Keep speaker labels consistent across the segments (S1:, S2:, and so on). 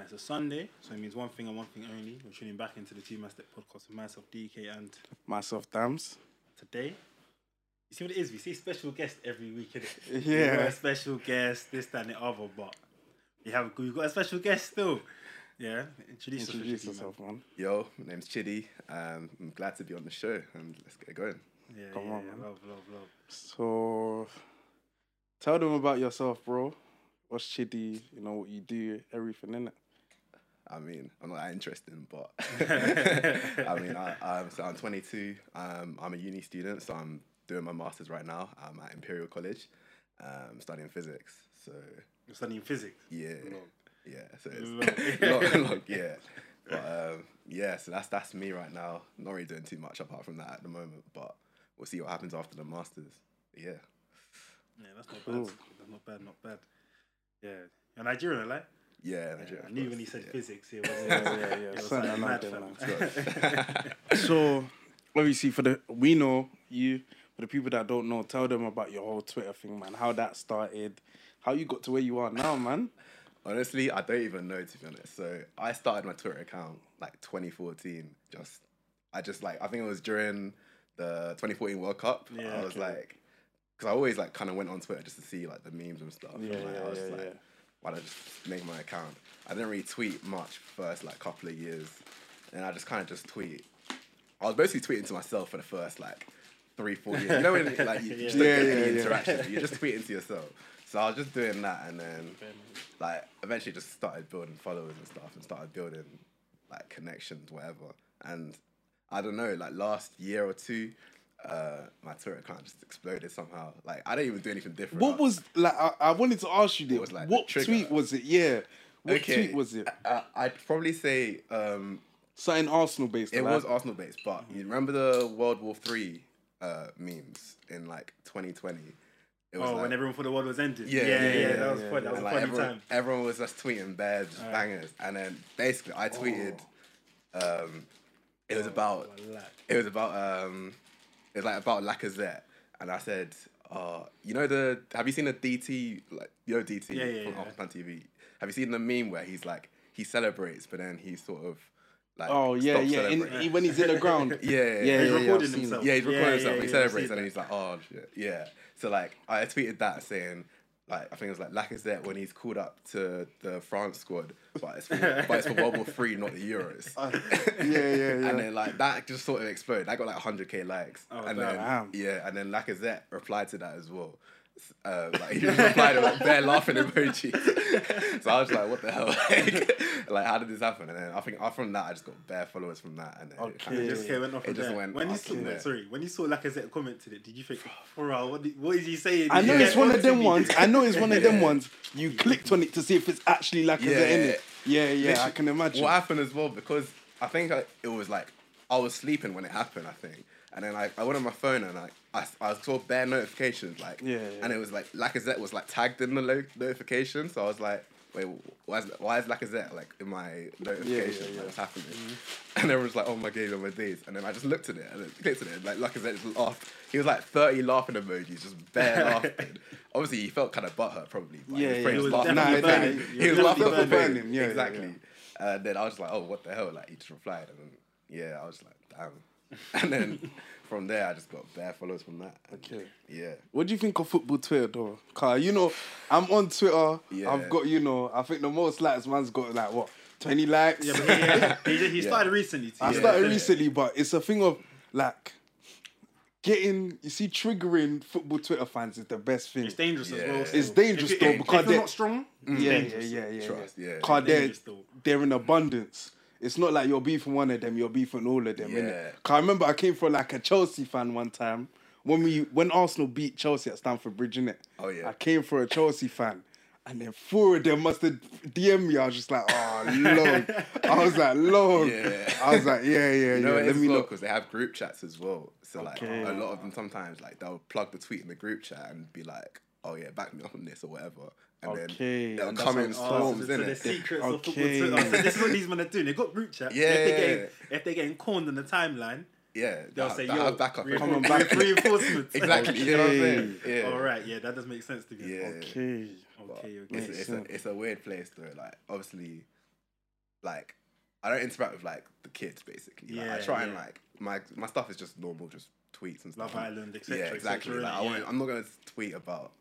S1: it's a Sunday, so it means one thing and one thing only. We're tuning back into the Two Man Step podcast with myself, DK, and
S2: myself, Dams.
S1: today, you see what it is? We see special guests every week. Innit?
S2: Yeah.
S1: We got a special guest, this, that, and the other, but we have we got a special guest still. Yeah, introduce,
S2: Introduce
S1: yourself.
S2: yourself, man.
S3: Yo, my name's Chidi. Um, I'm glad to be on the show and let's get it going.
S1: Yeah,
S2: Come
S1: yeah,
S2: on,
S1: yeah,
S2: man.
S1: Love, love, love.
S2: So, tell them about yourself, bro. What's Chidi? You know what you do, everything in it.
S3: I mean, I'm not that interesting, but I mean, I, I'm, so I'm 22. Um, I'm a uni student, so I'm doing my master's right now. I'm at Imperial College, um, studying physics. So
S1: You're studying physics.
S3: yeah,
S1: Log.
S3: yeah. So it's
S1: Log.
S3: log, log, yeah. But um, yeah, so that's that's me right now. Not really doing too much apart from that at the moment, but we'll see what happens after the masters. Yeah,
S1: Yeah, that's not
S2: Cool.
S1: bad. That's not bad, not bad. Yeah. You're Nigerian, right?
S3: yeah.
S1: Yeah,
S3: Nigeria,
S1: I
S3: of
S1: knew
S3: course,
S1: when he said
S3: yeah.
S1: physics, it was, it was,
S2: yeah, yeah.
S1: It was
S2: Something
S1: something
S2: like
S1: mad,
S2: that,
S1: fam.
S2: So, obviously, for the we know you, for the people that don't know, tell them about your whole Twitter thing, man. How that started, how you got to where you are now, man.
S3: Honestly, I don't even know to be honest. So I started my Twitter account like 2014. Just I just like I think it was during the 2014 World Cup.
S1: Yeah,
S3: I was
S1: okay.
S3: like, because I always like kind of went on Twitter just to see like the memes and stuff.
S2: Yeah,
S3: and, like,
S2: yeah,
S3: I was
S2: yeah,
S3: like,
S2: yeah.
S3: why don't I just make my account? I didn't really tweet much first like couple of years, and I just kind of just tweet. I was basically tweeting to myself for the first like three, four years. You know when like you just don't
S2: Yeah,
S3: get
S2: yeah,
S3: any
S2: yeah.
S3: interaction, you're just tweeting to yourself. So I was just doing that, and then like eventually just started building followers and stuff and started building like connections whatever and i don't know like last year or two uh my twitter account just exploded somehow like i didn't even do anything different
S2: What was like? I, I wanted to ask you this.
S3: was, like, the
S2: what
S3: trigger?
S2: tweet was it? Yeah. What
S3: Okay.
S2: tweet was it?
S3: uh, i'd probably say um
S2: Something Arsenal based.
S3: it
S2: like?
S3: was arsenal based but
S1: Mm-hmm.
S3: you remember the world war three uh memes in like 2020 it was
S1: Oh,
S3: like,
S1: when everyone thought the world was ended.
S3: Yeah,
S1: yeah,
S3: yeah, yeah,
S1: that was
S2: yeah,
S1: fun. That
S2: yeah.
S1: was
S3: and,
S1: a
S3: like,
S1: funny
S3: everyone,
S1: time.
S3: everyone was just tweeting bad just bangers and then basically i tweeted
S1: Oh.
S3: um it was about
S1: Like,
S3: it was about um it was like about Lacazette and I said uh you know the have you seen the DT like you know DT
S1: Yeah, yeah,
S3: from
S1: yeah.
S3: Uncle Plan TV have you seen the meme where he's like he celebrates but then he sort of like
S2: Oh yeah,
S3: stops
S2: yeah. In,
S3: celebrating.
S2: he- when he's in the ground.
S3: yeah yeah
S2: yeah,
S3: yeah,
S1: he's
S2: yeah, I've
S1: recording
S2: seen it.
S1: himself.
S3: Yeah, he's recording himself
S1: yeah,
S3: he
S1: yeah,
S3: celebrates
S1: I've
S3: and then
S1: seen
S3: he's like oh shit. yeah so like I tweeted that saying like I think it was like Lacazette when he's called up to the France squad but it's for, but it's for World War Three not the Euros
S2: Oh, yeah, yeah, yeah.
S3: and then like that just sort of exploded. That got like 100k likes.
S1: Oh,
S3: and
S2: damn.
S3: then yeah, and then Lacazette replied to that as well. S- Uh, like he just replied with like bare laughing emoji. so I was like, what the hell? Like, like, how did this happen? And then I think after from that, I just got bare followers from that. And then it kinda
S1: It
S2: Okay.
S1: just
S2: Yeah.
S1: came went off
S3: It
S1: of
S3: just
S1: there.
S3: went
S1: when you
S3: off
S1: saw
S3: from there.
S1: sorry, when you saw Lacazette commented it, did you think, "Bro, what, did, what is he saying?"
S2: I know
S1: Yeah,
S2: it's one of them
S1: obviously.
S2: ones. I know it's one of them
S3: Yeah.
S2: ones. You clicked on it to see if it's actually Lacazette
S3: Yeah.
S2: in it. Yeah, yeah. I
S3: Literally,
S2: can imagine.
S3: What happened as well because I think I, it was like I was sleeping when it happened. I think, and then I, I went on my phone and I, I, I saw bare notifications like,
S2: Yeah, yeah.
S3: and it was like Lacazette was like tagged in the lo- notification, so I was like. Wait, why is, why is Lacazette like in my notification?
S2: yeah. Mm-hmm.
S3: Like, what's happening? And everyone's like, "Oh my days, oh my days!" And then I just looked at it and then clicked at it. And, like Lacazette just laughed. He was like thirty laughing emojis, just bare laughing. Obviously, he felt kind of butthurt probably. Like,
S2: Yeah,
S3: his
S2: yeah.
S3: friends
S2: He
S1: was
S3: laughing at
S1: definitely
S3: his
S1: burning.
S3: face.
S1: He
S3: He
S1: was
S3: was laughing at
S2: definitely
S3: the
S2: burning.
S3: burning.
S2: Yeah, yeah,
S3: exactly.
S2: yeah.
S3: Uh, then I was like, oh, what the hell? Like, he just replied. And then, yeah, I was like, damn. And then from there, I just got bare followers from that. And
S2: Okay.
S3: Yeah.
S2: What do you think of football Twitter though? Car, you know, I'm on Twitter.
S3: Yeah.
S2: I've got, you know, I think the most likes man's got like what, 20 likes.
S1: Yeah, but he, yeah, he, he started recently. Too,
S2: I
S1: yeah.
S2: started
S3: yeah.
S2: recently, but it's a thing of like getting you see, triggering football Twitter fans is the best thing.
S1: It's dangerous as well.
S3: Yeah.
S1: still.
S2: It's dangerous,
S1: if,
S2: though,
S1: you- if,
S2: because
S1: if you're
S2: they-
S1: not strong,
S2: yeah, yeah,
S1: dangerous.
S2: yeah, yeah,
S3: Trust,
S2: yeah.
S3: yeah.
S2: Car, they're,
S1: Dangerous though.
S2: they're in abundance. It's not like you're beefing one of them, you're beefing all of them,
S3: Yeah.
S2: innit? Cause I remember I came from like a Chelsea fan one time when we when Arsenal beat Chelsea at Stamford Bridge, innit?
S3: Oh, yeah.
S2: I came for a Chelsea fan. And then four of them must have DM me. I was just like, oh, Lord. I was like, Lord.
S3: Yeah.
S2: I was like, yeah, yeah,
S3: You know,
S2: yeah.
S3: it
S2: Let
S3: is
S2: me
S3: as well
S2: look.
S3: because they have group chats as well. So like
S2: Okay.
S3: a lot of them sometimes like they'll plug the tweet in the group chat and be like, "Oh yeah, back me up on this or whatever," and
S2: Okay.
S3: then they'll
S2: And
S3: come in
S1: Oh, so the-
S3: storms,
S1: so
S3: innit?
S1: the secrets of football
S2: Okay.
S1: Twitter. So this is what these men are doing. They got group chats. If
S3: Yeah.
S1: they're getting, if they're getting corned on the timeline,
S3: Yeah,
S1: they'll
S3: that-
S1: say,
S3: that
S1: "Yo,
S3: have backup,
S1: re-
S3: innit?
S2: on back.
S1: reinforcements."
S3: exactly. You know what I'm saying?
S2: Okay.
S3: Yeah.
S1: All right. Yeah, that does make sense to me.
S3: Yeah.
S2: Okay.
S1: Okay. Okay.
S3: It's,
S2: Makes
S3: it's, a,
S2: sense.
S3: it's a weird place though. Like obviously, like I don't interact with like the kids basically. Like, I
S1: Yeah,
S3: try and
S1: yeah.
S3: like my my stuff is just normal, just tweets and stuff.
S1: Love Island, etc.
S3: yeah, exactly.
S1: etc.,
S3: Like, I
S1: innit?
S3: won't, I'm not gonna tweet about.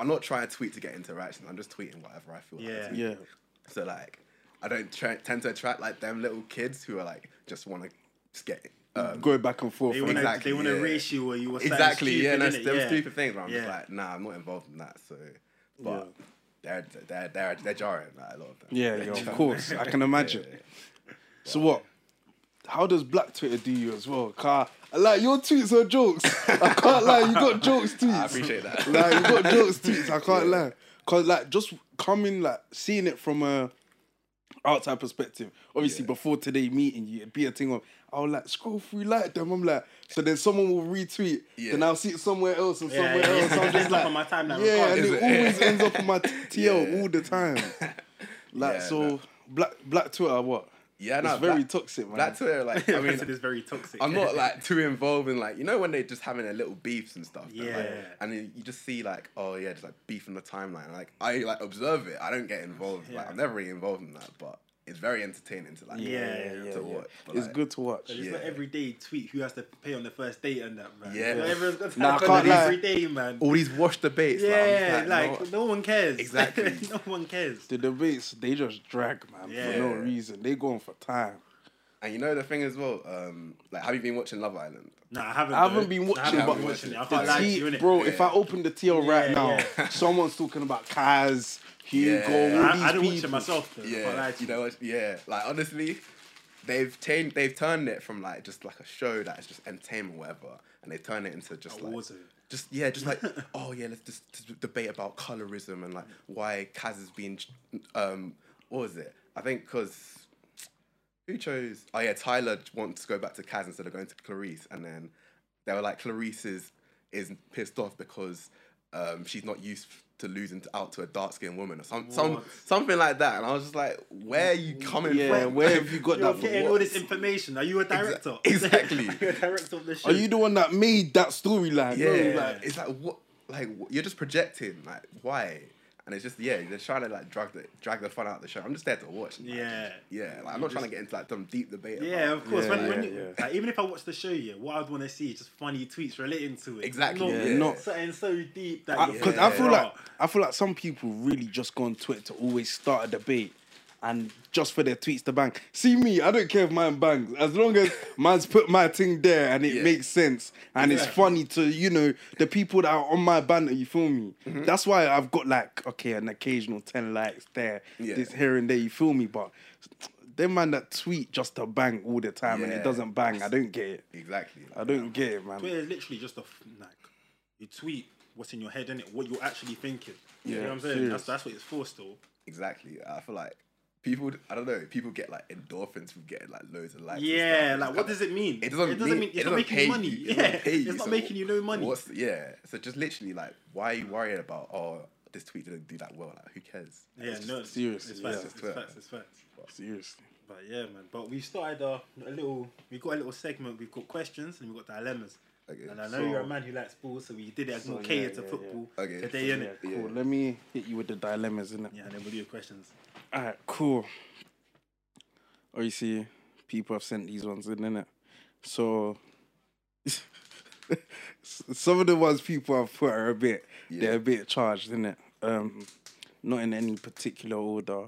S3: I'm not trying to tweet to get interactions. I'm just tweeting whatever I feel. like
S1: Yeah.
S3: tweeting.
S2: Yeah.
S3: So like, I don't tra- tend to attract like them little kids who are like just want to just get. Um,
S2: Going back and forth.
S1: They want to
S3: Exactly,
S1: they want to
S3: yeah.
S1: race you or you were something
S3: exactly.
S1: Stupid,
S3: yeah, no,
S1: innit?
S3: them
S1: yeah.
S3: stupid things. Where I'm just
S1: Yeah.
S3: like, nah, I'm not involved in that. So, but they're they're they're they're jarring. Like, a lot of them.
S2: Yeah, yeah, of course. I can imagine. So what? How does Black Twitter do you as well? Car, like your tweets are jokes. I can't lie, you got jokes tweets.
S3: I appreciate that.
S2: Like you got jokes tweets. I can't lie, cause like just coming like seeing it from a outside perspective. Obviously,
S3: Yeah.
S2: before today meeting you, it'd be a thing of I'll like scroll through like them. I'm like, so then someone will retweet,
S3: Yeah.
S2: then I'll see it somewhere else and
S1: Yeah,
S2: somewhere
S1: yeah,
S2: else.
S1: yeah.
S2: I'm just
S1: Ends up
S2: like,
S1: on my timeline.
S2: yeah,
S1: Is
S2: and it
S3: it?
S2: always ends up on my t- TL
S3: Yeah.
S2: all the time. Like
S3: Yeah,
S2: so,
S3: no.
S2: black black Twitter, what?
S3: Yeah,
S2: It's
S3: no,
S2: very
S3: Black-
S2: toxic, man.
S3: Black Twitter, like I
S1: I mean,
S3: mean,
S1: it is very toxic.
S3: I'm not like too involved in like you know when they just having their little beefs and stuff. and, like,
S1: Yeah.
S3: and then you just see like oh yeah, just like beef in the timeline. Like I like observe it. I don't get involved. Like
S1: Yeah.
S3: I'm never really involved in that, but it's very entertaining to like
S1: Yeah, yeah,
S3: to watch. But,
S2: It's
S3: like,
S2: good to watch.
S1: It's not
S3: Yeah.
S1: every day tweet who has to pay on the first date and that, man.
S3: Yeah.
S1: So everyone's got to
S2: Nah, I
S1: have fun
S2: can't
S1: every day, man.
S3: All these wash debates.
S1: yeah,
S3: like, I'm just
S1: like,
S3: like, no-
S1: no, one cares.
S3: Exactly.
S1: no one cares.
S2: The debates they just drag, man, for no
S3: Yeah.
S2: reason. They going for time.
S3: and you know the thing as well. Um, like have you been watching Love Island?
S1: Nah, I haven't.
S2: I haven't
S1: though.
S2: been
S1: I
S2: watching,
S1: haven't
S2: but
S1: been watching it. I
S2: the
S1: can't lie to
S2: tea-
S1: you, innit?
S2: bro. If I open the TL right
S1: Yeah,
S2: now,
S1: yeah.
S2: someone's talking about Kaz, Hugo,
S3: Yeah.
S2: all
S1: I,
S2: these
S1: I don't
S2: people.
S1: watch it myself though. I can't lie
S3: Yeah,
S1: to
S3: you know what? Yeah, like honestly, they've changed. They've turned it from like just like a show that is just entertainment, or whatever, and they turn it into just
S1: A
S3: like
S1: war zone.
S3: just yeah, just like oh yeah, let's just, just debate about colorism and like why Kaz has been. ch- Um, what was it? I think because. Who chose? Oh yeah, Tyler wants to go back to Kaz instead of going to Clarice, and then they were like, Clarice is, is pissed off because um, she's not used to losing to, out to a dark skinned woman or some, some
S1: What?
S3: something like that. And I was just like, where are you coming
S2: Yeah,
S3: from?
S2: where have you got
S1: You're
S2: that
S1: getting
S2: from?
S1: all this information. Are you a director?
S3: exactly.
S1: Are you a director of the show?
S2: Are you the one that made that storyline?
S3: yeah,
S2: No,
S3: like,
S2: like,
S3: it's like what, like wh- you're just projecting, like why? And it's just yeah, they're trying to like drag the drag the fun out of the show. I'm just there to watch. and, like,
S1: Yeah.
S3: yeah. Like, I'm not trying to get into like some deep debate.
S1: Yeah,
S3: about-
S1: of course.
S2: Yeah,
S1: when, when
S2: yeah,
S1: you-
S2: yeah.
S1: Like, even if I watch the show, yeah, what I'd want to see is just funny tweets relating to it.
S3: Exactly,
S1: Not
S2: yeah. Not-
S1: something so deep that you're
S2: because I,
S1: thinking,
S2: feel
S1: "Bruh,
S2: like I feel like some people really just go on Twitter to always start a debate. And just for their tweets to bang. See me, I don't care if mine bangs. As long as mine's put my thing there and it
S3: Yeah.
S2: makes sense and it's
S1: Exactly.
S2: funny to, you know, the people that are on my banner, you feel me?
S3: Mm-hmm.
S2: That's why I've got like, okay, an occasional 10 likes there,
S3: Yeah.
S2: this here and there, you feel me? But them man that tweet just to bang all the time and it
S3: Yeah.
S2: doesn't bang, I don't get it.
S3: exactly.
S2: I don't get it, man.
S1: Twitter is literally just a f- like you tweet what's in your head and it what you're actually thinking. you
S2: Yeah,
S1: know what I'm saying?
S2: serious.
S1: That's, that's what it's for still.
S3: Exactly. I feel like people. I don't know. People get like endorphins from getting like loads of likes. and
S1: Yeah,
S3: stuff.
S1: like what does it mean?
S3: It doesn't. mean,
S1: it's
S3: it
S1: not
S3: doesn't
S1: making
S3: pay
S1: you money.
S3: You,
S1: yeah,
S3: it doesn't pay you,
S1: it's not
S3: so
S1: making you no money.
S3: What's yeah? So just literally like, why are you worrying about? Oh, this tweet didn't do that well. Like, who cares?
S1: yeah, no, it's,
S2: serious,
S1: It's
S2: yeah.
S1: facts.
S3: It's
S1: It's
S3: Twitter.
S1: facts. It's facts.
S2: Seriously.
S1: But yeah, man. But we started a, a little. We got a little segment. We've got questions and we've got dilemmas.
S3: Okay,
S1: and I know you're a
S2: so-
S1: man who likes ball, so we did it as
S2: so
S1: more
S2: yeah,
S1: catered to
S2: yeah, yeah.
S1: football
S3: Okay,
S1: today,
S3: so
S1: innit?
S2: Yeah,
S1: Yeah.
S2: cool.
S3: Yeah.
S2: Let me hit you with the dilemmas, innit?
S1: and then we'll do your questions.
S2: All right, cool. Oh, you see, people have sent these ones in, innit? So, s- some of the ones people have put are a bit, they're a bit charged, innit? Um, not in any particular order.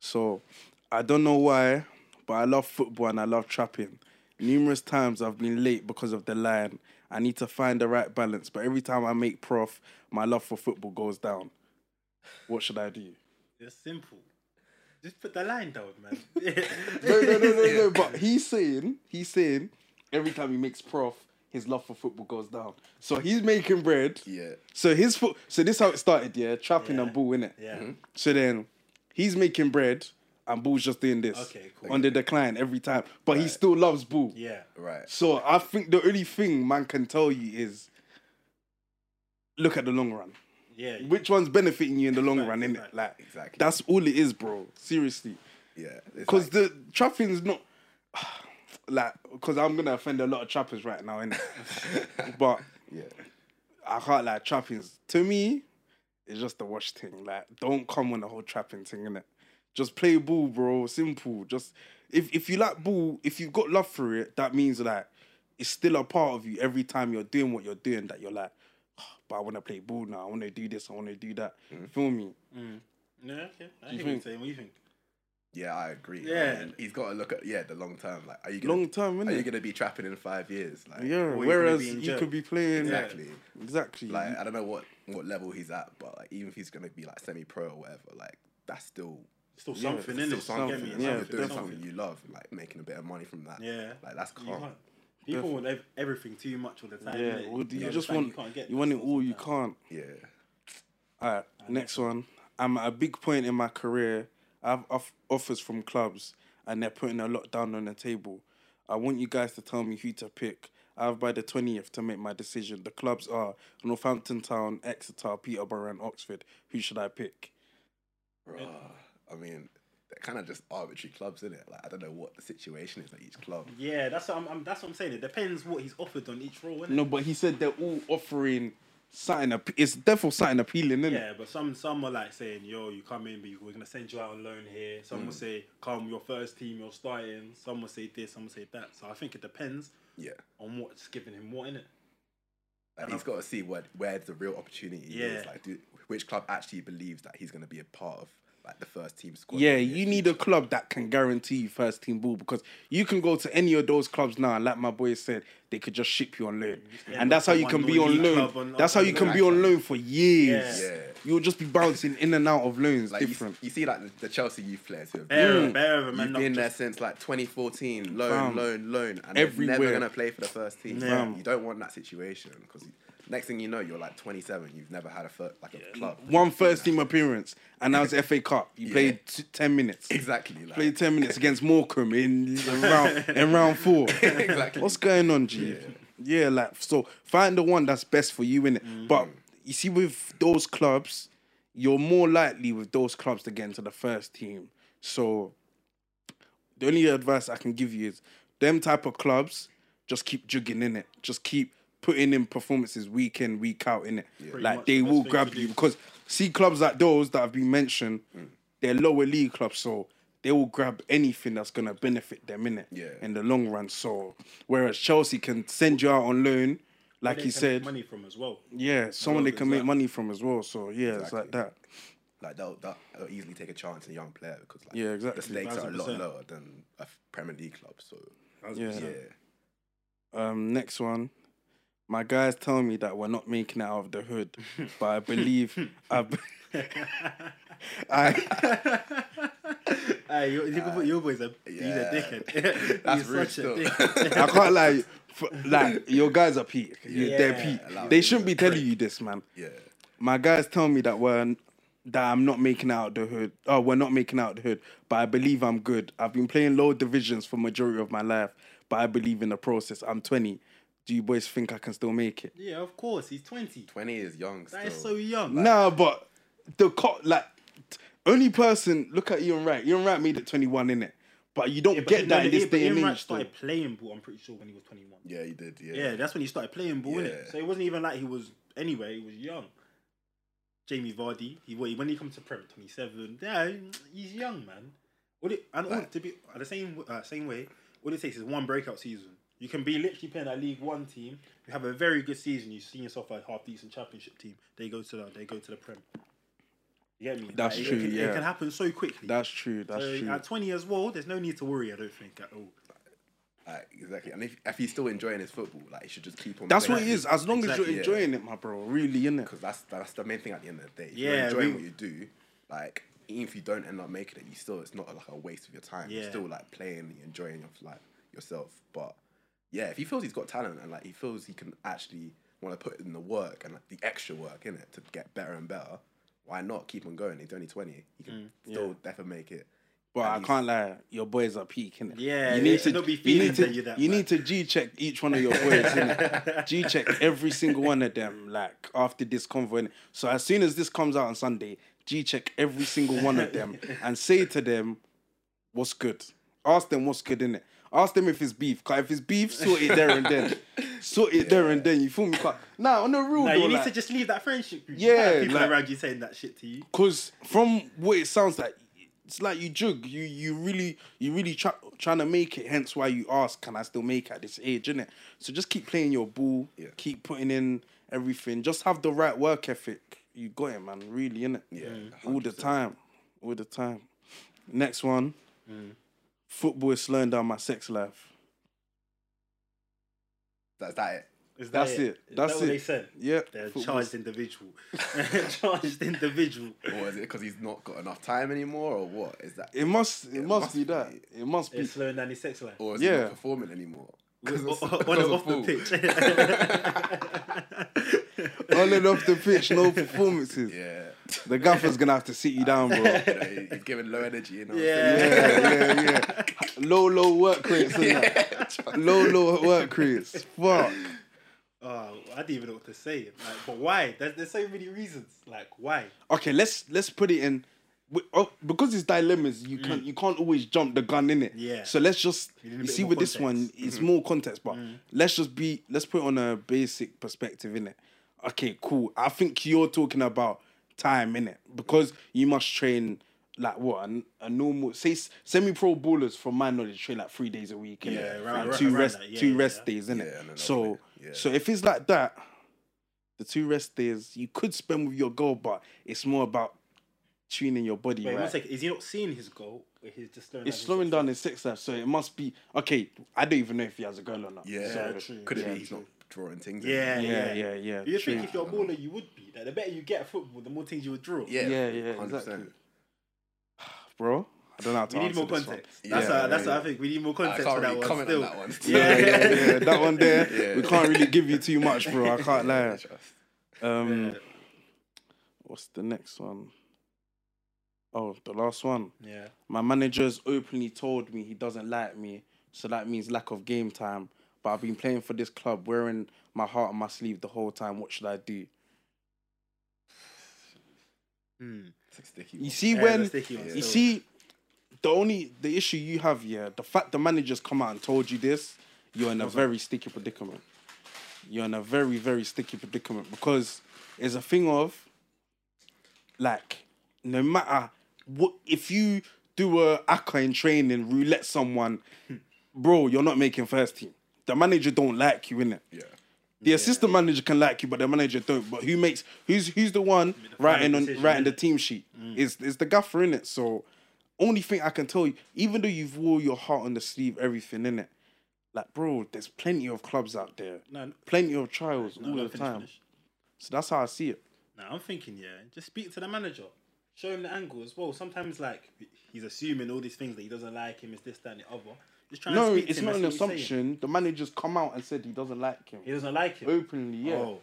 S2: So, I don't know why, but I love football and I love trapping. Numerous times I've been late because of the line. I need to find the right balance, but every time I make prof, my love for football goes down. What should I do?
S1: It's simple. Just put the line down, man.
S2: no, no, no, no, no. But he's saying, he's saying, every time he makes prof, his love for football goes down. So he's making bread.
S3: Yeah.
S2: So his foot. So this how it started, yeah, trapping
S1: Yeah.
S2: and ball in it.
S1: Yeah.
S3: Mm-hmm.
S1: Mhm.
S2: So then he's making bread, and ball's just doing this.
S1: Okay, cool.
S2: On the decline every time, but he still loves ball.
S1: Yeah.
S3: Right.
S2: So I think the only thing man can tell you is, look at the long run.
S1: Yeah.
S2: Which one's benefiting you in the long
S1: Facts,
S2: run, innit?
S1: facts.
S2: Like,
S3: Exactly.
S2: that's all it is, bro. Seriously.
S3: Yeah.
S2: Because the trapping's not like because I'm gonna offend a lot of trappers right now, innit? but
S3: yeah.
S2: I can't like trappings. To me, it's just the watch thing. Like, don't come on the whole trapping thing, innit? Just play ball, bro. Simple. Just if if you like ball, if you've got love for it, that means like it's still a part of you every time you're doing what you're doing that you're like, "Ah, but I wanna play ball now, I wanna do this, I wanna do that.
S3: Mm.
S2: Feel me?
S1: No, okay. I hear what you're
S2: think?
S1: saying. What do you think?
S3: Yeah, I agree.
S1: Yeah.
S3: And he's got to look at yeah the long term. Like, are you gonna,
S2: Long term,
S3: Are you
S2: innit?
S3: gonna be trapping in five years? Like,
S2: yeah.
S1: be
S2: Whereas
S1: in
S2: you
S1: jail.
S2: could be playing
S3: exactly.
S2: Exactly.
S3: Like, I don't know what what level he's at, but like, even if he's gonna be like semi pro or whatever, like that's still
S1: Still something in
S3: still
S1: it.
S3: something.
S2: something,
S1: Get
S3: Like,
S1: me?
S2: yeah,
S3: you're
S1: something,
S3: doing
S1: something.
S3: something you love, like making a bit of money from that.
S1: Yeah.
S3: like that's
S1: You
S3: calm.
S1: can't. People want ev- everything too much all the time.
S2: yeah,
S1: innit?
S2: well, do you
S1: know,
S2: just
S1: like,
S2: want
S1: can't
S2: you,
S1: get
S2: want it
S1: this
S2: all, you can't.
S3: Yeah,
S2: Alright, next one. I'm at a big point in my career. I have off- offers from clubs, and they're putting a lot down on the table. I want you guys to tell me who to pick. I have by the twentieth to make my decision. The clubs are Northampton Town, Exeter, Peterborough, and Oxford. Who should I pick?
S3: Bruh. I mean, they're kind of just arbitrary clubs, is it? Like, I don't know what the situation is at each club.
S1: Yeah, that's what I'm, I'm. That's what I'm saying. It depends what he's offered on each role, innit?
S2: No, but he said they're all offering something. Appe- it's definitely something appealing, isn't it?
S1: Yeah, but some some are like saying, "Yo, you come in, but we're gonna send you out on loan here." Some
S2: Mm.
S1: will say, "Come, your first team, you're starting." Some will say this, some will say that. So I think it depends
S3: Yeah,
S1: on what's given him what in it.
S3: like, he's got to see what where the real opportunity is.
S1: Yeah.
S3: Like, do, which club actually believes that he's gonna be a part of like the first team squad?
S2: Yeah,
S3: in the
S2: you
S3: near
S2: need a
S3: future?
S2: club that can guarantee you first team ball because you can go to any of those clubs now, and like my boy said, they could just ship you on loan, and that's how you can
S1: One
S2: be on
S1: league
S2: loan.
S1: club on-
S2: that's how
S1: on
S2: you can
S1: loan.
S2: be on loan for years.
S1: Yeah.
S3: Yeah.
S2: You'll just be bouncing in and out of loans,
S3: Like, you,
S2: different.
S3: you see, like the, the Chelsea youth players who have
S1: Bear,
S3: been,
S1: bear of a man,
S3: you've
S1: not
S3: been there
S1: just,
S3: since like 2014, loan,
S2: Fam.
S3: loan, loan, and they're never
S2: Everywhere.
S3: gonna play for the first team.
S1: Yeah.
S3: You don't want that situation because next thing you know, you're like 27, you've never had a first, like a club.
S2: One first team appearance, and that was FA Cup. You played t- ten minutes.
S3: Exactly. Like,
S2: Played ten minutes against Morecambe in round in round four.
S3: Exactly.
S2: What's going on, G? Yeah. like so find the one that's best for you in it.
S1: Mm.
S2: But you see, with those clubs, you're more likely with those clubs to get into the first team. So the only advice I can give you is them type of clubs, just keep jugging in it. Just keep putting in performances week in, week out in it. Like
S1: much
S2: they
S1: the best
S2: will
S1: thing
S2: grab
S1: to
S2: you
S1: do.
S2: because see clubs like those that have been mentioned, they're lower league clubs, so they will grab anything that's gonna benefit them in it
S3: Yeah.
S2: in the long run. So whereas Chelsea can send you out on loan, like
S1: they
S2: he
S1: can make
S2: said,
S1: money from as well.
S2: yeah, someone they
S3: Well,
S2: can make
S3: exact-
S2: money from as well. So yeah, it's like that.
S3: like they'll, they'll they'll easily take a chance on a young player because like
S2: Yeah, exactly.
S3: the stakes are a lot
S1: 1000%.
S3: lower than a f- Premier League club. So
S2: Yeah.
S3: yeah,
S2: Um, next one. My guys tell me that we're not making it out of the hood, but I believe I, be- I
S1: Hey, you, you can put your boy's a he's
S3: yeah.
S1: a dickhead.
S3: That's
S1: he's
S3: rude
S1: such
S3: still.
S1: a dickhead.
S2: I can't like like your guys are peak. You- They're
S1: Yeah.
S2: peak.
S3: Allow
S2: They
S3: them
S2: shouldn't
S3: to
S2: be telling you this, man.
S3: yeah,
S2: My guys tell me that we're that I'm not making out the hood. Oh, we're not making out the hood, but I believe I'm good. I've been playing low divisions for majority of my life, but I believe in the process. I'm 20. Do you boys think I can still make it?
S1: yeah, of course, he's twenty.
S3: twenty is young.
S1: That is so
S3: still.
S1: young.
S2: Nah, but the co- like t- only person look at Ian Wright. Ian Wright made it 21 in it, but you don't
S1: Yeah, but
S2: get
S1: no,
S2: that
S1: no,
S2: in this
S1: yeah, but
S2: day and
S1: Ian Wright
S2: age. though.
S1: started playing ball. I'm pretty sure when he was twenty one.
S3: Yeah, you did. Yeah,
S1: Yeah, that's when he started playing ball, innit?
S3: Yeah.
S1: So it wasn't even like he was anyway, he was young. Jamie Vardy, he wa- when he comes to Prem, 27, yeah, he's young, man. All it, and all,
S3: Like-
S1: to be uh, the same uh, same way, all it takes is one breakout season. You can be literally playing a League One team, you have a very good season, you see yourself a half decent championship team, they go to the they go to the Prem. You get me?
S2: That's
S1: Like, it-
S2: true,
S1: It, can-
S2: yeah.
S1: it can happen so quickly.
S2: That's true. That's
S1: so
S2: true.
S1: at 20 as well, there's no need to worry, I don't think, at all.
S3: Like, exactly. And if, if he's still enjoying his football, like he should just keep on.
S2: That's what it
S3: playing.
S2: is. As long as
S1: Exactly,
S2: you're
S1: yeah.
S2: enjoying it, my bro. Really, innit?
S3: because that's that's the main thing at the end of the day. If
S1: Yeah,
S3: you're enjoying
S1: we-
S3: what you do, like even if you don't end up making it, you still it's not like a waste of your time. You're
S1: Yeah.
S3: still like playing, you're enjoying your like yourself. But yeah, if he feels he's got talent and like he feels he can actually want to put in the work and like, the extra work in it to get better and better, why not keep on going? He's only twenty. He can still definitely make it.
S2: But I
S3: he's-
S2: can't lie, your boys are peak, innit?
S1: Yeah,
S2: you
S1: they
S2: need to,
S1: should not be
S2: you
S1: feeling
S2: need to,
S1: that you're that
S2: you
S1: bad.
S2: need to G check each one of your boys, innit? G check every single one of them, like after this convo. Innit? So as soon as this comes out on Sunday, G check every single one of them and say to them, "What's good?" Ask them what's good in it. Ask them if it's beef. Cause if it's beef, sort it there and then. Sort it there and then. You feel me? 'Cause- Nah, on the real.
S1: No,
S2: though,
S1: you need
S2: like-
S1: to just leave that friendship group.
S2: Yeah,
S1: people
S2: like-
S1: around you saying that shit to you.
S2: Because from what it sounds like, it's like you jug. You you really you really try, trying to make it. Hence why you ask, can I still make it at this age? Innit? So just keep playing your ball.
S3: Yeah.
S2: Keep putting in everything. Just have the right work ethic. You got it, man. Really, innit? Mm.
S3: Yeah,
S2: All the time. All the time. Next one.
S3: Mm.
S2: Football is slowing down my sex life.
S3: That's that it.
S1: Is that
S2: That's it.
S1: Is
S2: That's
S1: that
S2: it.
S1: what they said?
S2: Yeah.
S1: They're a
S2: football's-
S1: charged individual. charged individual.
S3: Or is it because he's not got enough time anymore, or what? Is that?
S2: It must. It, must,
S3: must
S2: be that. It must be.
S1: It's slowing down his sex life.
S3: Or is he
S2: Yeah.
S3: not performing anymore?
S1: On
S3: Because of-
S1: and off the
S3: because of food.
S1: pitch.
S2: On and off the pitch, no performances.
S3: Yeah.
S2: The gaffer's gonna have to sit you down, bro. Yeah,
S3: You know, he- he's giving low energy, you know. what I'm
S1: Yeah.
S3: saying?
S2: yeah, yeah. Low, low work rates. innit? Low, low work rates. Fuck.
S1: Oh, I didn't even know what to say. Like, but why? There's, there's so many reasons. Like, why?
S2: Okay, let's let's put it in. we- Oh, because it's dilemmas, you can't you can't always jump the gun in it.
S1: Mm. Yeah.
S2: So let's just
S1: You need a
S2: you
S1: bit
S2: see
S1: more Mm-hmm. Mm.
S2: with this one, it's more context, but let's just be let's put it on a basic perspective in it. Okay, cool. I think you're talking about time in it because you must train like what a, a normal say semi pro ballers from my knowledge train like three days a week. innit?
S1: Yeah,
S2: And
S1: around- around-
S2: two
S1: around
S2: rest
S1: that, yeah,
S2: two
S1: yeah,
S2: rest
S1: yeah.
S2: days in it.
S3: Yeah, no, no,
S2: so
S3: yeah.
S2: so if it's like that, the two rest days you could spend with your girl, but it's more about tuning your body.
S1: Wait, one
S2: right?
S1: second. Is he not seeing his goal? Or he's just slowing down
S2: It's
S1: his
S2: slowing
S1: sex
S2: down his sex life, so it must be okay. I don't even know if he has a girl or not.
S3: Yeah.
S2: so,
S1: true.
S3: Could it
S1: Yeah,
S3: be he's not drawing things?
S1: life? Yeah,
S3: anymore?
S2: yeah,
S1: yeah,
S2: yeah, yeah.
S1: You
S2: true.
S1: think if you're a baller, you would be. Like, the better you get at football, the more things you would draw.
S3: Yeah.
S2: Yeah, yeah,
S3: 100%.
S2: exactly. bro? I don't know how to
S1: We need
S2: answer
S1: more
S2: this one.
S1: context. That's
S3: Yeah,
S1: how- that's
S3: yeah,
S1: what I think. We need more
S3: I
S1: context
S3: can't
S1: for that
S3: really
S1: one.
S3: comment
S1: Still.
S3: on that one.
S1: Yeah,
S2: Yeah,
S1: yeah,
S2: yeah, yeah, that one there.
S3: Yeah.
S2: We can't really give you too much, bro. I can't
S3: Yeah,
S2: lie.
S3: trust.
S2: Um, what's the next one? Oh, the last one.
S1: yeah.
S2: My manager's openly told me he doesn't like me, so that means lack of game time. But I've been playing for this club, wearing my heart on my sleeve the whole time. What should I do?
S1: Hmm.
S3: It's a sticky
S2: You
S3: one.
S2: see
S1: Yeah,
S2: when
S1: that's sticky one
S2: you
S1: still.
S2: see the only the issue you have here, the fact the manager's come out and told you this, you're in a very sticky predicament. You're in a very very sticky predicament because it's a thing of like no matter what if you do a akka in training roulette someone,
S1: Hmm.
S2: bro, you're not making first team. The manager don't like you innit?
S3: Yeah.
S2: The assistant manager can like you, but the manager don't. But who makes who's who's the one writing on
S1: decision, Mm.
S2: writing the
S1: innit?
S2: team sheet? It's it's the gaffer in it. So only thing I can tell you, even though you've wore your heart on the sleeve, everything in it, like bro, there's plenty of clubs out there,
S1: No, no,
S2: plenty of trials
S1: no,
S2: all
S1: no,
S2: the
S1: finish,
S2: time.
S1: finish.
S2: So that's how I see it.
S1: No, I'm thinking, yeah, just speak to the manager. Show him the angle as well. Sometimes, like, he's assuming all these things that he doesn't like him, is this, that, and the other. Just try
S2: No,
S1: and speak to
S2: it's
S1: him
S2: not
S1: and
S2: an
S1: see what he's saying.
S2: assumption. The manager's come out and said he doesn't like him
S1: He doesn't like him.
S2: openly. Yeah,
S1: Oh,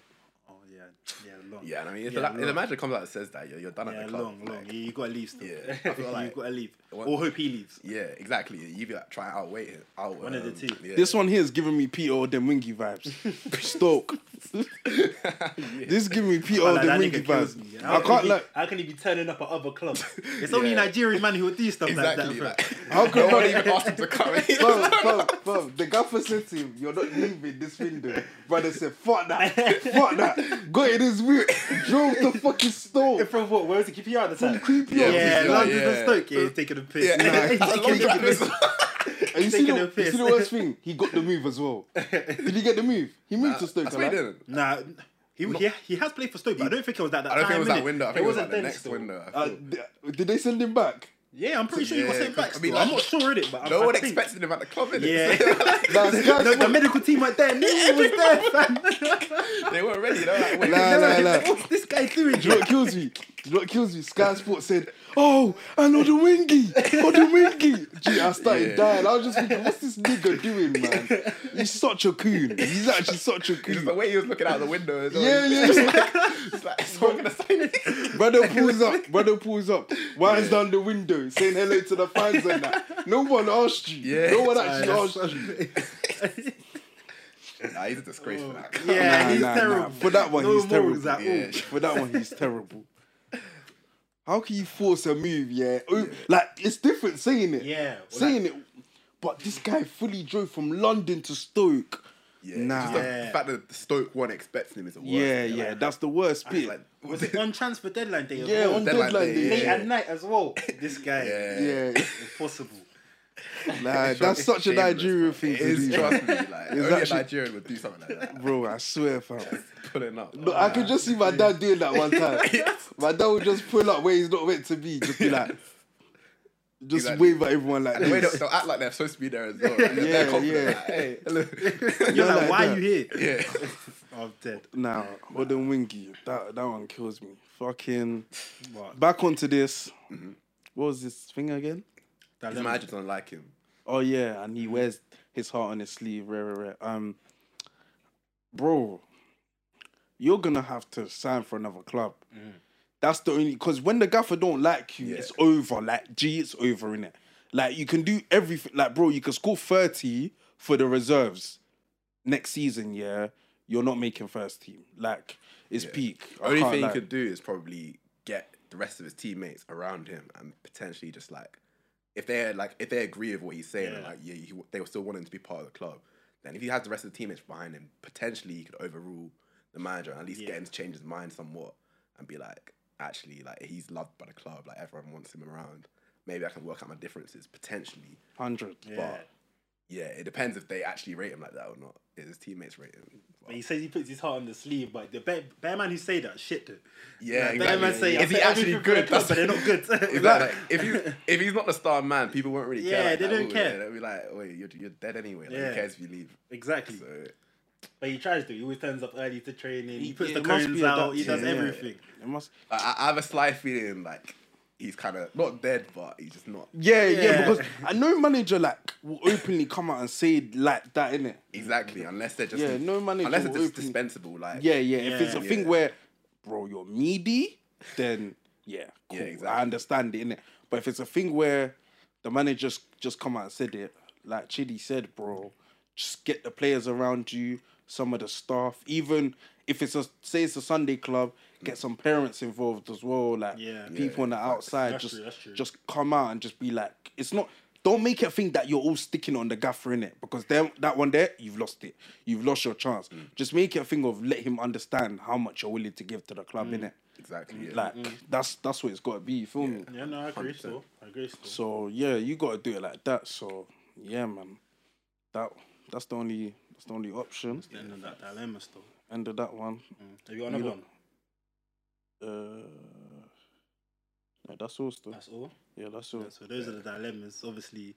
S1: oh yeah, yeah, long.
S3: Yeah, and I mean, if,
S1: Yeah,
S3: the, if the
S1: long.
S3: manager comes out and says that, you're, you're done at
S1: yeah,
S3: the club.
S1: long,
S3: like,
S1: long. Yeah, you gotta leave still.
S3: Yeah, I feel
S1: you
S3: like-
S1: gotta leave,
S3: One-
S1: or hope he leaves.
S3: Yeah, exactly. You be like trying to outweigh it. Out, um,
S1: One of the two.
S3: Yeah.
S2: This one here is giving me Peter Odemwingie vibes. Stoke. This is giving me Peter
S1: Like, that nigga
S2: Odemwingie
S1: kills
S2: Oh, vibes.
S1: me.
S2: I
S1: can
S2: can't
S1: he,
S2: like.
S1: How can he be turning up at other clubs? It's only
S3: Yeah.
S1: Nigerian man who would do stuff
S3: exactly.
S1: like
S3: Like,
S1: that,
S2: How could
S3: no one
S2: I-
S3: even asked him to come in.
S2: bro, bro, bro, the gaffer said to him, You're not leaving this window. Brother said, Fuck that, fuck that. Got in his wheel, drove the
S1: bro.
S2: fucking store.
S1: From what? Where was the QPR at the time?
S2: Creepy
S3: Yeah,
S2: yeah,
S1: yeah,
S3: yeah,
S1: London
S3: yeah.
S1: and Stoke. Yeah, he's taking a piss.
S3: Yeah.
S1: Nah, he's
S2: That's
S1: taking a
S2: long drive
S1: piss.
S2: as And you see
S1: taking
S2: the,
S1: a
S2: you
S1: piss.
S2: see the worst thing? He got the move as well. Did he get the move? He moved to Stoke.
S3: That's what he
S2: like.
S3: did.
S1: Nah, he, he, he has played for Stoke, but I don't think it was that. that
S3: I don't think it was
S1: time,
S3: that window. I think it was
S1: wasn't
S3: like the
S1: then
S3: next
S1: still.
S3: window. I
S2: Uh,
S3: feel.
S2: d- did they send him back?
S1: Yeah, I'm pretty sure he got
S3: Yeah,
S1: sent back.
S3: I mean,
S1: still.
S3: like-
S1: I'm not sure in it, but
S3: No
S1: I,
S3: one
S1: I think,
S3: expected him at the club, innit?
S1: Yeah,
S2: Nah, Sky
S1: the, the
S2: Sports-
S1: medical team right there. Nigga was there. fam.
S3: They weren't ready. They were like, wait,
S2: Nah, nah, nah.
S1: What's this guy doing?
S2: Do you know what kills me? Do you know what kills me? Sky Sports said, "Oh, and Odewingi, Odewingi." oh, Gee, I started
S3: Yeah.
S2: dying. I was just thinking, "What's this nigga doing, man? He's such a coon. He's actually such a
S3: Just the
S2: coon."
S3: way he was looking out the window as well.
S2: Yeah, yeah, yeah.
S3: It's like, it's not gonna sign it.
S2: Brother pulls up. Brother pulls up. Winds down the window, saying hello to the fans and that. No one asked you.
S3: Yeah.
S2: No one actually
S1: Nah,
S2: asked you.
S3: Nah, he's a disgrace for that.
S1: Oh, Yeah,
S2: Nah,
S1: he's
S2: nah, nah.
S1: terrible.
S2: For that one,
S1: no
S2: he's
S1: morals
S2: terrible.
S1: At all.
S3: Yeah.
S2: For that one, he's terrible. How can you force a move? Yeah, Oh, like it's different saying it.
S1: Yeah, well,
S2: saying it. But this guy fully drove from London to Stoke
S3: Yeah,
S2: Nah.
S3: Just the
S1: Yeah.
S3: fact that Stoke one expecting him is the worst.
S2: yeah,
S3: Like,
S2: yeah, that's the worst bit.
S3: Like,
S1: Was it on transfer deadline day? as
S2: yeah,
S1: well?
S2: on
S3: deadline
S2: deadline,
S3: day,
S2: day.
S1: late
S2: Yeah,
S1: at night as well. This guy,
S3: yeah,
S1: impossible.
S2: Nah, that's
S3: It's
S2: such a
S3: shameless,
S2: Nigerian
S3: man.
S2: thing
S3: It
S2: to
S3: is,
S2: do,
S3: trust me. Like, only a
S2: actually-
S3: Nigerian would do something like that.
S2: bro. I swear, fam.
S3: Pulling up.
S2: No, I could just see my dad doing that one time. My dad would just pull up where he's not meant to be, just be like, just
S3: Exactly.
S2: wave at everyone like
S3: the way they'll,
S2: this.
S3: they'll act like they're supposed to be there as well. Right?
S2: Yeah,
S3: they're confident.
S2: yeah.
S3: Like, hey, look.
S1: You're
S2: Yeah,
S1: like,
S2: like
S1: why
S2: that.
S1: are you here?
S3: yeah.
S1: I'm dead.
S2: Now, Odin Wingy, that that one kills me. Fucking
S1: What?
S2: back onto this. What was this thing again?
S1: That
S3: His manager don't like him.
S2: Oh yeah, and
S3: Mm.
S2: he wears his heart on his sleeve. Rare, rare, rare. Um, bro, you're gonna have to sign for another club.
S3: Mm.
S2: That's the only because when the gaffer don't like you, it's over. Like G, it's over in it. Like you can do everything. Like bro, you can score thirty for the reserves next season. Yeah, you're not making first team. Like it's peak. I
S3: Only
S2: can't
S3: thing
S2: lie.
S3: he could do is probably get the rest of his teammates around him and potentially just like, if they like, if they agree with what he's saying, and
S1: Yeah.
S3: like, yeah, he, they will still want him to be part of the club. Then if he has the rest of the teammates behind him, potentially he could overrule the manager and at least get him to change his mind somewhat and be like, actually, like he's loved by the club, like everyone wants him around. Maybe I can work out my differences potentially.
S2: hundred.
S1: Yeah.
S3: Yeah, it depends if they actually rate him like that or not. If his teammates rate him.
S1: But he says he puts his heart on the sleeve, but the bear, bear man who say that shit though.
S3: Yeah,
S1: Like,
S3: exactly.
S1: Bear man say,
S3: If
S1: "I
S3: he
S1: said
S3: actually
S1: everything for the
S3: good,
S1: club,
S3: that's-
S1: but they're not good.
S3: Exactly. Like, if you if he's not the star man, people won't really care.
S1: Yeah,
S3: like
S1: they
S3: that,
S1: don't
S3: will
S1: care.
S3: They'll be like, wait, you're, you're dead anyway. Like,
S1: Yeah.
S3: Who cares if you leave?
S1: exactly.
S3: So
S1: But he tries to. He always turns up early to training. He
S2: It-
S1: puts
S2: it
S1: the
S2: must be
S1: cones out. He
S2: adapted,
S1: does
S2: yeah.
S1: everything.
S2: It must.
S3: I, I- I have a sly feeling like he's kind of not dead, but he's just not
S2: Yeah, yeah,
S1: Yeah.
S2: Because I know manager like will openly come out and say like that in it.
S3: exactly unless they're just
S2: Yeah, no manager
S3: unless
S2: will
S3: it's just
S2: open-
S3: dispensable. Like
S2: Yeah, yeah. If it's a
S1: Yeah.
S2: thing where, bro, you're needy, then yeah, cool.
S3: Yeah, exactly.
S2: I understand it, innit? But if it's a thing where the manager's just come out and said it, like Chidi said, bro, just get the players around you, some of the staff, even if it's a say it's a Sunday club, get some parents involved as well, like
S1: Yeah.
S2: people on the outside,
S1: That's
S2: just
S1: true, that's true.
S2: just come out and just be like, it's not. Don't make it think that you're all sticking on the gaffer in it because then that one there you've lost it, you've lost your chance.
S1: Mm.
S2: Just make it a thing of let him understand how much you're willing to give to the club
S1: Mm.
S2: in it.
S3: exactly. Yeah.
S2: Like that's that's what it's got to be. You feel me?
S1: Yeah, no, I agree still. I agree still.
S2: So yeah, you got to do it like that. So yeah, man, that that's the only that's the only option.
S1: End of that dilemma still.
S2: End of that one.
S1: Have you got another
S2: You
S1: one?
S2: Uh, yeah, that's all. Still.
S1: That's all.
S2: Yeah, that's all.
S1: So those are the dilemmas. Obviously,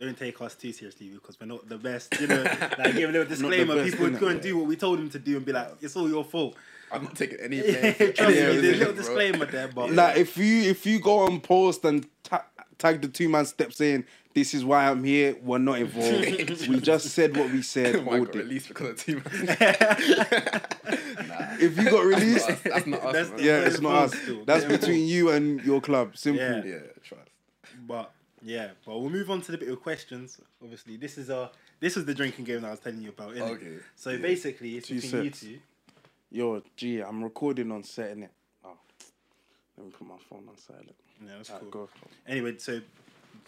S1: don't take us too seriously because we're not the best. You know, like give a little disclaimer.
S2: best,
S1: People would
S2: innit?
S1: go and do what we told them to do and be like, "It's all your fault."
S3: I'm not taking any.
S1: Trust me,
S3: blame for
S1: there's
S3: any
S1: a
S3: of this,
S1: little
S3: bro.
S1: disclaimer there, but
S2: Like if you if you go on post and ta- tag the two man steps saying this is why I'm here. We're not involved. we just said what we
S1: Oh
S2: said.
S3: Why
S2: all
S3: got
S2: day.
S3: released because of team?
S2: If you got released,
S3: That's, that's not us.
S1: That's-
S3: man.
S2: yeah, it's not us.
S1: Still.
S2: That's
S1: Yeah.
S2: between you and your club. Simple.
S1: Yeah.
S3: yeah, trust.
S1: But yeah, but we'll move on to the bit of questions. Obviously, this is our this is the drinking game that I was telling you about. Innit?
S3: Okay.
S1: So basically, it's
S2: Two
S1: between you
S2: sets.
S1: two.
S2: Yo, G, I'm recording on setting it. Oh, let me put my phone on silent.
S1: Yeah, that's
S2: Alright,
S1: cool.
S2: go.
S1: Anyway, so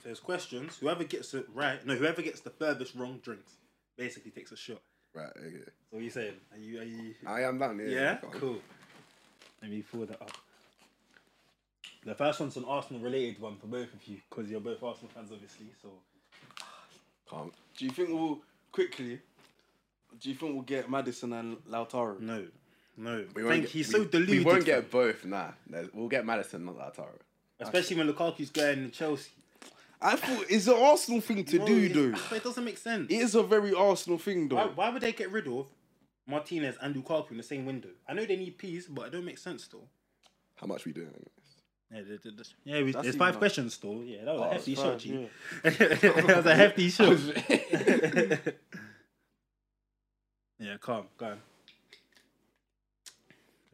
S1: there's questions. Whoever gets it right, no, whoever gets the furthest wrong drinks, basically takes a shot.
S3: Right. Okay.
S1: So what are you saying? Are you? Are you?
S3: I am down. Yeah.
S1: Yeah.
S3: go on.
S1: Cool. Let me pull that up. The first one's an Arsenal related one for both of you because you're both Arsenal fans, obviously. So
S3: Calm.
S2: Do you think we'll quickly? Do you think we'll get Madison and Lautaro?
S1: no, no.
S3: We won't
S1: Thank
S3: get-
S1: he's
S3: we-
S1: so deluded.
S3: We won't
S1: fam.
S3: get both, nah. There's- We'll get Madison, not Lautaro.
S1: especially when Lukaku's going to Chelsea.
S2: I thought it's an Arsenal thing to
S1: No,
S2: do,
S1: it's-
S2: though.
S1: But it doesn't make sense.
S2: It is a very Arsenal thing, though.
S1: Why, why would they get rid of Martinez and Lukaku in the same window? I know they need peas, but it don't make sense still.
S3: How much we doing?
S1: Yeah, they, they, they, yeah we, there's
S2: even
S1: five
S2: a-
S1: questions still. Yeah, that was a hefty
S2: it's
S1: shot,
S2: five,
S1: G. that was a hefty shot. yeah, calm, calm.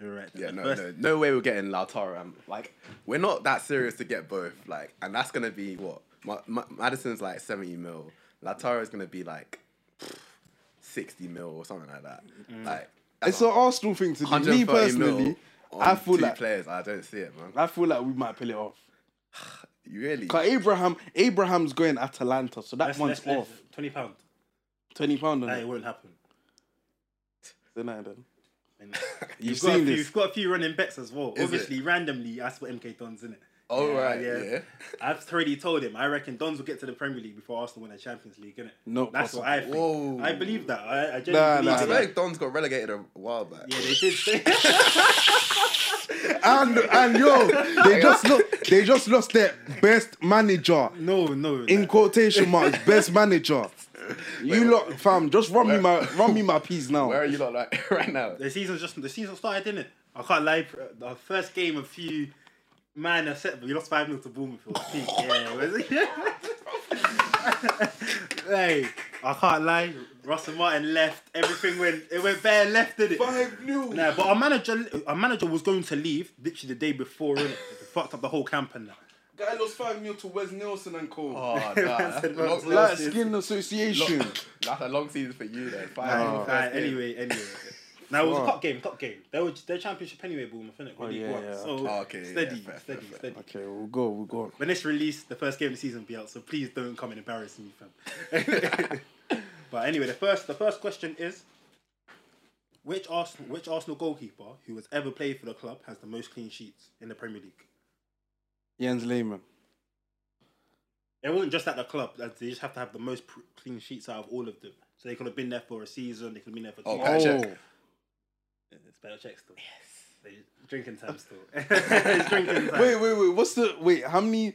S1: You're right.
S3: Yeah, no,
S1: First-
S3: no, no way we're getting Lautaro. Um, like, we're not that serious to get both. Like, and that's gonna be what Ma- Ma- Madison's like seventy mil. Lautaro's gonna be like pff, sixty mil or something like that.
S1: Mm.
S3: Like,
S2: It's an Arsenal thing to do. Me
S3: 130
S2: personally,
S3: mil on
S2: I feel
S3: two
S2: like
S3: players. I don't see it, man.
S2: I feel like we might pull it off.
S3: You really?
S2: Cause Abraham, Abraham's going Atalanta, so that
S1: let's-
S2: one's
S1: let's- let's-
S2: off.
S1: Twenty pound.
S2: Twenty pound on
S1: That it
S2: it.
S1: won't happen.
S2: Didn't then?
S1: And
S2: You've
S1: you've, got a
S2: seen
S1: few,
S2: this.
S1: you've got a few running bets as well.
S3: Is
S1: Obviously, randomly, I spot MK Dons in it.
S3: Oh, right, yeah.
S1: I've already told him. I reckon Dons will get to the Premier League before Arsenal win the Champions League, innit?
S2: Not
S1: that's what I think.
S3: Whoa.
S1: I believe that. I, I genuinely
S2: Nah,
S1: believe
S2: nah,
S3: I
S1: that.
S3: feel like Don's got relegated a while back.
S1: Yeah, they did say.
S2: And and yo, they just look. They just lost their best manager.
S1: no, no.
S2: In
S1: like,
S2: quotation marks, best manager. You lot, fam, just run me my run me my piece now.
S3: Where are you lot like right now?
S1: the season's just the season started, didn't it? I can't lie. bro. The first game, a few man are set, but you lost five 0 to Bournemouth. It was peak. Yeah, it was- Hey, I can't lie. Russell Martin left. Everything went. It went bare left, did it?
S2: new.
S1: Nah, but our manager, our manager was going to leave literally the day before, innit? It fucked up the whole camp and that.
S2: Guy lost five mil to Wes Nelson and Co.
S3: Oh, nah.
S1: said
S3: Long-
S1: Russell.
S2: Light Skin Association.
S3: That's a long season for you then. Five
S2: Nah.
S3: in the first
S1: Alright,
S3: game.
S1: anyway, anyway. Now it was a
S2: Fuck.
S1: cup game, cup game. They were their championship anyway, Bournemouth, innit? Oh,
S2: yeah, yeah.
S1: So
S3: Oh, okay, yeah,
S1: steady,
S3: fair,
S1: steady,
S3: fair, fair.
S1: steady.
S2: Okay, we'll go, we'll go.
S1: When it's released, the first game of the season will be out, so please don't come and embarrass me, fam. but anyway, the first the first question is which Arsenal which Arsenal goalkeeper who has ever played for the club has the most clean sheets in the Premier League?
S2: Jens Lehmann.
S1: It wasn't just at the club. like, They just have to have the most pr- clean sheets out of all of them. So they could have been there for a season. They could have been there for two.
S3: Oh,
S1: years.
S3: Better check.
S1: It's better check still. Yes. drinking time still. it's drinking time.
S2: Wait, wait, wait. What's the wait? How many?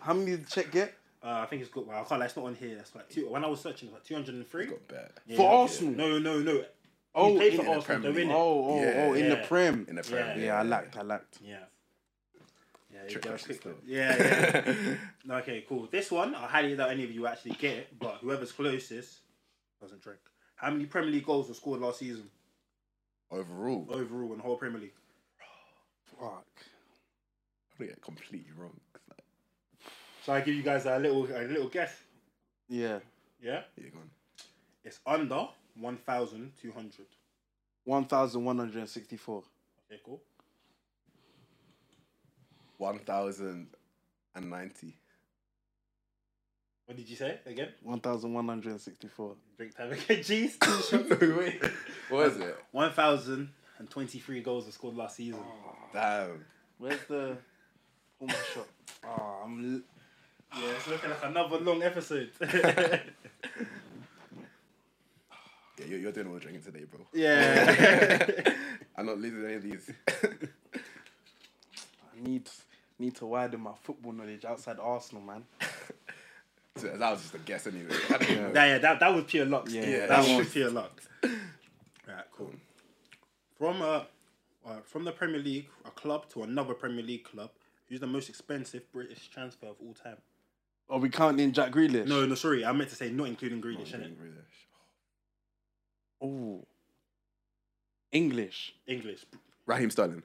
S2: How many did check get
S1: Uh, I think it's good. Well, I can't. lie, It's not on here. That's like two. When I was searching, it was like two hundred and three.
S3: Got bet.
S2: for
S1: Yeah.
S2: Arsenal?
S1: No, no, no. Oh,
S2: Oh,
S1: he played
S2: in
S1: for
S3: the
S1: Arsenal.
S3: Premier
S1: They're in
S3: League.
S1: it.
S2: Oh, oh,
S3: Yeah,
S2: oh! In the
S1: yeah.
S2: prem.
S3: In the Premier
S1: Yeah.
S3: League.
S2: yeah, I liked, I liked.
S1: Yeah. Yeah, you
S3: Trick
S1: gotta
S3: question
S1: pick-
S3: still.
S1: yeah, yeah. No, okay, cool. This one, I highly doubt any of you actually get it, but whoever's closest doesn't drink. How many Premier League goals were scored last season
S3: Overall, I'm
S1: overall in the whole Premier League?
S2: Fuck.
S3: gonna get completely wrong. 'cause, Like,
S1: So I give you guys a little a little guess.
S2: Yeah,
S1: Yeah,
S3: yeah, go on.
S1: it's under one thousand two hundred.
S2: one thousand one hundred and sixty-four.
S1: Okay, cool.
S3: One thousand and ninety.
S1: What did you say again?
S2: One thousand one hundred and sixty-four.
S1: Drink time again. Jeez.
S3: no way. What is it?
S1: One thousand and twenty-three goals were scored last
S3: Oh.
S1: season.
S3: Damn.
S2: Where's the? Oh my shot. Ah, I'm. l-
S1: Yeah, it's looking like another long episode. yeah.
S3: Yeah, you're, you're doing all the drinking today, bro. I'm not losing any of these.
S2: I need need to widen my football knowledge outside Arsenal, man.
S3: so that was just a guess anyway. I don't know.
S1: Nah, yeah, that, that was pure luck.
S2: Yeah,
S1: Steve.
S2: yeah,
S1: that,
S2: that
S1: was
S2: was-
S1: pure luck. Right, cool. From uh, uh, from the Premier League, a club to another Premier League club, who's the most expensive British transfer of all time?
S2: Are we counting Jack Grealish?
S1: No, no, sorry, I meant to say not including Greenish, innit?
S2: Oh. English.
S1: English.
S3: Raheem Sterling.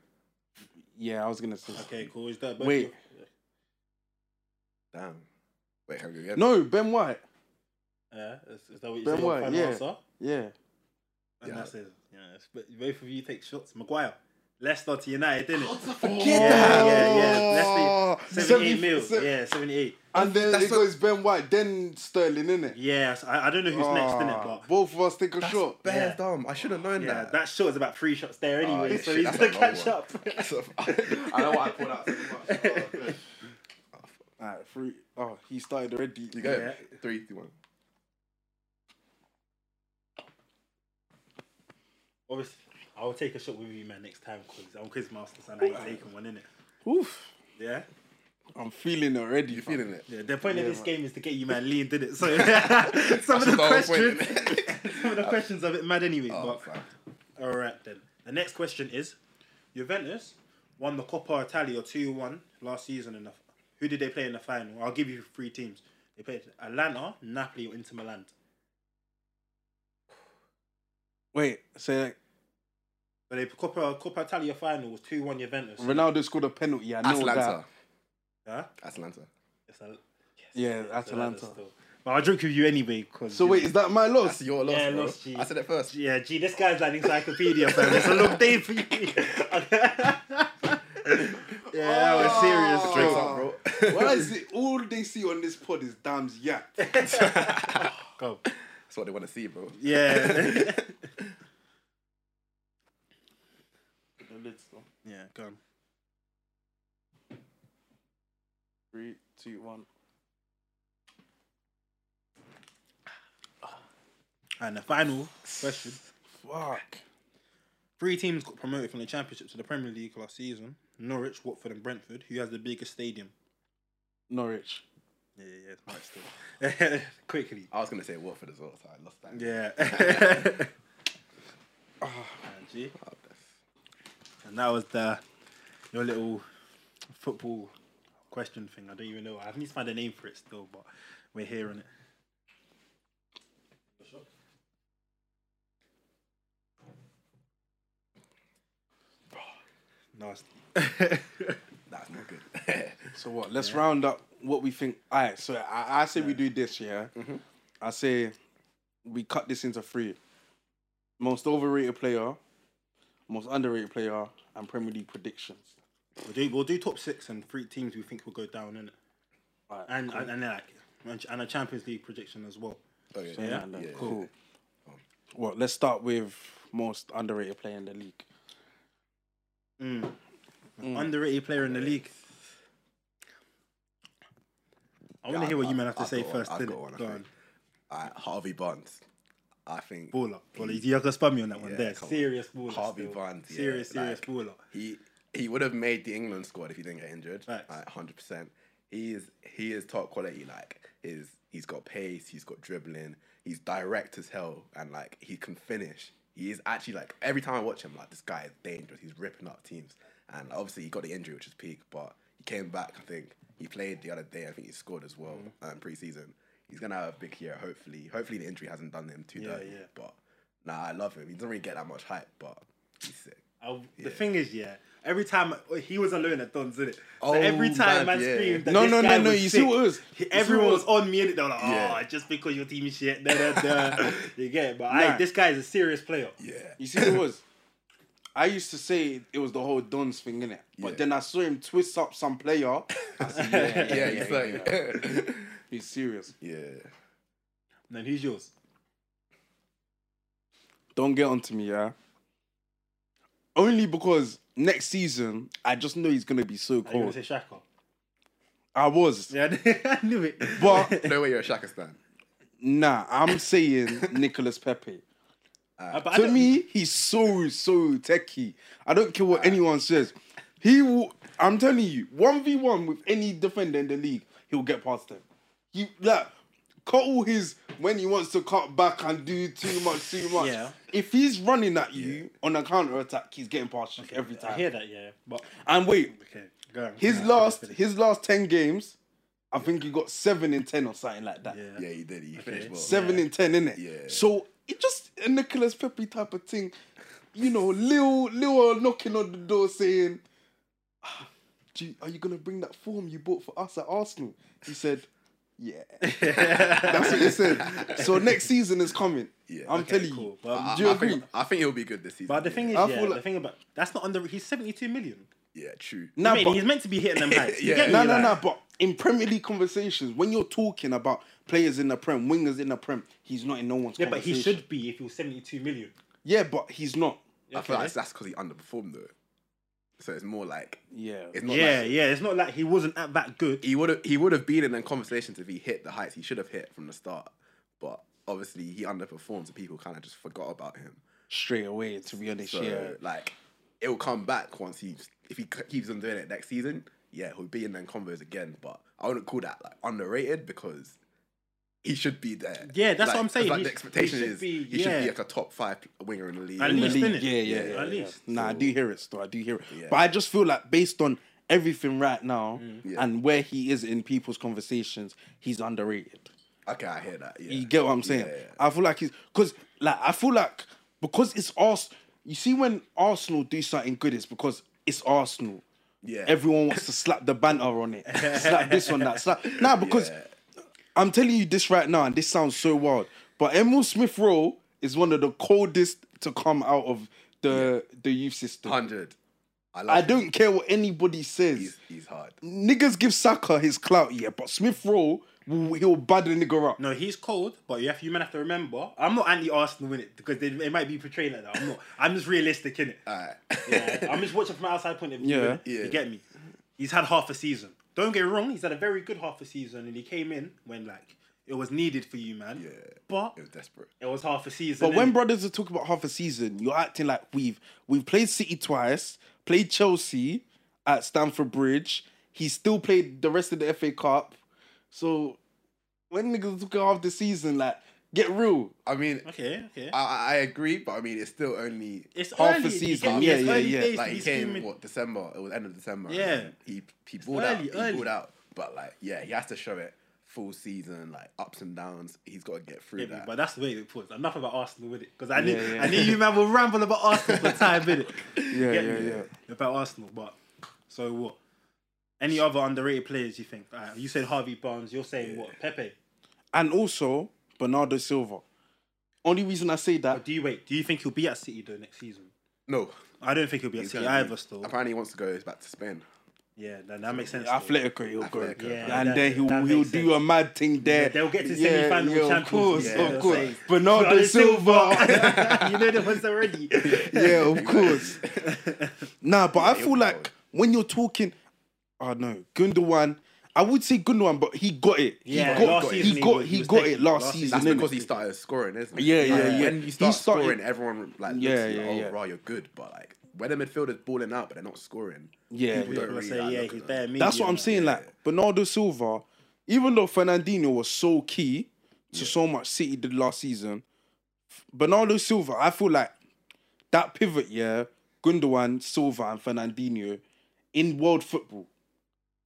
S2: Yeah, I was gonna say.
S1: Okay, cool. Is that both
S2: Wait.
S3: Damn. Wait, can we go again?
S2: No, Ben White.
S1: Yeah, is, is that what you
S2: Ben
S1: said? your
S2: White,
S1: final
S2: yeah.
S1: answer?
S2: Yeah.
S1: And
S3: Yeah.
S1: that's it. Yeah, it's- but both of you take shots. Maguire, Leicester to United, didn't it?
S2: Forget
S1: yeah,
S2: that.
S1: yeah, yeah. Leicester,
S2: Oh,
S1: 78 mil.
S2: se-
S1: Yeah, 78.
S2: And then
S3: That's
S2: it goes Ben White, then Sterling, innit? Ah,
S1: Yeah, so I, I don't know who's next in it,
S3: Ah.
S1: but
S2: both of us take a shot.
S3: Bear
S1: Yeah.
S3: dumb. I should have known
S1: yeah,
S3: that.
S1: that shot is about three shots there
S3: Oh,
S1: anyway,
S3: yeah,
S1: so
S3: shit,
S1: he's
S3: that's
S1: gonna
S3: a long
S1: catch
S3: one.
S1: up.
S3: That's a, I know why I pulled out so much. Oh, good.
S2: Alright, three. Oh, he started already.
S3: You go.
S1: Yeah.
S3: Three, two, one.
S1: Obviously, I'll take a shot with you, man, next time, because I'm quizmaster, and I ain't taking one in it.
S2: Oof.
S1: Yeah,
S2: I'm feeling it already.
S3: You
S2: fam.
S3: feeling it?
S1: yeah. The point of
S2: Yeah,
S1: this
S2: man.
S1: game is to get you, man, lean, did it? So some of the
S3: That's the whole point,
S1: questions, some of the questions are a bit mad anyway.
S3: Oh,
S1: but
S3: fuck.
S1: All right, then. The next question is Juventus won the Coppa Italia 2 1 last season. In the, who did they play in the final? I'll give you three teams. They played Atlanta, Napoli, or Inter Milan.
S2: Wait, so
S1: But the Coppa, Coppa Italia final was 2 1 Juventus.
S2: Ronaldo scored a penalty. I know
S3: Atlanta.
S1: Huh?
S3: Atlanta.
S1: It's a,
S2: that. Yeah,
S1: Atlanta
S2: Atalanta.
S1: still. But I'll drink with you anyway. Cause
S2: So
S1: you-
S2: wait, is that my
S3: That's
S2: loss?
S3: your loss,
S1: Yeah,
S3: bro.
S1: lost, G.
S3: I said it first.
S1: Yeah, gee, this guy's like an encyclopedia, fam. It's a long day for you. yeah, that was serious.
S2: Oh.
S3: Drinks
S1: bro.
S3: up, bro.
S2: Why is it all they see on this pod is damn's yak?
S1: Go.
S3: That's what they want to see, bro.
S1: Yeah. Yeah, go on.
S2: Three, two, one.
S1: And the final question.
S2: Fuck.
S1: Three teams got promoted from the Championship to the Premier League last season Norwich, Watford, and Brentford. Who has the biggest stadium?
S2: Norwich.
S1: Yeah, yeah, it's Mike still. Quickly.
S3: I was gonna say Watford as well, so I lost that.
S1: Yeah. Angie.
S3: Oh, that's-
S1: And that was the your little football question thing. I don't even know. I need to find a name for it still, but we're here on it. Nasty.
S3: That's not good.
S2: So what? Let's round up what we think. All right. So I, I say we do this. Yeah. Mm-hmm. I say we cut this into three: most overrated player, most underrated player, and Premier League predictions.
S1: We'll do, we'll do top six and three teams we think will go down in it,
S2: Alright,
S1: and and, and like and- and a Champions League prediction as well.
S3: okay.
S1: Yeah.
S2: and, uh,
S3: Yeah.
S2: cool. Well, let's start with most underrated player in the league.
S1: Mm. Underrated player in the league. I want to
S3: Yeah,
S1: hear what
S3: I've-
S1: you man have to
S3: I've
S1: say
S3: got one,
S1: first.
S3: I've
S1: innit?
S3: got one, I
S1: Go
S3: think.
S1: on.
S3: Alright, Harvey Barnes. I think
S1: baller. Baller. You're gonna spam me on that one
S3: Yeah,
S1: there.
S3: come on.
S1: Serious baller.
S3: Harvey
S1: still.
S3: Barnes, yeah,
S1: Serious, serious
S3: like-
S1: baller.
S3: he he would have made the England squad if he didn't get injured.
S1: Facts.
S3: Like hundred percent. He is he is top quality. Like his he's got pace, he's got dribbling, he's direct as hell, and like he can finish. He is actually like every time I watch him, like this guy is dangerous. He's ripping up teams, and obviously he got the injury, which is peak. But he came back. I think he played the other day. I think he scored as well
S1: Mm.
S3: um, preseason. He's gonna have a big year. Hopefully, hopefully the injury hasn't done him too
S1: Yeah,
S3: dirty.
S1: yeah.
S3: But nah, I love him. He doesn't really get that much hype, but he's sick.
S1: I, the thing is, yeah. Every time oh, he was alone at Don's, innit? So
S3: Oh,
S1: every time
S3: man,
S1: man
S3: yeah.
S1: screamed, that
S2: No,
S1: this
S2: no, no,
S1: guy
S2: no,
S1: was
S2: you see
S1: sick,
S2: what it is?
S1: he-
S2: You see
S1: Everyone
S2: what-
S1: was on me, innit? They were like, oh,
S3: Yeah.
S1: just because your team is shit. Da, da, da. you get it? But I,
S2: Nah.
S1: this guy is a serious player.
S3: Yeah.
S2: You see, what it was. I used to say it was the whole Don's thing, innit? But
S3: Yeah.
S2: then I saw him twist up some player. I said, yeah, yeah, yeah,
S3: he's
S2: yeah,
S3: like-
S2: yeah. He's serious.
S3: yeah.
S1: And then who's yours?
S2: Don't get onto me, yeah. Only because next season I just know he's gonna be so
S1: Are you
S2: cold.
S1: going to say Shaka?
S2: I was,
S1: Yeah, I knew it. Uh,
S2: but
S3: No way you're a Shaka stan.
S2: nah, I'm saying Nicolas Pepe.
S1: Uh, but I
S2: to
S1: don't-
S2: me, he's so so techie. I don't care what anyone says. He will. I'm telling you, one v one with any defender in the league, he'll get past them. You like cut all his when he wants to cut back and do too much, too much.
S1: Yeah.
S2: If he's running at you on a counter attack, he's getting past you every
S1: I
S2: time.
S1: hear that, yeah. But,
S2: And wait,
S1: okay, go on.
S2: his
S1: Yeah,
S2: last
S1: finish.
S2: his last ten games, I think he got seven in ten or something like that.
S1: Yeah.
S3: Yeah, he did. He finished well.
S2: Seven in ten, innit?
S3: Yeah.
S2: So it just a Nicholas Pepe type of thing. You know, Lil Lil knocking on the door saying, "Ah, do you- are you gonna bring that form you bought for us at Arsenal? He said, Yeah. That's what he said. So next season is coming.
S3: Yeah.
S2: I'm
S1: Okay,
S2: telling
S1: cool.
S2: you.
S1: But
S3: I,
S2: Do you
S3: I think,
S2: agree?
S3: I think he'll be good this season.
S1: But the thing is,
S2: I
S1: yeah,
S2: feel
S1: the
S2: like-
S1: thing about that's not under. He's seventy-two million.
S3: yeah, true.
S2: Nah,
S1: I mean,
S2: but-
S1: he's meant to be hitting them heights. You
S3: Yeah.
S1: get me?
S2: No, no,
S1: Like,
S2: no. But in Premier League conversations, when you're talking about players in the Prem, wingers in the Prem, he's not in no one's
S1: Yeah, but
S2: conversation.
S1: he should be if he was seventy-two million.
S2: Yeah, but he's not.
S3: I
S1: Okay.
S3: feel like that's because he underperformed though. So it's more like
S2: Yeah.
S3: it's not
S1: Yeah,
S3: like-
S1: yeah. It's not like he wasn't at that good.
S3: he would have he would have been in them conversations if he hit the heights he should have hit from the start. But obviously he underperformed, so people kind of just forgot about him.
S2: Straight away, to be honest,
S3: So
S2: yeah.
S3: like it'll come back once he's if he c- keeps on doing it next season. Yeah, he'll be in them convos again. But I wouldn't call that like underrated because he should be there.
S1: Yeah, that's
S3: Like,
S1: what I'm saying.
S3: Like
S1: He
S3: the
S1: sh- he
S3: expectation
S1: should
S3: is
S1: be-
S3: he should
S1: yeah.
S3: be like a top five winger in the league.
S1: At
S2: In the
S1: least,
S2: league,
S1: innit?
S2: Yeah, yeah, yeah,
S1: At
S2: yeah.
S1: least.
S2: Nah, I
S3: So-
S2: do hear it still. I do hear it.
S3: Yeah.
S2: But I just feel like based on everything right now
S1: Mm.
S3: Yeah.
S2: and where he is in people's conversations, he's underrated.
S3: Okay, I hear that. Yeah.
S2: You get what I'm saying?
S3: Yeah, yeah.
S2: I feel like he's because like I feel like because it's Arsenal. You see, when Arsenal do something good, it's because it's Arsenal.
S3: Yeah.
S2: Everyone wants to slap the banter on it, slap this on that, slap. Nah, because
S3: Yeah.
S2: I'm telling you this right now, and this sounds so wild, but Emil Smith Rowe is one of the coldest to come out of the the youth system.
S3: hundred. I, love
S2: I
S3: him.
S2: don't care what anybody says.
S3: He's, he's hard.
S2: Niggas give Saka his clout, yeah, but Smith Rowe will he'll bud the nigga up.
S1: No, he's cold, but you have you man have to remember. I'm not anti Arsenal in it because they, they might be portrayed like that. I'm not. I'm just realistic in it.
S3: Alright.
S1: Yeah, I'm just watching from an outside point of view.
S2: Yeah.
S1: innit? You
S3: Yeah.
S1: get me? He's had half a season. Don't get me wrong, he's had a very good half a season and he came in when like it was needed for you, man.
S3: Yeah.
S1: But
S3: It was desperate.
S1: it was half a season.
S2: But when
S1: innit?
S2: brothers are talking about half a season, you're acting like we've we've played City twice, played Chelsea at Stamford Bridge. He still played the rest of the FA Cup. So when niggas talking half the season, like get real.
S3: I mean,
S1: Okay, okay.
S3: I, I- I agree, but I mean, it's still only
S1: it's
S2: Uh, half a
S1: early, you
S2: season.
S1: get me?
S2: Yeah,
S1: It's
S2: yeah,
S1: early
S2: yeah.
S1: days,
S3: like he
S1: he's
S3: came
S1: human.
S3: what December. It was end of December. and
S1: Yeah.
S3: he he balled out.
S1: early,
S3: He
S1: early.
S3: balled out. But like, yeah, he has to show it full season, like ups and downs. He's got to get through
S1: Get me?
S3: that.
S1: But that's the way it puts. Enough about Arsenal with it, because I knew
S2: Yeah, yeah.
S1: I knew you man will ramble about Arsenal for time in it.
S2: Yeah,
S1: Get
S2: yeah,
S1: me?
S2: yeah.
S1: About Arsenal, but so what? Any other underrated players you think? Alright, you said Harvey Barnes. You're saying what? Pepe.
S2: And also Bernardo Silva. Only reason I say that
S1: But do you wait? Do you think he'll be at City though next season?
S3: no,
S1: I don't think he'll be at
S3: he's
S1: City
S3: gonna
S1: either.
S3: be-
S1: Still,
S3: Apparently, he wants to go back to Spain.
S1: yeah, that, that makes sense. though.
S2: Atletico, he'll go.
S3: Atletico.
S1: Yeah,
S2: and
S1: that-
S2: then he'll,
S1: that makes
S2: he'll
S1: sense.
S2: do a mad thing there.
S1: they'll get to
S2: Yeah,
S1: semi-final
S2: yeah,
S1: Champions
S2: Of course,
S1: League,
S2: of
S1: they'll
S2: course.
S1: say,
S2: Bernardo Silva.
S1: you know the ones already.
S2: yeah, of course. Nah, but I feel
S3: you're
S2: like
S3: cold.
S2: when you're talking, oh no, Gundogan. I would say Gundogan, but he got it. He
S1: Yeah,
S2: got,
S1: last
S2: got it.
S1: season
S2: he
S1: he
S2: got
S1: was-
S2: he
S1: he was
S2: got it
S1: taking-
S2: last
S1: last
S2: season.
S3: That's
S2: innit?
S3: because he started scoring, isn't it?
S2: Yeah,
S3: Like,
S2: yeah, yeah.
S3: When you
S2: He
S3: start
S2: started-
S3: scoring, everyone like looks
S2: Yeah,
S3: at you
S2: yeah,
S3: like, oh,
S2: yeah.
S3: rah, you're good. But like when the midfielder's balling out, but they're not scoring,
S2: Yeah.
S3: people don't
S1: People
S3: really
S1: say,
S3: like,
S1: yeah,
S3: look
S1: he's
S3: at them.
S1: bare
S2: That's what
S1: medium,
S2: I'm
S1: man.
S2: saying. Like Bernardo Silva, even though Fernandinho was so key to so much City did last season, Bernardo Silva, I feel like that pivot, yeah, Gundogan, Silva, and Fernandinho in world football.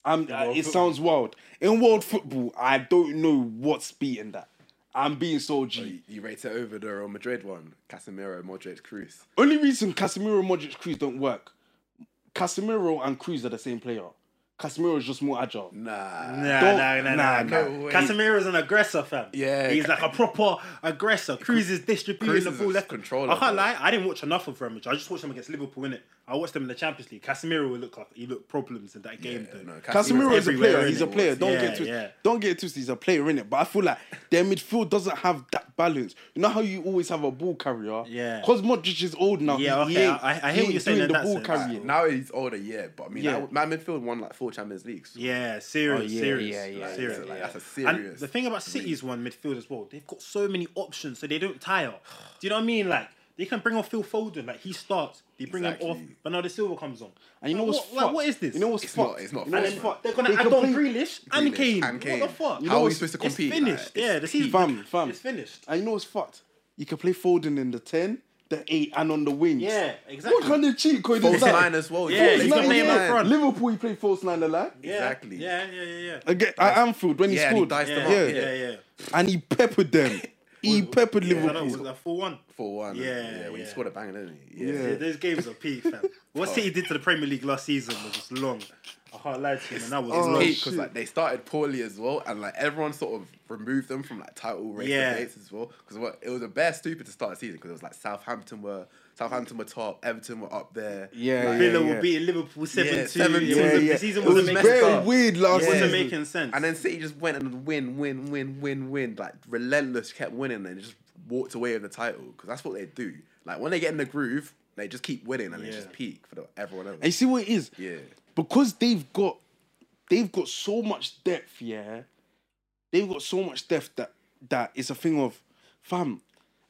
S2: I'm, uh,
S1: world
S2: it
S1: football.
S2: sounds wild. In world football, I don't know what's beating that. I'm being so G.
S3: You, you rate it over the Real Madrid one, Casemiro, Modric, Cruz.
S2: Only reason Casemiro, Modric, Cruz don't work. Casemiro and Cruz are the same player. Casemiro is just more agile.
S1: Nah,
S3: Nah,
S2: Don't-
S1: nah, nah,
S2: nah,
S1: nah,
S2: no
S1: nah.
S3: way.
S1: Casemiro's an aggressor, fam.
S3: Yeah,
S1: he's
S3: Ca-
S1: like a proper aggressor. Cruz is distributing
S3: Cruz
S1: the
S3: is
S1: ball
S3: a
S1: left.
S3: controller,
S1: I can't
S3: bro.
S1: lie, I didn't watch enough of Real Madrid. I just watched them against Liverpool in it. I watched them in the Champions League. Casemiro looked like he looked problems in that game though.
S3: no,
S2: Casemiro is a
S1: everywhere,
S2: player.
S1: innit?
S2: He's a player. Don't
S1: Yeah,
S2: get twisted.
S1: yeah.
S2: Don't get twisted. He's a player in it. But I feel like their midfield doesn't have that balance. You know how you always have a ball carrier.
S1: Yeah.
S2: Because Modric is old now.
S1: Yeah,
S2: he,
S1: okay,
S2: ain't-
S1: I- I hear
S2: he
S1: what
S2: ain't
S1: you're saying
S2: doing
S1: in
S2: The
S1: that
S2: ball
S1: sense.
S2: carrying.
S3: Now he's older, yeah, but I mean,
S2: Yeah.
S3: that- man, midfield won like four Champions Leagues.
S1: Yeah, serious,
S2: Oh, yeah,
S1: serious,
S2: yeah, yeah,
S1: serious.
S3: yeah, yeah. That's a
S1: And
S3: serious
S1: the thing about City's one midfield as well, they've got so many options, so they don't tire. Do you know what I mean? Like they can bring on Phil Foden, like he starts, they bring
S3: Exactly.
S1: him off, Bernardo Silva comes on.
S2: And you know
S1: Like,
S2: what's
S1: what, like,
S2: fucked?
S1: what is this?
S2: You know what's
S3: It's
S2: fucked?
S3: not- it's not
S2: You know
S1: and
S3: fair,
S2: what's
S1: then
S3: man.
S1: fuck, they're gonna
S2: They
S1: add
S2: could
S1: on
S2: play-
S1: Grealish and
S3: Grealish
S1: Kane.
S3: and Kane.
S1: What the fuck?
S3: How are you supposed to compete?
S1: It's finished.
S3: Like,
S1: yeah, the season.
S2: Fam, fam.
S1: It's finished.
S2: And you know what's fucked? You can play Foden in the 10, the 8, and on the wings.
S1: Yeah,
S2: What
S1: exactly.
S2: kind of cheat code
S3: False
S2: is that?
S3: nine as well.
S1: Yeah,
S3: False
S1: he's
S2: Nine,
S1: got
S3: nine,
S1: name
S2: yeah.
S1: up
S3: nine.
S1: front.
S2: Liverpool, he played false nine a lot.
S1: Yeah.
S3: Exactly.
S1: Yeah, yeah, yeah, yeah.
S2: Again, At Anfield when he
S3: Yeah, and he
S2: scored.
S3: diced them
S1: Yeah,
S3: up,
S1: yeah,
S2: yeah.
S1: yeah. yeah.
S2: And he peppered them. He peppered
S1: I know,
S2: Liverpool.
S1: was it like 4 1?
S3: Four one.
S1: Yeah,
S3: yeah. When
S1: yeah.
S3: he scored a banger, didn't he?
S2: Yeah.
S3: Yeah.
S1: Yeah, those games are peak, fam. What City did to the Premier League last season was just long. I can't lie to you, man. That was
S2: oh,
S1: long.
S2: shit.
S3: because like they started poorly as well, and like everyone sort of removed them from like title race
S1: Yeah.
S3: debates as well. Because what it was a bare stupid to start the season because it was like Southampton were Southampton were top, Everton were up there.
S2: Yeah,
S3: like,
S2: yeah.
S1: Villa will beat Liverpool 7 2.
S3: 7-2.
S2: Yeah, yeah.
S1: The season
S2: it was
S1: wasn't making
S2: very
S3: sense.
S2: weird last
S1: It wasn't
S2: season.
S1: making sense.
S3: And then City just went and win, win, win, win, win, like relentless, kept winning and just walked away with the title because that's what they do. Like when they get in the groove, they just keep winning and they
S1: Yeah.
S3: just peak for the, everyone else.
S2: And you see what it is?
S3: yeah,
S2: Because they've got they've got so much depth, yeah. They've got so much depth that that it's a thing of fam.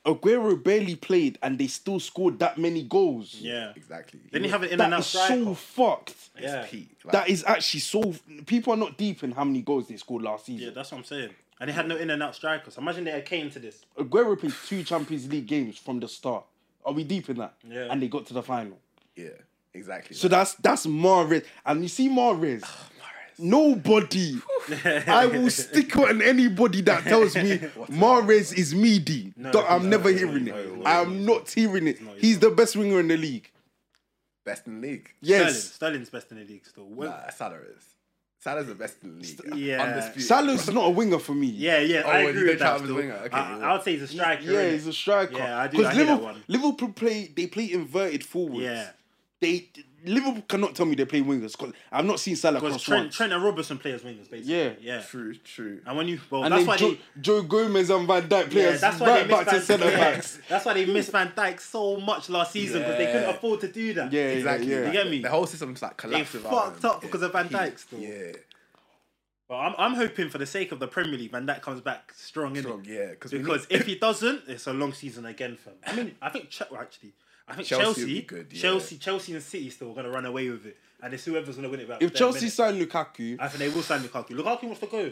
S2: Aguero barely played and they still scored that many goals.
S1: yeah.
S3: exactly.
S1: Then you have an in and
S2: That
S1: out
S2: is
S1: striker.
S2: so fucked.
S1: yeah.
S3: peak. Like,
S2: That is actually so people are not deep in how many goals they scored last
S1: yeah,
S2: season.
S1: that's what I'm saying. And they had no in and out strikers. Imagine they had Kane to this.
S2: Aguero played two Champions League games from the start. Are we deep in that?
S1: Yeah.
S2: And they got to the final.
S3: yeah, exactly.
S2: So that's that's Mares. And you see Mares.
S1: Ah,
S2: Nobody. I will stick on anybody that tells me Mares is meaty. Th- I'm
S1: no,
S2: never
S1: no,
S2: hearing
S1: no,
S2: it.
S1: no,
S2: I'm not hearing it.
S1: not, he's
S2: He's the best winger in the league.
S3: best in the league.
S2: Yes.
S1: Sterling, Sterling's best in the league still. Well,
S3: Nah, Salah is. Salah's the best in the league.
S1: Yeah.
S3: Undisputed.
S2: Salah's not a winger for me.
S1: Yeah, yeah,
S3: Oh,
S1: I
S3: well,
S1: agree
S3: you
S1: with
S3: don't
S1: that.
S3: count him as
S1: Still.
S3: winger. Okay,
S1: I,
S3: well.
S1: I would say he's a striker.
S2: Yeah,
S1: innit?
S2: he's a striker.
S1: Yeah, I do- I
S2: Because
S1: hear that
S2: Liverpool,
S1: one.
S2: Liverpool play they play inverted forwards.
S1: Yeah.
S2: They Liverpool cannot tell me they play wingers because I've not seen Salah
S1: Because
S2: cross
S1: Trent,
S2: once.
S1: Trent and Robertson play as wingers, basically.
S2: Yeah.
S1: yeah.
S3: True, true.
S1: And when you, well,
S2: and
S1: that's
S2: then
S1: why
S2: Joe,
S1: they,
S2: Joe Gomez and Van Dijk play
S1: yeah,
S2: as
S1: that's why
S2: right
S1: they
S2: back to
S1: missed Van,
S2: centre
S1: yeah.
S2: backs.
S1: That's why they missed Van Dijk so much last season because they couldn't
S3: Yeah.
S1: afford to do that.
S2: Yeah, yeah,
S3: Exactly.
S2: yeah.
S3: like,
S1: You get me?
S3: The whole system's like collapsed.
S1: They
S3: without
S1: fucked
S3: him.
S1: up because of Van
S3: Yeah.
S1: Dijk still.
S3: Yeah,
S1: But I'm, I'm hoping for the sake of the Premier League, Van Dijk comes back strong, in
S3: Strong, yeah, 'cause we
S1: because if he doesn't, it's a long season again for him. I mean, I think Ch- well, actually, I think
S3: Chelsea
S1: Chelsea,
S3: would
S1: Chelsea,
S3: be good, yeah.
S1: Chelsea, and City still going to run away with it, and it's whoever's going to win it back.
S2: If Chelsea sign Lukaku,
S1: I think they will sign Lukaku. Lukaku wants to go.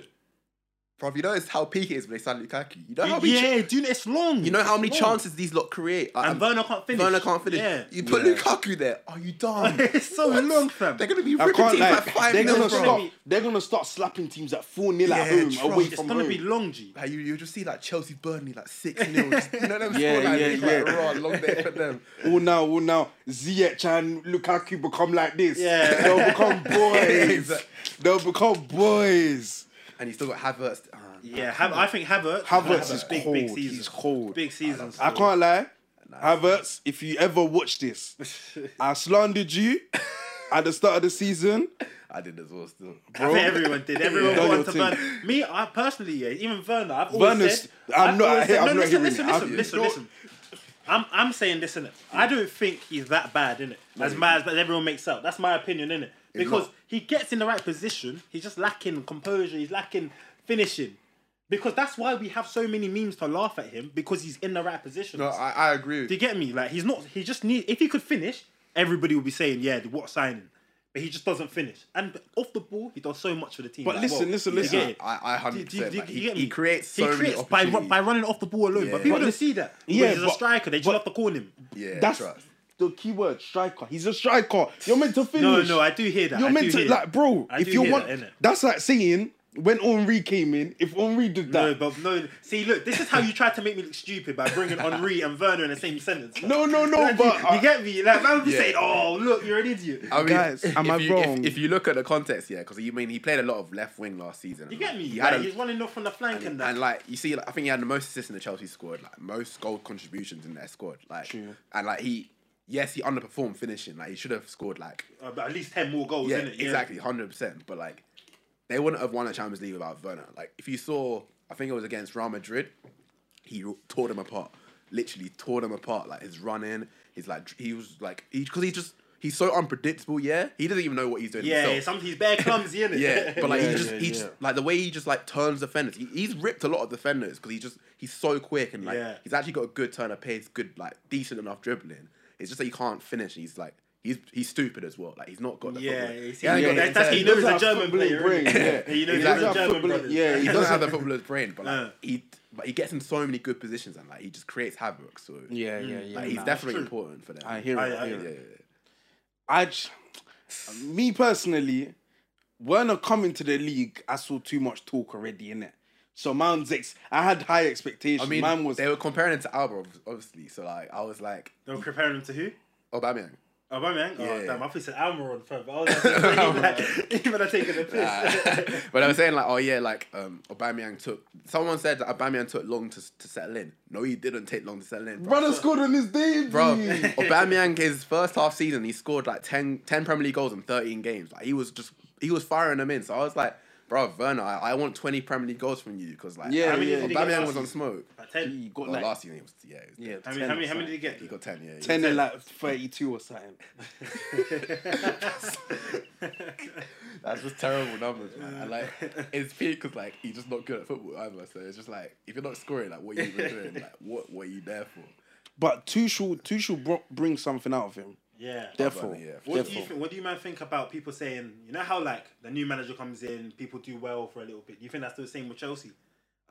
S3: bro. You notice how peak it is when they sign Lukaku. You know how many.
S1: yeah, dude, it's long.
S3: You know how many
S1: It's long.
S3: chances these lot create. Like, um,
S1: And Werner can't finish.
S3: Werner can't finish.
S1: Yeah.
S3: You put Lukaku there. Are you dumb?
S1: It's so long, fam.
S3: They're gonna be
S2: I
S3: ripping
S2: can't
S3: teams
S2: lie.
S3: by five
S2: They're gonna
S3: nil,
S2: stop.
S3: bro.
S2: They're gonna start slapping teams at four 0 at
S3: Yeah,
S2: home
S3: true.
S2: away
S1: It's
S2: from
S1: going to
S2: home.
S1: be long, G.
S3: Like you, you just see like Chelsea Burnley like six 0 You know them
S2: Yeah,
S3: scorelines,
S2: yeah,
S3: it's like,
S2: yeah.
S3: raw, long day for them.
S2: All Oh, now, all now, Ziyech and Lukaku become like this.
S1: Yeah.
S2: They'll become boys.
S3: Exactly.
S2: They'll become boys.
S3: And you still got Havertz. Ah,
S1: Yeah, Hav- I think Havertz.
S2: Havertz is
S1: big,
S2: cold.
S1: Big season.
S2: He's cold.
S1: Big season.
S2: I can't lie. Havertz, if you ever watch this, I slandered you at the start of the season.
S3: I did as well still.
S1: I think everyone did. Everyone
S2: Done
S1: wanted to
S2: your
S1: burn. Me, I personally, yeah, even Werner. I've always
S2: Werner's-
S1: said.
S2: I'm
S1: I've
S2: not-
S1: always
S2: I-
S1: said-
S2: I'm
S1: no,
S2: not
S1: listen,
S2: hearing
S1: listen,
S2: it.
S1: listen,
S2: I'm-
S1: listen, listen. I'm, I'm saying this in it. I don't think he's that bad in it. As mad as everyone makes out. That's my opinion in it. Because
S3: not.
S1: he gets in the right position. He's just lacking composure. He's lacking finishing. Because that's why we have so many memes to laugh at him because he's in the right position.
S3: No, I, I agree. with
S1: Do you get me? Like he's not. He just need. If he could finish, everybody would be saying, "Yeah, what signing?" But he just doesn't finish. And off the ball, he does so much for the team.
S2: But
S1: as
S2: listen,
S1: well.
S2: listen,
S1: You
S2: listen.
S1: get it?
S3: I, I
S1: Do-
S3: hundred
S1: do-
S3: percent.
S1: do-
S3: Like,
S1: do
S3: he,
S1: you get me?
S3: he creates so many
S1: by ru-
S3: opportunities.
S1: by running off the ball alone.
S3: Yeah.
S1: But people
S3: But
S1: don't
S2: this-
S1: see that.
S2: yeah,
S1: Yeah, he's a
S2: but-
S1: striker. They just love to call him.
S3: yeah,
S2: That's
S3: trust.
S2: the key word, striker. He's a striker. You're meant to
S1: No,
S2: finish.
S1: no, I do hear that.
S2: You're
S1: I
S2: meant
S1: do
S2: to
S1: hear
S2: like,
S1: that.
S2: bro.
S1: I
S2: if
S1: do
S2: you
S1: hear
S2: want,
S1: that, innit?
S2: that's like saying when Henri came in. If Henri did that,
S1: No, but no. See, look, this is how you try to make me look stupid by bringing Henri and Werner in the same sentence.
S2: No, no, no,
S1: Like,
S2: but
S1: you, you get me. Like, man would be
S3: Yeah.
S1: saying, "Oh, look, you're an idiot."
S3: I mean,
S2: Guys, am
S3: if
S2: I
S3: you, if-
S2: wrong?
S3: If, you look at the context, yeah, because you mean he played a lot of left wing last season.
S1: you get me?
S3: He
S1: like,
S3: had a,
S1: he's running off on the flank and, that.
S3: and like you see, like, I think he had the most assists in the Chelsea squad, like most goal contributions in their squad. Like,
S2: True.
S3: and like he, yes, he underperformed finishing. Like he should have scored like
S1: Uh, but at least ten more goals.
S3: yeah,
S1: innit?
S3: exactly, hundred percent. But like, they wouldn't have won the Champions League without Werner. Like, if you saw, I think it was against Real Madrid, he tore them apart. Literally tore them apart. Like his run in, his like dr- he was like he because he just he's so unpredictable. Yeah, he doesn't even know what he's doing.
S1: Yeah,
S3: himself.
S1: some he's bare clumsy, innit?
S3: Yeah, but like
S2: Yeah,
S3: he just
S2: yeah,
S3: he
S2: yeah.
S3: just like the way he just like turns defenders. He, he's ripped a lot of defenders because he just he's so quick and like
S1: Yeah.
S3: he's actually got a good turn of pace, good like decent enough dribbling. It's just that he can't finish. He's like he's he's stupid as well. Like he's not got the
S1: yeah,
S3: football.
S1: you see,
S3: he ain't
S1: you got
S3: got the
S1: that- that's he knows
S3: intelligence.
S2: doesn't
S1: a
S2: have
S1: German player.
S2: footballing brain,
S1: innit?
S2: yeah.
S1: you know
S3: He
S1: he's a
S3: doesn't
S1: German
S2: have footballing-
S1: brother.
S2: yeah,
S3: he
S2: he
S3: doesn't have the footballer's brain, but like
S1: Uh.
S3: he but he gets in so many good positions and like he just creates havoc. So
S2: Yeah, yeah, yeah.
S3: like, he's
S2: nah.
S3: definitely
S1: true.
S3: important for them.
S2: I hear it.
S1: I-
S2: I,
S1: I-
S2: hear
S3: yeah,
S2: it.
S3: yeah,
S2: I j- me personally, Werner coming to the league, I saw too much talk already in it. So man's ex, I had high
S3: I
S2: expectations.
S3: mean,
S2: man was
S3: they were comparing him to Alba, ob- obviously. So like, I was like,
S1: They were comparing him to who?
S3: Aubameyang.
S1: Aubameyang? Oh,
S3: Yeah.
S1: damn, I thought he said Almiron, fam. I was like, he better take it a piss.
S3: but I was saying like, oh yeah, like um, Aubameyang took. Someone said that Aubameyang took long to, to settle in. No, he didn't take long to settle in, bro.
S2: brother scored on his debut. Oh,
S3: Bro, Aubameyang his first half season, he scored like 10, 10 Premier League goals in thirteen games. Like he was just he was firing them in. So I was like, bro, Werner, I, I want twenty Premier League goals from you because like,
S2: Yeah,
S3: I
S2: How many
S3: mean,
S2: yeah. did he
S1: get
S3: Aubameyang
S1: last
S3: was on
S1: season?
S3: smoke.
S1: Like 10.
S2: he got
S3: Well,
S2: like
S3: last season he was yeah, he was
S2: yeah.
S3: dead.
S1: How
S2: 10
S1: many, how
S2: or
S1: many, how many did he
S2: something.
S1: get?
S3: he got ten. Yeah, he was
S2: Ten
S3: dead.
S2: and like thirty-two or something.
S3: That's just terrible numbers, man. And like, it's peak because like he's just not good at football either. So it's just like if you're not scoring, like what are you even doing? Like what what are you there for?
S2: But Tuchel, Tuchel brought, bring something out of him.
S1: yeah.
S2: Therefore,
S3: yeah.
S1: What do, you
S2: therefore.
S1: think, what do you man think about people saying, you know how like the new manager comes in, people do well for a little bit? Do you think that's the same with Chelsea?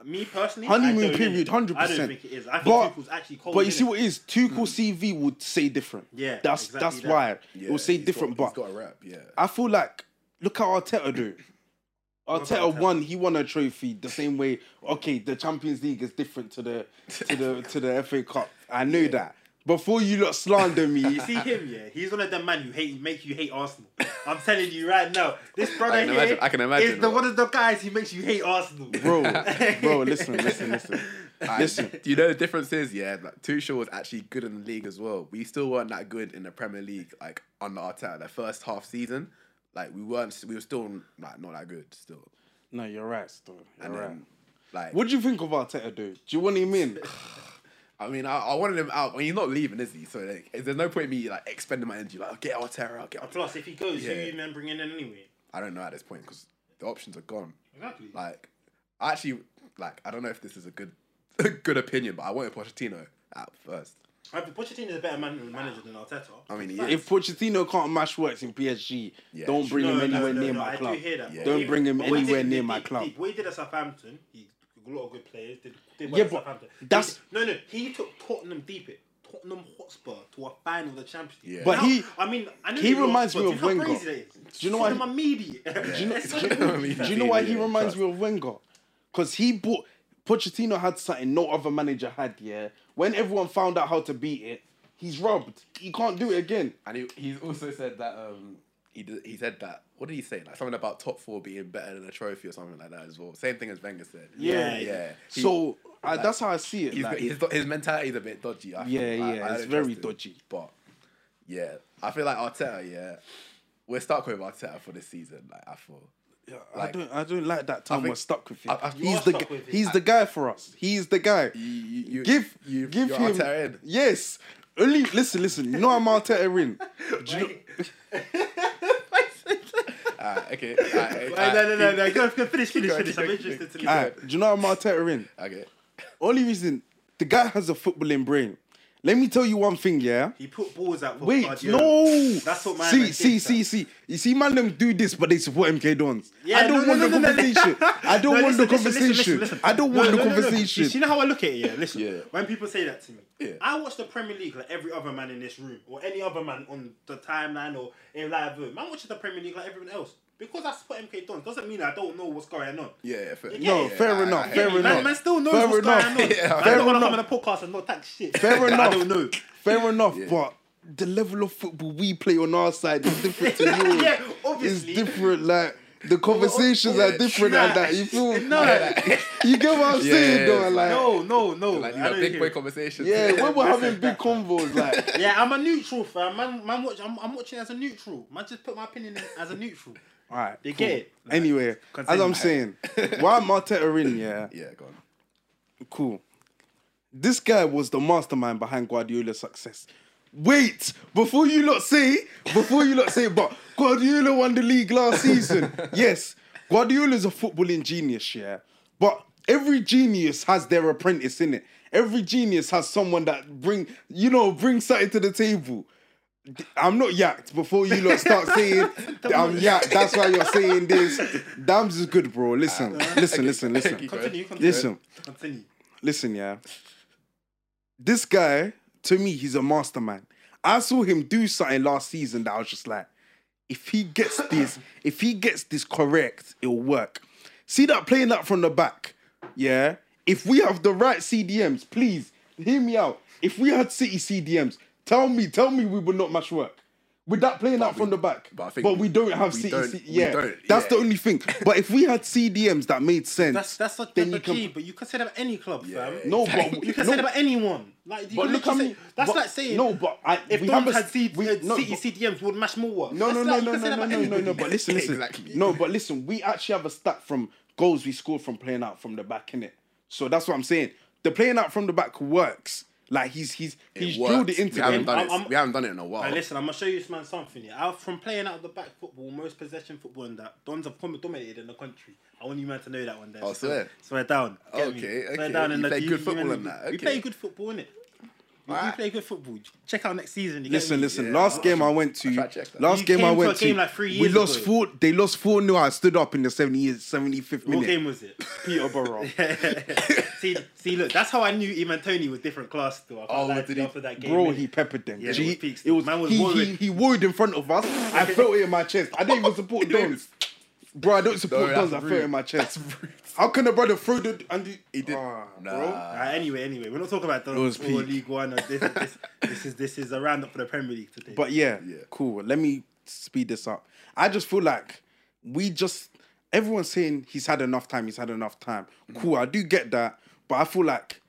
S1: Me personally, I
S2: Honeymoon
S1: don't,
S2: period,
S1: innit?
S2: hundred
S1: I don't
S2: percent.
S1: think it is. I think
S2: But-
S1: Tuchel's actually cold.
S2: But you
S1: innit?
S2: see what it is, Tuchel CV would say different.
S1: Yeah,
S2: that's
S1: exactly
S2: that's
S1: that.
S2: why it
S3: Yeah,
S2: will say
S3: he's
S2: different.
S3: got-
S2: but
S3: he's got a rep. Yeah,
S2: I feel like look how Arteta do. Arteta
S1: Arteta?
S2: won. He won a trophy the same way. Okay, the Champions League is different to the to the to the FA Cup. I know that, Before you lot slander me,
S1: You see him, yeah. He's one of them man who hate make you hate Arsenal. I'm telling you right now, this brother
S3: can
S1: here
S3: imagine- I can
S1: is
S3: imagine
S1: the
S3: what-
S1: one of the guys who makes you hate Arsenal,
S2: bro, bro, listen, listen, listen.
S3: Listen, you know the difference is, yeah, like Tuchel was actually good in the league as well. We still weren't that good in the Premier League, like under Arteta. The first half season, like we weren't, we were still like not that good still.
S2: No, you're right, still. You're
S3: And
S2: right.
S3: then, like,
S2: What do you think of Arteta, though? Do you want him in?
S3: I mean, I, I wanted him out. I mean, he's not leaving, is he? So like, there's no point in me like expending my energy, like oh, get Arteta, out, get Arteta.
S1: Plus, if he goes, who
S3: Yeah.
S1: you man bringing in anyway?
S3: I don't know at this point because the options are gone.
S1: Exactly.
S3: Like, I actually, like, I don't know if this is a good, a good opinion, but I wanted Pochettino out first.
S1: I mean, Pochettino is a better man- manager than Arteta.
S3: I mean, he
S1: Facts.
S3: is.
S2: If Pochettino can't match works in PSG,
S3: Yeah.
S2: don't bring him anywhere near my
S1: I
S2: club.
S1: Do hear that,
S3: Yeah.
S1: but
S2: Don't
S1: he-
S2: bring him
S1: but what he
S2: anywhere
S1: did-
S2: near
S1: he-
S2: my
S1: he-
S2: club.
S1: he- What he did at Southampton, he a lot of good players. Did, did well
S2: Yeah,
S1: at
S2: but
S1: Southampton. He-
S2: that's-
S1: no, no. He took Tottenham deep it. Tottenham Hotspur to a final of the Champions League.
S3: Yeah.
S2: But
S1: How-
S2: he-
S1: I mean, I know
S2: he
S1: they lost,
S2: reminds
S1: but
S2: me
S1: do you
S2: of
S1: know how
S2: Wenger.
S1: crazy that is?
S2: Do you know why-
S1: Tottenham are meaty.
S2: Do you know,
S1: It's
S2: do you know-
S3: I mean,
S2: do you know why he
S3: yeah,
S2: reminds
S3: trust.
S2: me of Wenger? Because he bought Pochettino had something no other manager had. Yeah, when everyone found out how to beat it, he's rubbed. He can't do it again.
S3: And he, he's also said that um he did, he said that what did he say like something about top four being better than a trophy or something like that as well. Same thing as Wenger said.
S2: Yeah.
S3: yeah. He-
S2: so I, that's how I see it.
S3: he's
S2: like-
S3: got- his his mentality is a bit dodgy. I feel.
S2: Yeah,
S3: I-
S2: yeah,
S3: I
S2: it's
S3: don't
S2: very
S3: trust him.
S2: dodgy.
S3: But yeah, I feel like Arteta. Yeah, we're stuck with Arteta for this season. Like I feel.
S2: I don't, I don't like that time
S3: think-
S2: we're stuck with him.
S3: I- I- You
S2: he's
S1: are
S2: the,
S1: stuck
S2: gu-
S1: with him.
S2: he's the guy for us. He's the guy.
S3: You, you, you,
S2: give
S3: you,
S2: give
S3: you're
S2: him
S3: Arteta in.
S2: yes. Only listen, listen. You know I'm Arteta in. Do you know,
S3: Alright, ah, okay. eh, ah,
S1: No,
S3: alright,
S1: no, no,
S3: alright,
S1: no. Go, go finish, finish,
S3: Keep
S1: finish.
S3: going, keep
S1: I'm
S3: going,
S1: interested to
S3: keep
S1: know.
S3: going.
S2: Alright, do you know I'm Arteta in?
S3: Okay.
S2: Only reason the guy has a footballing brain. Let me tell you one thing, yeah.
S1: He put balls out. for
S2: Wait,
S1: Guardiola.
S2: no.
S1: That's what man.
S2: See,
S1: did,
S2: see,
S1: sir.
S2: see, see. You see, man, them do this, but they support MK Dons.
S1: Yeah,
S2: I don't
S1: no,
S2: want
S1: no, no,
S2: the
S1: no, no.
S2: conversation. I don't
S1: No,
S2: want the
S1: listen, listen,
S2: conversation.
S1: listen, listen.
S2: I don't
S1: No,
S2: want
S1: no, no,
S2: the
S1: no.
S2: conversation.
S1: You see how I look at it? Yeah, listen.
S3: Yeah.
S1: When people say that to me,
S3: Yeah.
S1: I watch the Premier League like every other man in this room or any other man on the timeline or in live room. Man watches the Premier League like everyone else. Because I support MK Dons doesn't mean I don't know what's going on.
S3: Yeah, yeah, ah, fair,
S1: Yeah,
S2: No,
S1: yeah,
S2: fair enough. fair
S1: man,
S2: enough.
S1: man still knows
S2: Fair
S1: what's
S2: enough.
S1: going on. man
S2: fair
S3: Yeah,
S1: don't want to
S2: enough.
S1: come on a podcast and not talk shit.
S2: Fair
S1: I
S2: enough.
S1: don't know.
S2: Fair enough, but the level of football we play on our side is different to yours.
S1: Yeah, obviously.
S2: It's different. Like the conversations
S3: oh,
S2: are different
S1: nah.
S2: and that. You feel?
S1: No.
S2: Like, you get what I'm saying,
S3: Yeah,
S2: though. Like,
S1: No, no, no.
S3: Like
S1: I
S3: you know,
S1: don't
S3: big
S1: hear
S3: boy
S1: it.
S3: conversations.
S2: yeah, when we're having big
S1: that-
S2: convos, like,
S1: Yeah, I'm a neutral fan. Man, man, watch. I'm, I'm watching as a neutral. Man, just put my opinion in as a neutral.
S2: all right,
S1: You get it?
S2: Anyway, as
S1: continue.
S2: I'm saying, why Marteta in? Yeah,
S3: yeah, go on.
S2: cool. This guy was the mastermind behind Guardiola's success. Wait, before you lot say, before you lot say, but Guardiola won the league last season. yes, Guardiola's a footballing genius, yeah. But every genius has their apprentice in it. Every genius has someone that bring, you know, bring something to the table. I'm not yacked before you lot start saying I'm yacked. That's why you're saying this. Dams is good, bro. Listen, listen, listen, listen.
S3: Keep going.
S1: Continue, continue.
S2: Listen,
S1: Continue.
S2: listen, yeah. This guy, to me, he's a mastermind. I saw him do something last season that I was just like, if he gets this, if he gets this correct, it'll work. See that playing that from the back, yeah. If we have the right CDMs, please hear me out. If we had City CDMs, tell me, tell me we would not match work. With that playing out from the back,
S3: but I think
S2: we don't have
S3: we
S2: City.
S3: don't-
S2: C-
S3: we
S2: yeah,
S3: don't,
S2: that's the
S3: yeah.
S2: only thing. But if we had CDMs that made sense,
S1: That's that's such
S2: Then
S1: the
S2: you can-
S1: key, but you can say that about any club, fam.
S2: no, but
S1: you can
S2: no,
S1: say that about anyone. Like, you
S2: But
S1: can
S2: look
S1: literally
S2: how
S1: say,
S2: many-
S1: that's
S2: but-
S1: like saying
S2: no, but I-
S1: if
S2: we
S1: Dom
S2: haven't-
S1: had C-
S2: we-
S1: uh,
S2: no,
S1: City
S2: but-
S1: CDMs would mash more.
S2: No, no,
S1: That's
S2: no,
S1: like- you
S2: no,
S1: can say that
S2: no, no,
S1: about
S2: no, no,
S1: anyone.
S2: no. But listen, listen.
S3: Exactly.
S2: No, but listen. We actually have a stat from goals we scored from playing out from the back, innit? So that's what I'm saying. The playing out from the back works. Like he's he's he's drilled it
S3: works.
S2: into
S3: we
S2: them.
S3: haven't done
S1: I'm-
S3: it.
S1: I'm-
S3: we haven't done it in a while.
S1: Hey, listen, I'm gonna show you this man something. Yeah, Out- from playing out of the back football, most possession football, and that Dons have com- dominated in the country. I want you man to know that one day.
S3: Oh, swear.
S1: swear down. Get me.
S3: Okay,
S1: Swear
S3: okay.
S1: down
S3: You
S1: in the
S3: play
S1: you-
S3: good
S1: you
S3: football
S1: man-
S3: and that,
S1: We
S3: okay.
S1: play good football, innit? We do
S3: Alright.
S1: play good football. Check out next season. You get
S2: Listen,
S1: me?
S2: listen.
S3: Yeah,
S2: last
S3: I'll-
S2: game I went to,
S3: I'll try to check that.
S2: last
S1: You
S2: game I
S1: came to a
S2: went to,
S1: game like three
S2: we
S1: years
S2: lost
S1: ago.
S2: four. They lost four 0 I stood up in the 70th, 75th
S1: What
S2: minute.
S1: game was it?
S2: Peterborough.
S1: see, see, look, that's how I knew Eman Tony was different class though. I can't
S3: Oh,
S1: lie
S3: did
S1: to you
S3: he-
S1: after that game.
S2: Bro,
S1: innit?
S2: he peppered them.
S1: Yeah,
S2: Gee,
S1: it was peaks.
S2: it was,
S1: Man was
S2: he, he,
S1: worried.
S2: he worried in front of us. I felt it in my chest. I didn't even support Dons. Bro, I don't support
S3: No,
S2: guns that
S3: that's
S2: throw
S3: rude.
S2: in my chest. How can a brother throw the and the, he did?
S3: Nah.
S1: Alright, anyway, anyway, we're not talking about the
S2: was
S1: or
S2: peak.
S1: League One. Or this, this, this is this is a roundup for the Premier League today.
S2: But yeah,
S3: Yeah.
S2: cool. Let me speed this up. I just feel like we just everyone's saying he's had enough time. He's had enough time. Cool, I do get that, but I feel like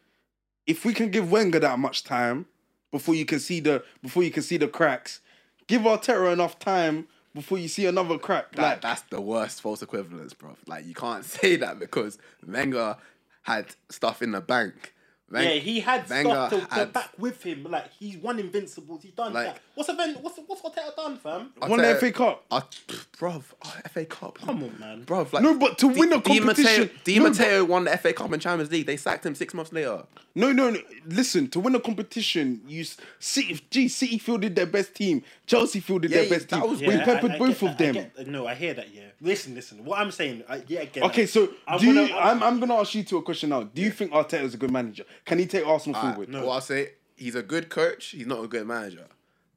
S2: if we can give Wenger that much time before you can see the before you can see the cracks, give Arteta enough time before you see another crack.
S3: That,
S2: Like
S3: that's the worst false equivalence, bro. Like you can't say that because Wenger had stuff in the bank. Wen-
S1: yeah, he had
S3: Wenger
S1: stuff to, to
S3: had-
S1: back with him. Like he's won Invincibles. He's done
S3: Like-
S1: that. What's event? What's what's Arteta done, fam?
S2: won the
S3: Arteta-
S2: FA Cup.
S3: Uh, pff, bruv, oh, FA Cup.
S1: Come on, man.
S3: Bruv, like,
S2: No, but to win a
S3: Di Matteo,
S2: competition,
S3: Di
S2: no,
S3: Matteo won the FA Cup and Champions League. They sacked him six months later.
S2: No, no, no. Listen, to win a competition, you s- City, gee, City fielded their best team. Chelsea fielded
S3: Yeah,
S2: their best
S3: that
S2: team.
S3: was-
S2: we
S3: Yeah,
S2: peppered both
S1: get-
S2: of
S1: I
S2: them.
S1: get- no, I hear that. Yeah, listen, listen. What I'm saying, I, yeah, again.
S2: okay, so
S1: I'm
S2: do
S1: gonna-
S2: you, I'm, I'm going to ask you two a question now. Do you think Arteta is a good manager? Can he take Arsenal
S3: Uh,
S2: forward?
S3: Well, I'll say he's a good coach. He's not a good manager.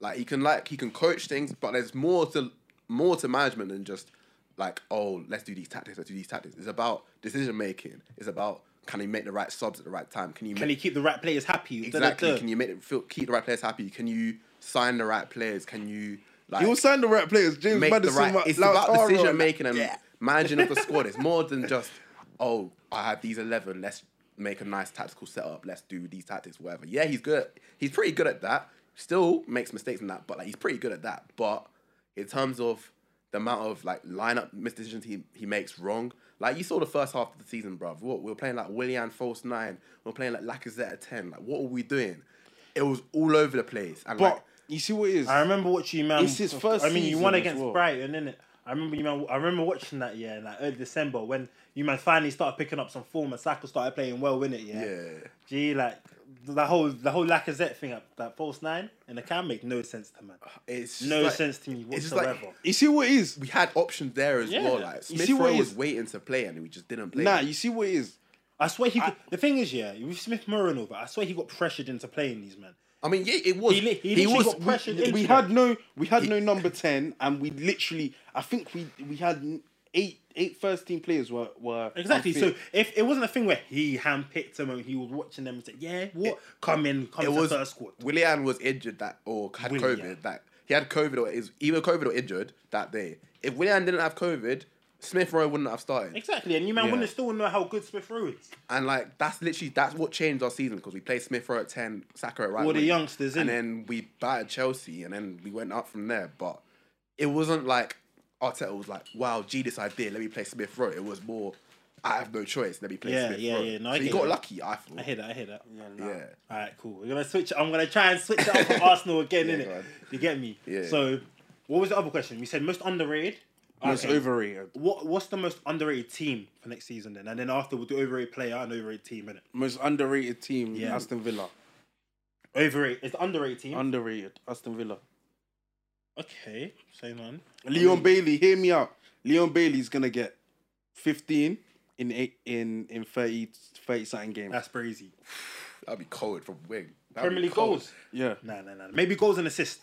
S3: Like he can like he can coach things, but there's more to more to management than just like oh let's do these tactics, let's do these tactics. It's about decision making. It's about can he make the right subs at the right time? Can you
S1: Can
S3: make,
S1: he keep the right players happy? Da, da,
S3: exactly?
S1: da.
S3: Can you make it feel, keep the right players happy? Can you sign the right players? Can you like
S2: You'll sign the right players. James
S3: make the
S2: Madison,
S3: right?
S2: Ma-
S3: It's
S2: Lautaro,
S3: about
S2: like-
S3: decision making and managing of the squad. It's more than just oh I have these eleven. Let's make a nice tactical setup. Let's do these tactics, whatever. Yeah, he's good. He's pretty good at that. Still makes mistakes in that, but like he's pretty good at that. But in terms of the amount of like lineup misdecisions he, he makes wrong, like you saw the first half of the season, bruv. What we were playing like Willian false nine, we were playing like Lacazette at ten. Like what were we doing? It was all over the place. And
S2: But
S3: like,
S2: you see what it is?
S1: I remember watching you, man.
S2: It's his first
S1: I mean, you won
S2: season as
S1: against
S2: well.
S1: Brighton, innit? I remember you, man. I remember watching that yeah, like early December when you man finally started picking up some form and Saka started playing well, innit? Yeah.
S3: yeah.
S1: Gee, like the whole the whole Lacazette thing up that false nine and the can make no sense to man.
S3: It's just
S1: No
S3: like-
S1: sense to me
S3: it's just like-
S1: whatsoever.
S2: you see what it is?
S3: we had options there as
S1: Yeah.
S3: well. Like
S2: You
S3: Smith
S2: see what
S3: Rowe
S2: it
S3: was
S2: is?
S3: waiting to play and we just didn't play.
S2: Nah, you see what it is?
S1: I swear he. Could, the thing is, yeah, with Smith Murray and all that, I swear he got pressured into playing these man.
S3: I mean, yeah, it was.
S1: He li- he literally
S3: was
S1: got pressured
S3: we-
S1: into
S2: we
S1: it.
S2: had no we had no number 10 and we literally i think we we had eight eight first team players were were
S1: Exactly.
S2: unfit.
S1: So if it wasn't a thing where he handpicked them and he was watching them and said, "Yeah, what? come in, come
S3: It
S1: to
S3: was.
S1: first squad."
S3: Willian was injured that or had
S1: Willian.
S3: COVID that he had COVID or is either COVID or injured that day. If Willian didn't have COVID, Smith Rowe wouldn't have started.
S1: Exactly, and you man
S2: Yeah.
S1: wouldn't still know how good Smith Rowe is.
S3: And like that's literally that's what changed our season because we played Smith Rowe at ten, Saka at right.
S1: All the
S3: wing,
S1: youngsters,
S3: and
S1: innit?
S3: then we battered Chelsea, and then we went up from there. But it wasn't like Arteta was like, "Wow, gee, this idea, let me play Smith Rowe." It was more, "I have no choice, let me play
S1: Yeah,
S3: Smith
S1: yeah,
S3: Rowe."
S1: yeah, no, I
S3: so you
S1: get
S3: got
S1: it.
S3: lucky, I thought.
S1: I hear that. I hear that.
S3: yeah,
S1: All right, cool. We're gonna switch. I'm gonna try and switch it up for Arsenal again,
S3: Yeah, go
S1: innit?
S3: on.
S1: You get me?
S3: Yeah.
S1: So, what was the other question? We said most underrated.
S2: Most
S1: Okay.
S2: overrated
S1: What What's the most underrated team for next season then? And then after we'll do overrated player and overrated team, innit?
S2: most underrated team
S1: Yeah.
S2: aston villa
S1: Overrated. It's the underrated team.
S2: underrated aston villa
S1: okay, same one.
S2: leon bailey hear me out leon bailey's gonna get 15 in eight in in 30 30 something games
S1: That's crazy.
S3: that'd be cold from wing. That'd
S1: Premier
S3: be
S1: League
S3: cold.
S1: goals.
S2: yeah
S1: Nah, nah, nah. Maybe goals and assists.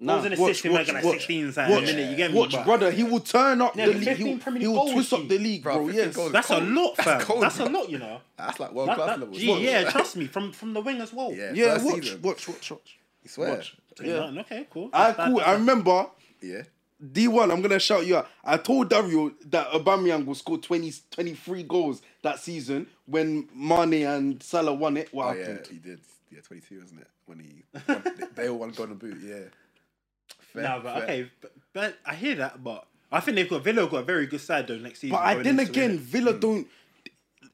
S2: nah,
S1: goals and
S2: watch,
S1: assists in
S2: watch,
S1: like, like
S2: watch,
S1: 16 side
S2: watch,
S1: a minute. You get me?
S2: watch
S1: But
S2: brother he will turn up
S1: Yeah,
S2: the
S1: the
S2: league
S1: 15
S2: he'll,
S1: Premier League
S2: he'll
S1: goals,
S2: twist
S1: G.
S2: up the league
S3: Bro,
S2: bro,
S3: 15
S2: yes
S3: goals.
S1: That's a
S3: Cold.
S1: lot, fam.
S3: That's
S1: That's,
S3: cold,
S1: a
S3: bro.
S1: lot, you know.
S3: That's like world
S1: That,
S3: class
S1: that-
S3: level.
S1: gee, yeah, trust me. From from the wing as well.
S3: Yeah.
S2: Yeah,
S3: First
S2: watch,
S3: season.
S2: watch, watch, watch.
S3: I swear.
S2: Watch.
S1: Yeah. Okay. Cool.
S2: I
S3: Ah,
S1: That's- that-
S2: cool. I
S1: that's-
S2: remember
S3: Yeah,
S2: D1. I'm gonna shout you out. I told Dario that Aubameyang will score 20, 23 goals that season when Mane and Salah won it. What
S3: oh yeah,
S2: happened?
S3: he did. Yeah, twenty two, wasn't it? When he, won, they all won Golden Boot. Yeah. Fair,
S1: Nah, but
S3: fair.
S1: okay, but, but I hear that, but I think they've got Villa got a very good side though next season.
S2: But I,
S1: going
S2: then
S1: into
S2: again,
S1: it. Hmm.
S2: Villa don't.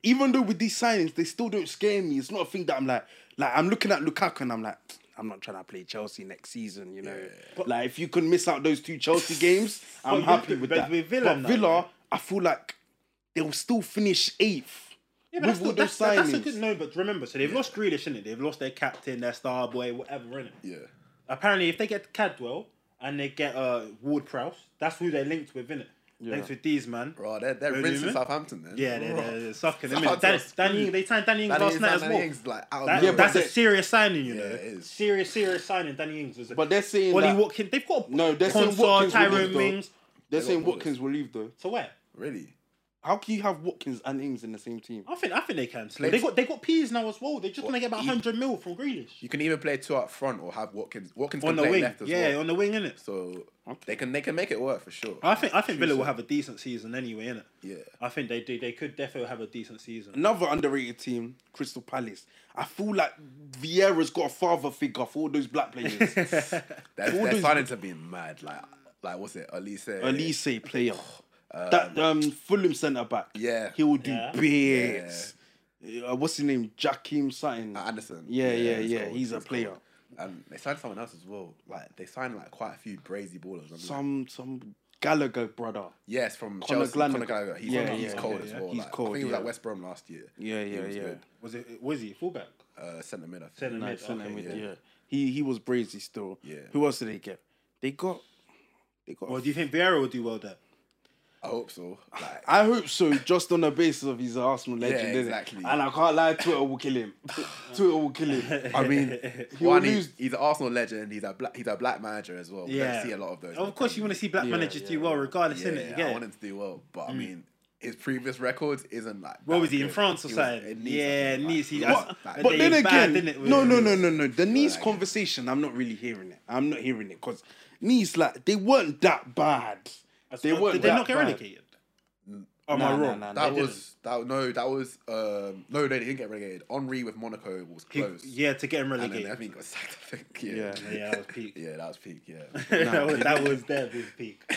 S2: Even though with these signings, they still don't scare me. It's not a thing that I'm like, like I'm looking at Lukaku and I'm like, I'm not trying to play Chelsea next season. You know, like if you can miss out those two Chelsea games, I'm
S1: you have
S2: happy
S1: to-
S2: with
S1: but
S2: that.
S1: with Villa
S2: but
S1: now,
S2: Villa, I feel like they'll still finish eighth
S1: yeah, but
S2: with
S1: that's,
S2: all
S1: the- that's,
S2: those
S1: that- that's
S2: signings.
S1: a good no. But remember, so they've lost Grealish, innit? They've lost their captain, their star boy, whatever, innit?
S3: Yeah.
S1: Apparently, if they get Cadwell and they get uh, Ward Prowse, that's who they're linked with, innit? Linked with these man.
S3: Bro, they're, they're
S1: Really,
S3: rinsing
S1: man?
S3: Southampton then.
S1: Yeah, they're,
S3: Bro.
S1: they're, they're sucking. I mean,
S3: Southampton
S1: Dan,
S3: are screwed.
S1: Danny, they signed Danny Ings
S3: Danny
S1: last
S3: Ings-
S1: night as
S3: Danny
S1: well.
S3: Ings, like, out of
S1: That-
S3: nowhere.
S2: but
S1: that's a
S2: they-
S1: serious signing, you know.
S3: it is.
S1: Serious, serious signing. Danny Ings was. A,
S2: But they're saying
S1: Ollie
S2: that-
S1: Watkins. They've got
S2: No, they're saying
S1: Konsa,
S2: Watkins will
S1: Tyrone
S2: leave, though.
S1: Mings.
S2: They're
S3: got
S2: saying
S3: borders.
S2: Watkins will leave though.
S1: So where?
S3: Really?
S2: How can you have Watkins and Ings in the same team?
S1: I think I think they can. still. They got they got peas now as well. They're just gonna get about
S3: you-
S1: hundred mil from Grealish
S3: You can even play two up front or have Watkins. Watkins
S1: on
S3: can
S1: the
S3: play
S1: wing.
S3: left as
S1: Yeah,
S3: well.
S1: on the wing, innit?
S3: so
S2: Okay.
S3: they can they can make it work for sure.
S1: I think I think Villa will have a decent season anyway, innit?
S3: Yeah.
S1: I think they do. They could definitely have a decent season.
S2: Another underrated team, Crystal Palace. I feel like Vieira's got a father figure for all those black players.
S3: They're,
S2: All
S3: they're
S2: those-
S3: starting to be mad. Like like what's it? Elise. uh,
S2: Elise player. that um Fulham centre back.
S3: Oh, Yeah.
S2: He will do
S1: Yeah.
S2: bits. Uh, what's his name? Jakim Sutton.
S3: uh, Anderson.
S2: Yeah, yeah,
S3: it's
S2: yeah.
S3: cold,
S2: He's a
S3: it's
S2: player.
S3: cold. And they signed someone else as well. Like they signed like quite a few brazy ballers. I'm like,
S2: Some some Gallagher brother.
S3: yes, from
S2: Conor
S3: Chelsea.
S2: Gallagher.
S3: Conor Gallagher. He's,
S2: Yeah,
S3: he's
S2: yeah,
S3: cold
S1: yeah,
S3: as
S1: yeah.
S3: well.
S2: He's
S3: like, I
S2: cold,
S3: think he was at
S2: yeah.
S3: West Brom last year.
S2: Yeah, yeah,
S3: was
S2: yeah.
S3: good.
S1: Was it? Was he fullback?
S3: Uh, centre mid. I think.
S1: Centre mid.
S2: Nice,
S1: Okay,
S2: and with-
S1: yeah.
S2: yeah. He he was brazy still.
S3: Yeah.
S2: Who else did they get? They got they got
S1: Well, do you think Vieira will do well there?
S3: I hope so. Like,
S2: I hope so, just on the basis of he's an Arsenal legend, innit?
S3: exactly.
S2: And I can't lie, Twitter will kill him. Twitter will kill him. I mean, he will
S3: one, he-
S2: lose.
S3: he's an Arsenal legend. He's a black. He's a black manager as well. Yeah,
S1: Yeah.
S3: see a lot of those.
S1: Of course, you want to see black
S2: Yeah,
S1: managers do
S2: yeah.
S1: well, regardless,
S3: Yeah,
S1: innit? You
S3: I
S1: get
S3: want
S1: it?
S3: him to do well, but I mean, his previous records isn't like.
S1: What
S3: that
S1: was he in
S3: good.
S1: France or
S3: He was
S1: something?
S3: in Nice, I
S1: Yeah,
S3: think,
S1: Nice.
S3: like,
S1: He,
S3: he was
S1: I-
S3: back.
S2: But
S1: they
S2: then
S1: bad,
S2: again,
S1: innit, with-
S2: no, no, no, no, no. The Nice
S3: like-
S2: conversation, I'm not really hearing it. I'm not hearing it because Nice, like, they weren't that bad. They
S1: Well,
S2: weren't.
S1: Did they
S2: that
S1: not get
S2: bad.
S1: relegated? Am
S2: Nah,
S1: I
S2: nah,
S1: wrong?
S2: nah, nah.
S3: That
S1: They
S3: was that no, that was um, no, they didn't get relegated. Henri with Monaco was
S1: didn't.
S3: close.
S1: He- yeah, to get him
S3: and then I
S1: relegated.
S3: think he got sacked. I think yeah,
S2: Yeah.
S1: Yeah, that was peak.
S3: Yeah, that was peak. Yeah,
S1: that, was, that was their big peak.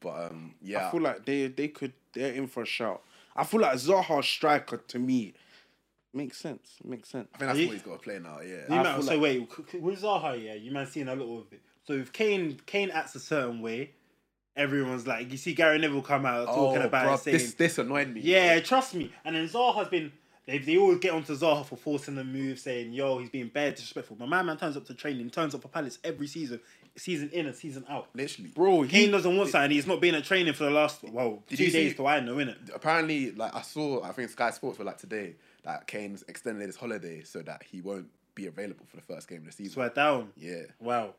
S3: but um, yeah,
S2: I feel like they they could they're in for a shout. I feel like Zaha striker to me makes sense. Makes sense.
S3: I think that's
S1: He-
S3: what he's got to play now. Yeah,
S1: You man,
S2: feel
S1: so
S2: like-
S1: wait, c- c- with Zaha, yeah, you man seen a lot of it. So if Kane Kane acts a certain way, everyone's like, you see Gary Neville come out talking about
S3: Oh, bruv,
S1: it, saying,
S3: this. This annoyed me.
S1: yeah, trust me. And then Zaha's been. They, they always get onto Zaha for forcing the move, saying, yo, he's being bad, disrespectful. My man, man turns up to training, turns up for Palace every season, season in and season out.
S3: literally,
S2: Bro,
S1: Kane
S2: he
S1: doesn't want something. He's not been at training for the last, well, two
S3: you see-
S1: days till I know, innit?
S3: apparently, like I saw, I think Sky Sports were like today that Kane's extended his holiday so that he won't be available for the first game of the season.
S1: Swear down.
S3: Yeah,
S1: Wow.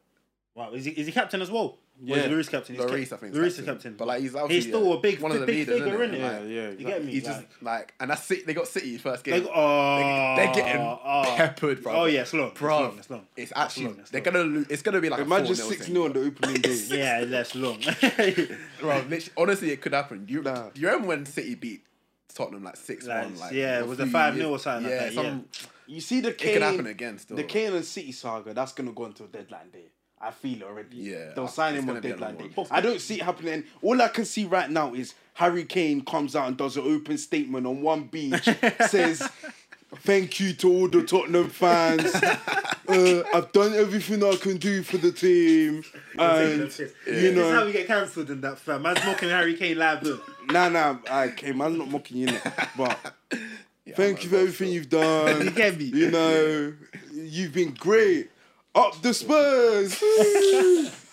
S1: Wow. Is he, is he captain as well? Or
S2: Yeah.
S1: is Lloris captain? He's
S3: Lloris,
S1: cap-
S3: I think, is
S1: Lloris is
S3: captain.
S1: captain.
S3: But, like, he's obviously,
S1: he's still
S3: uh,
S1: a big,
S3: one of the
S1: big
S3: leaders,
S1: figure,
S3: innit?
S1: innit?
S3: Yeah,
S2: yeah,
S1: You get me?
S3: he's
S1: like,
S3: just like, and that's City. They got City first game.
S1: like, oh,
S3: They're getting
S1: oh.
S3: peppered, bro.
S1: Oh, yeah, it's long.
S3: bro.
S1: It's long. It's long.
S3: It's actually
S1: long, it's
S3: they're
S1: long.
S3: gonna lose. It's gonna be like
S2: imagine
S3: a 4-0
S2: six
S3: thing.
S2: 0 on the opening day.
S1: Yeah, that's long. like,
S3: Bro, literally, honestly, it could happen. You,
S2: Nah.
S3: you remember when City beat Tottenham like six one? Like
S1: yeah, it was a
S3: few
S1: 5 0
S3: years-
S1: or something
S3: Yeah,
S1: like that.
S3: some-
S2: You see the Kane,
S3: it could happen again. Still,
S2: The Kane and City saga that's gonna go until deadline day. I feel already.
S3: Yeah,
S2: they'll
S3: I-
S2: sign
S3: it's
S2: him
S3: gonna
S2: on
S3: be a
S2: deadline
S3: long
S2: day.
S3: one.
S2: I don't see it happening. All I can see right now is Harry Kane comes out and does an open statement on one beach, says. Thank you to all the Tottenham fans. Uh, I've done everything I can do for the team, and you
S1: this is how
S2: know,
S1: we get cancelled in that fam. Man's mocking Harry Kane live. look.
S2: nah, nah. I came. I'm not mocking you, innit? but
S3: Yeah,
S2: Thank you for everything you've done.
S1: You get me?
S2: You know, you've been great. Up the Spurs.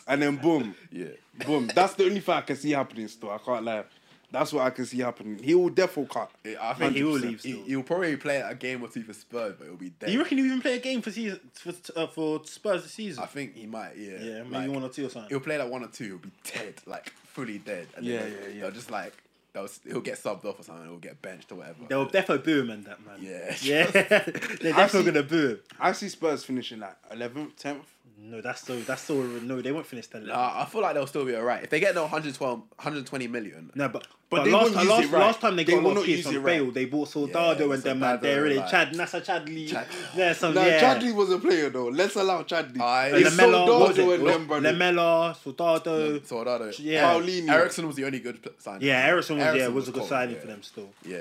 S2: and then boom,
S3: Yeah,
S2: boom. That's the only thing I can see happening still. I can't lie. That's what I can see happening. He will definitely cut.
S3: I
S1: Man,
S3: think
S1: he will leave
S3: He,
S1: still.
S3: will probably play a game or two for Spurs, but it'll be dead.
S1: Do you reckon he'll even play a game for season for, uh, for Spurs this season?
S3: I think he might. Yeah,
S1: yeah, maybe
S3: Like,
S1: one or two or something.
S3: He'll play like one or two. He'll be dead, like fully dead. And
S2: Yeah,
S3: then
S2: yeah, yeah.
S3: They'll just like they'll s- he'll get subbed off or something. He'll get benched or whatever.
S1: They'll definitely boo him in that, man.
S3: Yeah.
S1: Yeah. They're definitely going to boo him.
S2: I see Spurs finishing like 11th, 10th.
S1: No, that's so. That's so. No, they won't finish that.
S3: Nah, I feel like they'll still be alright if they get no 112, 120 million.
S1: No, but
S2: But
S1: but,
S2: they
S1: last,
S2: won't
S1: last,
S2: use it right.
S1: last time they,
S2: They
S1: got a
S2: will
S1: lot
S2: not
S1: of
S2: use
S1: piece on
S2: it right.
S1: Bale, they bought Soldado
S3: Yeah,
S1: and them man.
S3: Soldado,
S1: They're really
S3: like-
S1: Chad Nasa Chadley.
S3: Chad-
S1: There's some
S2: Now,
S1: Oh, yeah.
S2: Chadley was a player though. Let's allow Chadley.
S3: Aye.
S1: And
S2: It's
S1: Lamella, what was
S2: Soldado
S1: it?
S2: and them, brother.
S1: Lamella, Soldado.
S3: Soldado.
S1: Yeah.
S2: Paulinho.
S3: Ericsson was the only good p- signing.
S1: Yeah, Ericsson was yeah
S3: Eriksen
S1: was a good
S3: cold,
S1: signing
S3: yeah.
S1: for them still.
S3: Yeah,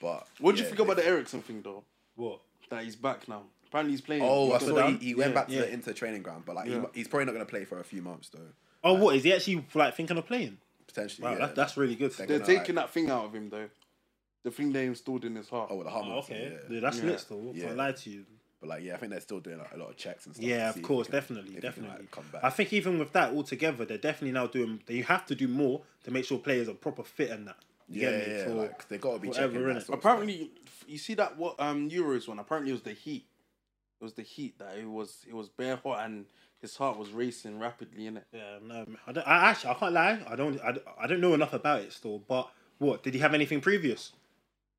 S3: but
S2: what do
S3: yeah,
S2: you think about
S3: they-
S2: the Ericsson thing though?
S1: What?
S2: That he's back now. Apparently he's playing.
S3: Oh, I
S2: He's
S3: saw
S2: got-
S3: he, he went
S1: Yeah,
S3: back to
S1: yeah.
S3: the inter training ground, but like he
S2: Yeah.
S3: mu- he's probably not going to play for a few months though.
S1: Oh, what is he actually like thinking of playing?
S3: Potentially,
S1: Wow,
S3: yeah.
S1: that, that's really good.
S3: Second-
S2: They're
S3: Like-
S2: taking that thing out of him though. The thing they installed in his heart.
S3: oh, with the Hummels.
S1: Oh, okay,
S3: Yeah.
S1: Dude, that's
S2: Yeah.
S1: lit still.
S3: Yeah.
S1: Can't lie to you.
S3: But like, yeah, I think they're still doing like, a lot of checks and stuff. to
S1: Yeah,
S3: see
S1: of
S3: if
S1: course,
S3: he can-
S1: definitely,
S3: if he can,
S1: definitely.
S3: like, come back.
S1: I think even with that altogether, they're definitely now doing. They have to do more to make sure players are proper fit and that. You
S3: yeah,
S1: get me?
S3: yeah,
S1: For-
S3: like they got to be
S1: whatever,
S3: checking. that
S1: innit?
S3: sort of
S2: Apparently, you see that what um Euros one. Apparently, it was the Heat It was the heat that it was. It was bare hot and his heart was racing rapidly in it.
S1: Yeah, no, I don't. I actually, I can't lie. I don't. I, don't- I don't know enough about it still. But what did he have anything previous?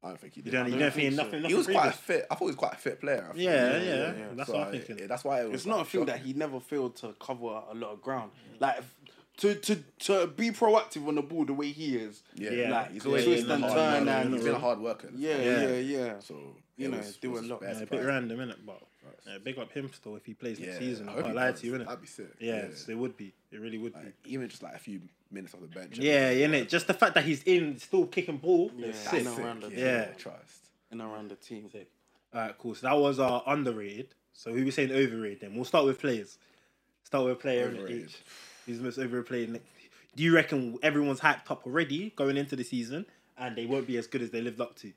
S3: I don't think he
S1: You
S3: did.
S1: don't. You
S2: don't
S1: don't,
S2: think
S1: think
S2: so.
S1: nothing.
S3: he
S1: nothing
S3: was quite a
S1: previous.
S3: fit. I thought he was quite a fit player. I think.
S1: Yeah, yeah, That's
S3: So
S1: what I'm
S3: I-
S1: thinking.
S3: it- that's why it was.
S2: It's not a
S3: like,
S2: thing that
S3: shocking.
S2: he never failed to cover a lot of ground.
S1: Mm.
S2: Like if- to to to be proactive on the ball the way he is.
S3: Yeah,
S1: Yeah.
S3: like, he's always
S2: Twist
S3: been a
S2: and
S3: hard
S2: turn
S3: worker.
S2: and-
S3: he's been a hard worker.
S2: Yeah, yeah,
S1: Yeah.
S2: yeah.
S3: So
S2: You
S3: it
S2: know,
S3: was-
S2: do
S3: it
S2: a
S3: was
S2: lot.
S3: bad
S1: Yeah, a bit
S3: surprise.
S1: random, innit? But yeah, big up him still if he plays next season.
S3: I
S1: I
S3: hope
S1: can't
S3: he
S1: lie
S3: does.
S1: to you, innit?
S3: That'd be sick.
S1: Yes, it would be. It really would be.
S3: Like, even just like a few minutes off the bench.
S1: Yeah, innit? Just the fact that he's in, still kicking ball. Yeah,
S2: Yeah, I
S1: sick.
S2: know.
S3: Sick,
S2: around the-
S1: Yeah.
S3: trust.
S2: and around the team.
S1: Sick. All right, cool. So that was our underrated. So who we saying overrated? Then we'll start with players. Start with player innit,
S3: Overrated.
S1: each. Who's the most overplayed? innit? Do you reckon everyone's hyped up already going into the season, and they won't be as good as they lived up to?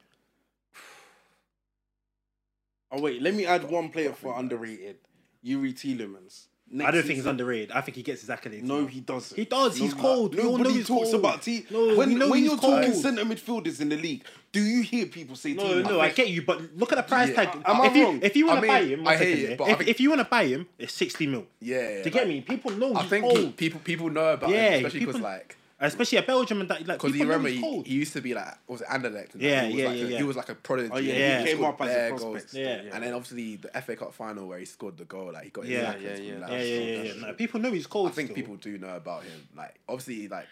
S2: Oh wait, let me add one player for underrated. Yuri Tielemans. Next
S1: I don't think he's
S2: season-
S1: underrated. I think he gets his accolades.
S2: No, he doesn't.
S1: He does. He's
S2: No,
S1: cold. We all know
S2: Nobody
S1: he's
S2: talks
S1: cold.
S2: about T.
S1: No, we
S2: when
S1: know
S2: when
S1: he's
S2: you're talking
S1: cold.
S2: centre midfielders in the league, do you hear people say
S1: No,
S2: Tielemans?
S1: no, I get you, but look at the price
S3: Yeah,
S1: tag.
S2: I- am I
S1: if you,
S2: wrong?
S1: If you want
S3: I
S1: to
S3: mean,
S1: buy him, one
S3: I hear
S1: second
S3: you,
S1: there.
S3: but I
S1: if,
S3: think-
S1: if you want to buy him, it's sixty mil.
S3: Yeah, yeah,
S1: Do you get
S3: like-
S1: me? People know
S3: I
S1: he's
S3: think
S1: old,
S3: he- people people know about
S1: Yeah,
S3: him, especially because
S1: people-
S3: like
S1: especially at Belgium and that. Like,
S3: because
S1: people
S3: you
S1: know
S3: remember
S1: he's
S3: he,
S1: cold.
S3: he used to be like was it Anderlecht? And
S1: Yeah,
S3: like, he was
S1: yeah,
S3: like
S1: yeah,
S3: a,
S1: yeah.
S3: He was like a prodigy.
S2: Oh yeah,
S1: Yeah.
S2: he came
S3: scored
S2: up as
S3: bare
S2: a prospect.
S3: goals.
S1: Yeah.
S3: And then obviously the FA Cup final where he scored the goal, like he got his
S1: Yeah.
S3: accolades
S2: Yeah,
S3: from
S2: yeah.
S3: that.
S1: yeah, yeah, yeah, yeah. No, people know he's
S3: I
S1: cold.
S3: think
S1: still.
S3: people do know about him. Like obviously, like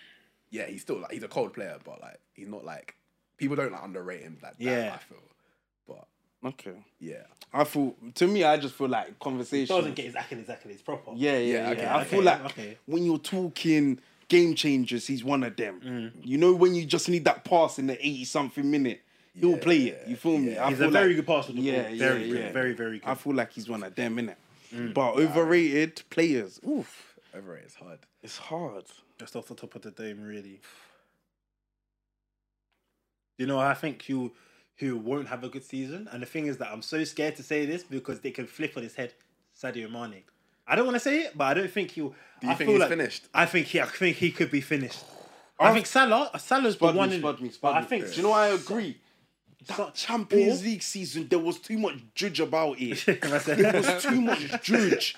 S3: yeah, he's still like he's a cold player, but like he's not like people don't like underrate him like that.
S1: Yeah.
S3: I feel, but
S2: Okay.
S3: yeah,
S2: I feel to me, I just feel like conversation.
S1: doesn't get his accolades, accolades proper.
S2: Yeah, yeah, yeah.
S3: Yeah, okay,
S2: I
S3: okay,
S2: feel like
S1: okay.
S2: when you're talking game changers, he's one of them.
S1: Mm.
S2: You know, when you just need that pass in the 80 something minute, he'll play it. You feel me? I
S1: he's
S2: feel
S1: a very
S2: like-
S1: good passer. with the
S2: Yeah,
S1: ball.
S2: yeah,
S1: very,
S2: yeah.
S1: good, very, very good. Mm.
S2: I feel like he's one of them, innit? But overrated players, oof,
S3: overrated is hard.
S2: it's hard.
S1: Just off the top of the dome, really. You know, I think you who won't have a good season, and the thing is that I'm so scared to say this because they can flip on his head. Sadio Mane. I don't want to say it, but I don't think he'll.
S3: Do you
S1: I
S3: think
S1: feel
S3: he's
S1: like-
S3: finished?
S1: I think he. I think he could be finished. I think Salah. Salah's the
S2: Spud
S1: one.
S2: me,
S1: in-
S2: spud me,
S1: but
S2: spud me.
S1: I think.
S2: Do you know I agree?
S1: Sa-
S2: Champions
S1: or-
S2: League season, there was too much judge about it.
S1: Can I say-
S2: there was too much judge.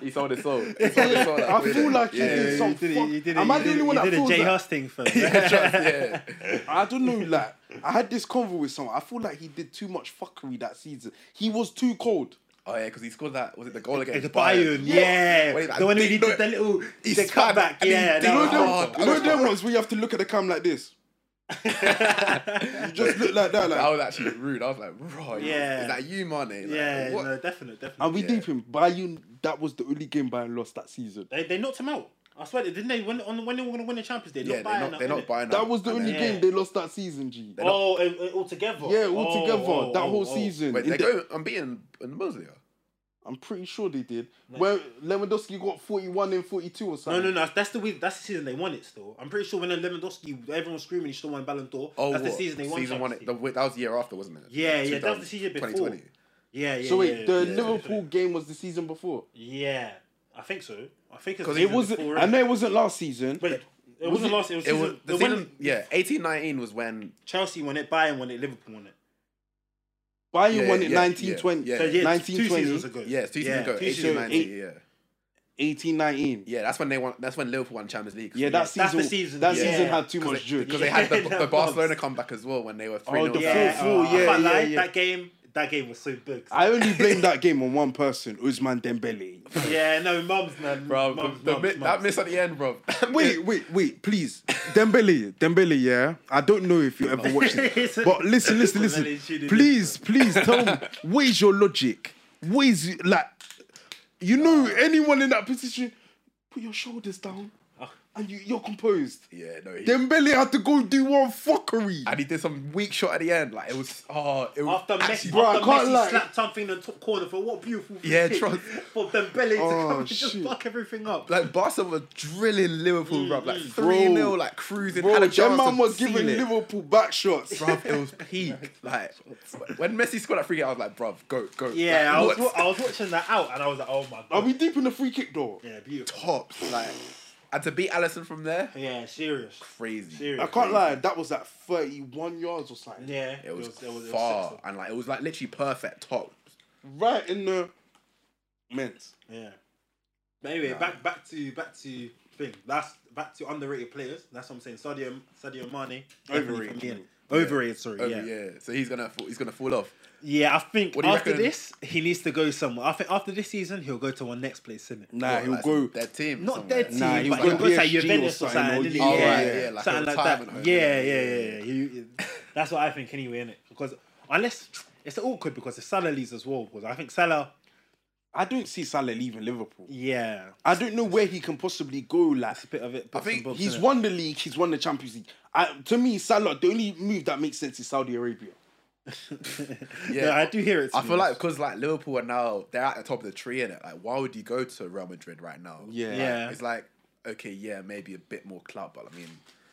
S3: He sold his soul. He sold his soul like,
S2: I feel like he
S3: yeah,
S2: did
S1: You
S2: some
S1: did it,
S2: fuck.
S1: you did it,
S2: Am
S1: you
S2: I the
S1: did
S2: only
S1: it,
S2: one
S1: you
S2: that
S1: did
S2: feels
S1: a J
S2: that?
S1: Huss thing first.
S3: trust, yeah.
S2: I don't know, like I had this convo with someone. I feel like he did too much fuckery that season. He was too cold.
S3: Oh yeah, because he scored that. Was it the goal against
S1: It's Bayern, yeah.
S3: Wait,
S1: the
S3: I
S1: one who he
S3: think-
S1: did the little
S3: He
S1: the
S3: spun
S1: cutback,
S3: and he
S1: yeah.
S3: did
S1: that
S2: You know
S1: was
S3: it.
S2: them,
S1: hard.
S3: hard.
S2: you know them ones where you have to look at the cam like this. you just look like that,
S3: I
S2: like.
S3: was actually rude. I was like, bro,
S1: Yeah.
S3: yeah. is that you, Mane? Like,
S1: yeah,
S3: what?
S1: no, definite, definite.
S2: And we
S3: Yeah.
S2: deep him. Bayern, that was the only game Bayern lost that season.
S1: They, they knocked him out. I swear, they didn't they? When on when they were gonna win the Champions, they
S3: yeah,
S1: knocked
S3: they're
S1: Bayern
S3: not,
S1: out,
S3: they're
S1: innit?
S3: not buying
S2: That was the only
S3: And then-
S1: Yeah.
S2: game they lost that season, G.
S3: They're not-
S1: Oh, and, and all together.
S2: Yeah, all together
S1: Oh,
S2: that
S1: oh,
S2: whole
S1: oh.
S2: season.
S3: Wait,
S2: In
S3: they
S2: the-
S3: go unbeaten in the Bundesliga.
S2: I'm pretty sure they did. Where Lewandowski got 41 and 42 or
S1: No,
S2: something.
S1: no, no. That's the way. That's the season they won it. Still, I'm pretty sure when Lewandowski, everyone was screaming, he still won Ballon d'Or.
S3: Oh,
S1: that's the
S3: what?
S1: season they won.
S3: Season one.
S1: Champions
S3: The,
S1: League.
S3: that was the year after, wasn't it?
S1: Yeah, yeah, that was the
S3: 2000
S1: season before.
S3: 2020.
S1: Yeah, yeah.
S2: So wait,
S1: yeah,
S2: the
S1: yeah,
S2: Liverpool game was the season before.
S1: Yeah, I think so. I think it's
S3: 'Cause
S1: the
S2: It
S1: season
S2: wasn't.
S1: before,
S2: I
S1: innit?
S2: know it wasn't last season.
S1: Wait, it wasn't last. It was,
S3: It was
S1: season-
S3: the
S1: when
S3: season. Yeah, eighteen nineteen was when.
S1: Chelsea won it, Bayern won it, Liverpool won it.
S2: Bayern
S3: Yeah,
S2: won it
S3: yeah,
S2: 1920.
S3: yeah,
S1: So yeah, two
S2: 1920.
S1: seasons ago.
S3: Yeah, it's two seasons ago.
S1: two
S3: Eighteen
S1: seasons ago.
S3: nineteen. Yeah,
S2: 1819. Yeah,
S3: yeah, that's when they won. That's when Liverpool won Champions League.
S2: that
S1: the
S2: season.
S1: season,
S2: That
S1: yeah.
S2: season had too
S3: because
S2: much juice.
S3: because they had the,
S1: Yeah,
S3: the
S1: that
S3: Barcelona
S1: was-
S3: comeback as well when they were three
S2: Oh, the
S3: 0
S2: full-
S1: Yeah,
S2: full,
S1: oh, I
S2: yeah,
S1: can't
S2: yeah,
S1: lie,
S2: yeah.
S1: That game, that game was so big.
S2: I only blame that game on one person, Usman Dembele.
S1: yeah, no, mums, man,
S3: Bro, the,
S1: mums,
S3: the,
S1: mums,
S3: mi- that
S1: mums.
S3: miss at the end, bro.
S2: Wait, wait, wait, please. Dembele, Dembele, yeah. I don't know if you ever watched it. But listen, listen, listen. Please, please tell me what is your logic? What is like you know anyone in that position, put your shoulders down and you, you're composed.
S3: yeah, no. He,
S2: Dembele had to go do one fuckery.
S3: and he did some weak shot at the end. Like it was. Oh, it was
S1: After Messi,
S3: actually-
S2: bro, I
S1: after
S2: can't
S1: Messi
S2: lie.
S1: slapped something in the top corner for what beautiful
S3: Yeah,
S1: kick
S3: trust-
S1: for Dembele to
S2: Oh,
S1: come and just
S2: shit.
S1: fuck everything up.
S3: Like Barca were drilling Liverpool, bruv.
S1: Mm-hmm.
S3: Like
S2: Bro.
S3: three 0 like cruising.
S2: Bro,
S3: had a
S2: that
S3: chance
S2: man
S3: to
S2: was
S3: seal
S2: giving
S3: it.
S2: Liverpool back shots.
S3: Bruv, it was peak. Like when Messi scored that free kick, I was like, bruv, go, go.
S1: yeah, I was,
S3: Like,
S1: wa-
S3: what's
S1: I was watching that out, and I was like, oh my
S2: Are
S1: god,
S2: we deep in the free kick though?
S1: yeah, beautiful.
S3: tops. Like, and to beat Allison from there,
S1: Yeah, serious,
S3: crazy.
S1: serious.
S2: I can't lie, that was like 31 yards or something.
S1: Yeah,
S3: It was,
S1: it was, it was
S3: far,
S1: sexy.
S3: and like it was like literally perfect top.
S2: right in the men's.
S1: Yeah. But anyway, back back to back to thing. That's back to underrated players. That's what I'm saying. Sadio Sadio Mane definitely
S2: Overrated.
S1: from Guinea. Overrated, sorry.
S3: Oh,
S1: yeah.
S3: yeah.
S1: yeah,
S3: So he's gonna fa- he's gonna fall off.
S1: I think
S3: What do you
S1: after
S3: reckon?
S1: this he needs to go somewhere. I think after this season he'll go to one next place, isn't it?
S2: Nah,
S3: What,
S2: he'll
S3: like
S2: go.
S3: some- their team.
S1: Not
S3: somewhere.
S1: dead team,
S2: Nah, he
S1: but
S2: was
S1: he'll
S2: like
S1: go to like
S2: PSG or
S1: Juventus or
S2: something,
S1: something.
S2: or
S1: didn't he?
S2: Leeds.
S3: Oh,
S1: yeah,
S3: right,
S1: yeah,
S3: yeah, like a
S1: something like that.
S3: retirement home,
S1: Yeah,
S3: yeah,
S1: yeah,
S3: yeah,
S1: yeah. You- that's what I think anyway, innit? Because unless it's awkward because the Salah leaves as well. Because I think Salah,
S2: I don't see Salah leaving Liverpool.
S1: yeah,
S2: I don't know where he can possibly go. Like
S1: it's a bit of it.
S3: I think
S2: he's won the league, he's won the Champions League. I, to me, Salah, the only move that makes sense is Saudi Arabia.
S1: yeah,
S3: Yeah.
S1: I do hear it. to
S3: I
S1: be
S3: feel like
S1: honest.
S3: because like Liverpool are now they're at the top of the tree in it. Like, why would you go to Real Madrid right now?
S2: Yeah.
S3: Like,
S1: Yeah.
S3: it's like okay, yeah, maybe a bit more club, but I mean,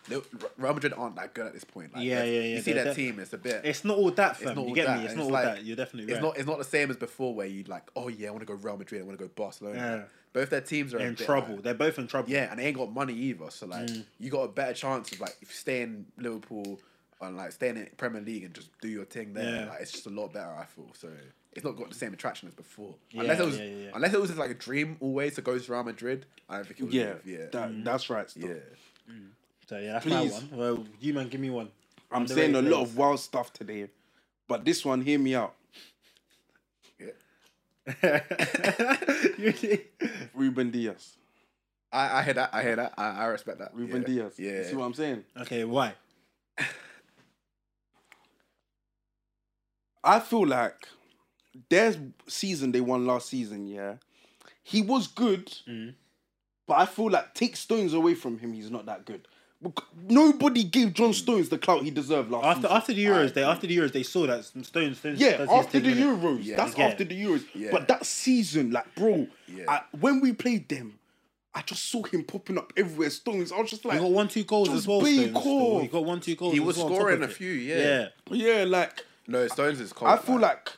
S3: Li- R- Real Madrid aren't that good at this point. Like,
S1: Yeah,
S3: they're-
S1: yeah, yeah,
S3: You see
S1: they're
S3: their
S1: def-
S3: team, it's a bit.
S1: it's not all that,
S3: it's
S1: fam.
S3: all
S1: you get
S3: that,
S1: me? It's
S3: and
S1: not all
S3: like-
S1: that. You're definitely
S3: It's
S1: right.
S3: not. It's not the same as before, where you like, oh yeah, I want to go Real Madrid, I want to go Barcelona.
S1: Yeah.
S3: Both their teams are a
S1: They're in
S3: bit,
S1: trouble.
S3: like-
S1: They're both in trouble.
S3: yeah, and they ain't got money either. So like,
S2: Mm.
S3: you got a better chance of like staying Liverpool and like staying in Premier League and just do your thing there.
S1: Yeah.
S3: Like, it's just a lot better. I feel so. It's not got the same attraction as before.
S1: Yeah,
S3: unless it was,
S1: yeah, yeah, yeah.
S3: unless it was like a dream always to go to Real Madrid. I don't think it was.
S2: Yeah,
S3: yeah,
S2: that- that's right. stuff.
S3: yeah.
S1: So yeah, that's
S2: Please.
S1: my one. Well, you man, give me one.
S2: I'm
S1: Underrated
S2: saying a lot
S1: players.
S2: of wild stuff today, but this one, hear me out.
S3: yeah.
S2: Ruben Diaz.
S3: I, I hear that. I hear that. I, I respect that.
S2: Ruben
S3: yeah.
S2: Diaz. You
S3: Yeah.
S2: see what I'm saying?
S1: okay, why?
S2: I feel like their season they won last season, yeah, he was good, but I feel like take Stones away from him, he's not that good. Bec- Nobody gave
S3: Mm.
S2: John Stones the clout he deserved last
S1: After
S2: season.
S1: after the Euros, they after the Euros they saw that Stone Stone.
S2: Yeah, after the Euros.
S3: Yeah.
S2: That's
S1: Yeah.
S2: after the Euros.
S3: Yeah.
S2: But that season, like, bro,
S3: Yeah.
S2: I, when we played them, I just saw him popping up everywhere. Stones. I was just
S1: He
S2: like,
S1: got one two goals
S2: Just
S1: as well.
S2: be
S1: Stones, still.
S2: cool.
S1: He got one two goals.
S3: He
S1: as
S3: was
S1: well on top
S3: scoring
S1: of
S3: a
S1: it.
S3: few, yeah.
S1: yeah.
S2: yeah, like,
S3: No, Stones is cold.
S2: I feel like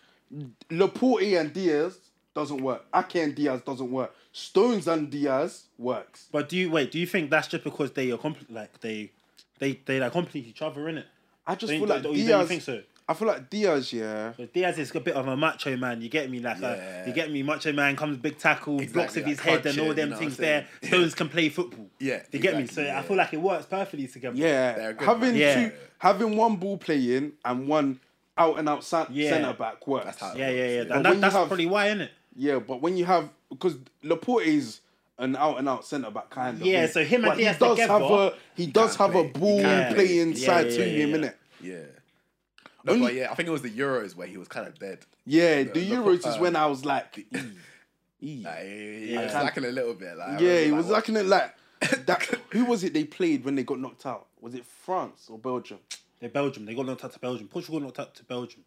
S2: Laporte and Diaz doesn't work. Ake and Diaz doesn't work. Stones and Diaz works.
S1: But do you wait? Do you think that's just because they are compl- like they they they like complete each other in it?
S2: I just
S1: Don't-
S2: feel like
S1: don't- you don't
S2: Diaz.
S1: think so?
S2: I feel like Diaz, yeah.
S1: But Diaz is a bit of a macho man, you get me? Like, uh,
S3: Yeah.
S1: you get me? Macho man comes big tackle, blocks
S3: Exactly,
S1: with his
S3: like
S1: head, and
S3: crunching,
S1: all them
S3: you know
S1: things
S3: what I'm
S1: there. Stones can play football.
S3: Yeah,
S1: you get me? So
S3: exactly,
S1: I
S3: yeah.
S1: feel like it works perfectly together.
S2: Yeah.
S3: They're good,
S2: Having
S3: man.
S1: Yeah.
S2: two having one ball playing and one out and out
S1: Yeah.
S2: centre back works.
S3: That's how it
S1: yeah, yeah, yeah. And
S3: But
S2: when
S1: that,
S2: you
S1: that's
S2: have-
S1: probably why, isn't it?
S2: Yeah, but when you have because Laporte is an out and out centre back kind of.
S1: Yeah,
S2: innit?
S1: so him and
S2: But
S1: Diaz
S2: he does
S1: together-
S2: have a he does
S3: can
S2: have a
S3: play. He
S2: ball
S3: can play.
S2: playing
S1: Yeah,
S2: side
S1: yeah,
S2: to
S1: yeah,
S2: him,
S1: yeah.
S2: innit?
S3: Yeah. No,
S2: Only-
S3: but yeah, I think it was the Euros where he was kind of dead.
S2: Yeah, the
S3: Yeah,
S2: Euros is
S3: Laporte-
S2: when I was like, "E, e."
S3: Like, he
S1: Yeah.
S3: was lacking a little bit. Like, I
S2: yeah, he
S3: remember,
S2: was
S3: like,
S2: looking at like that. Who was it they played when they got knocked out? Was it France or Belgium?
S1: They're Belgium. They got knocked out to Belgium. Portugal knocked out to Belgium.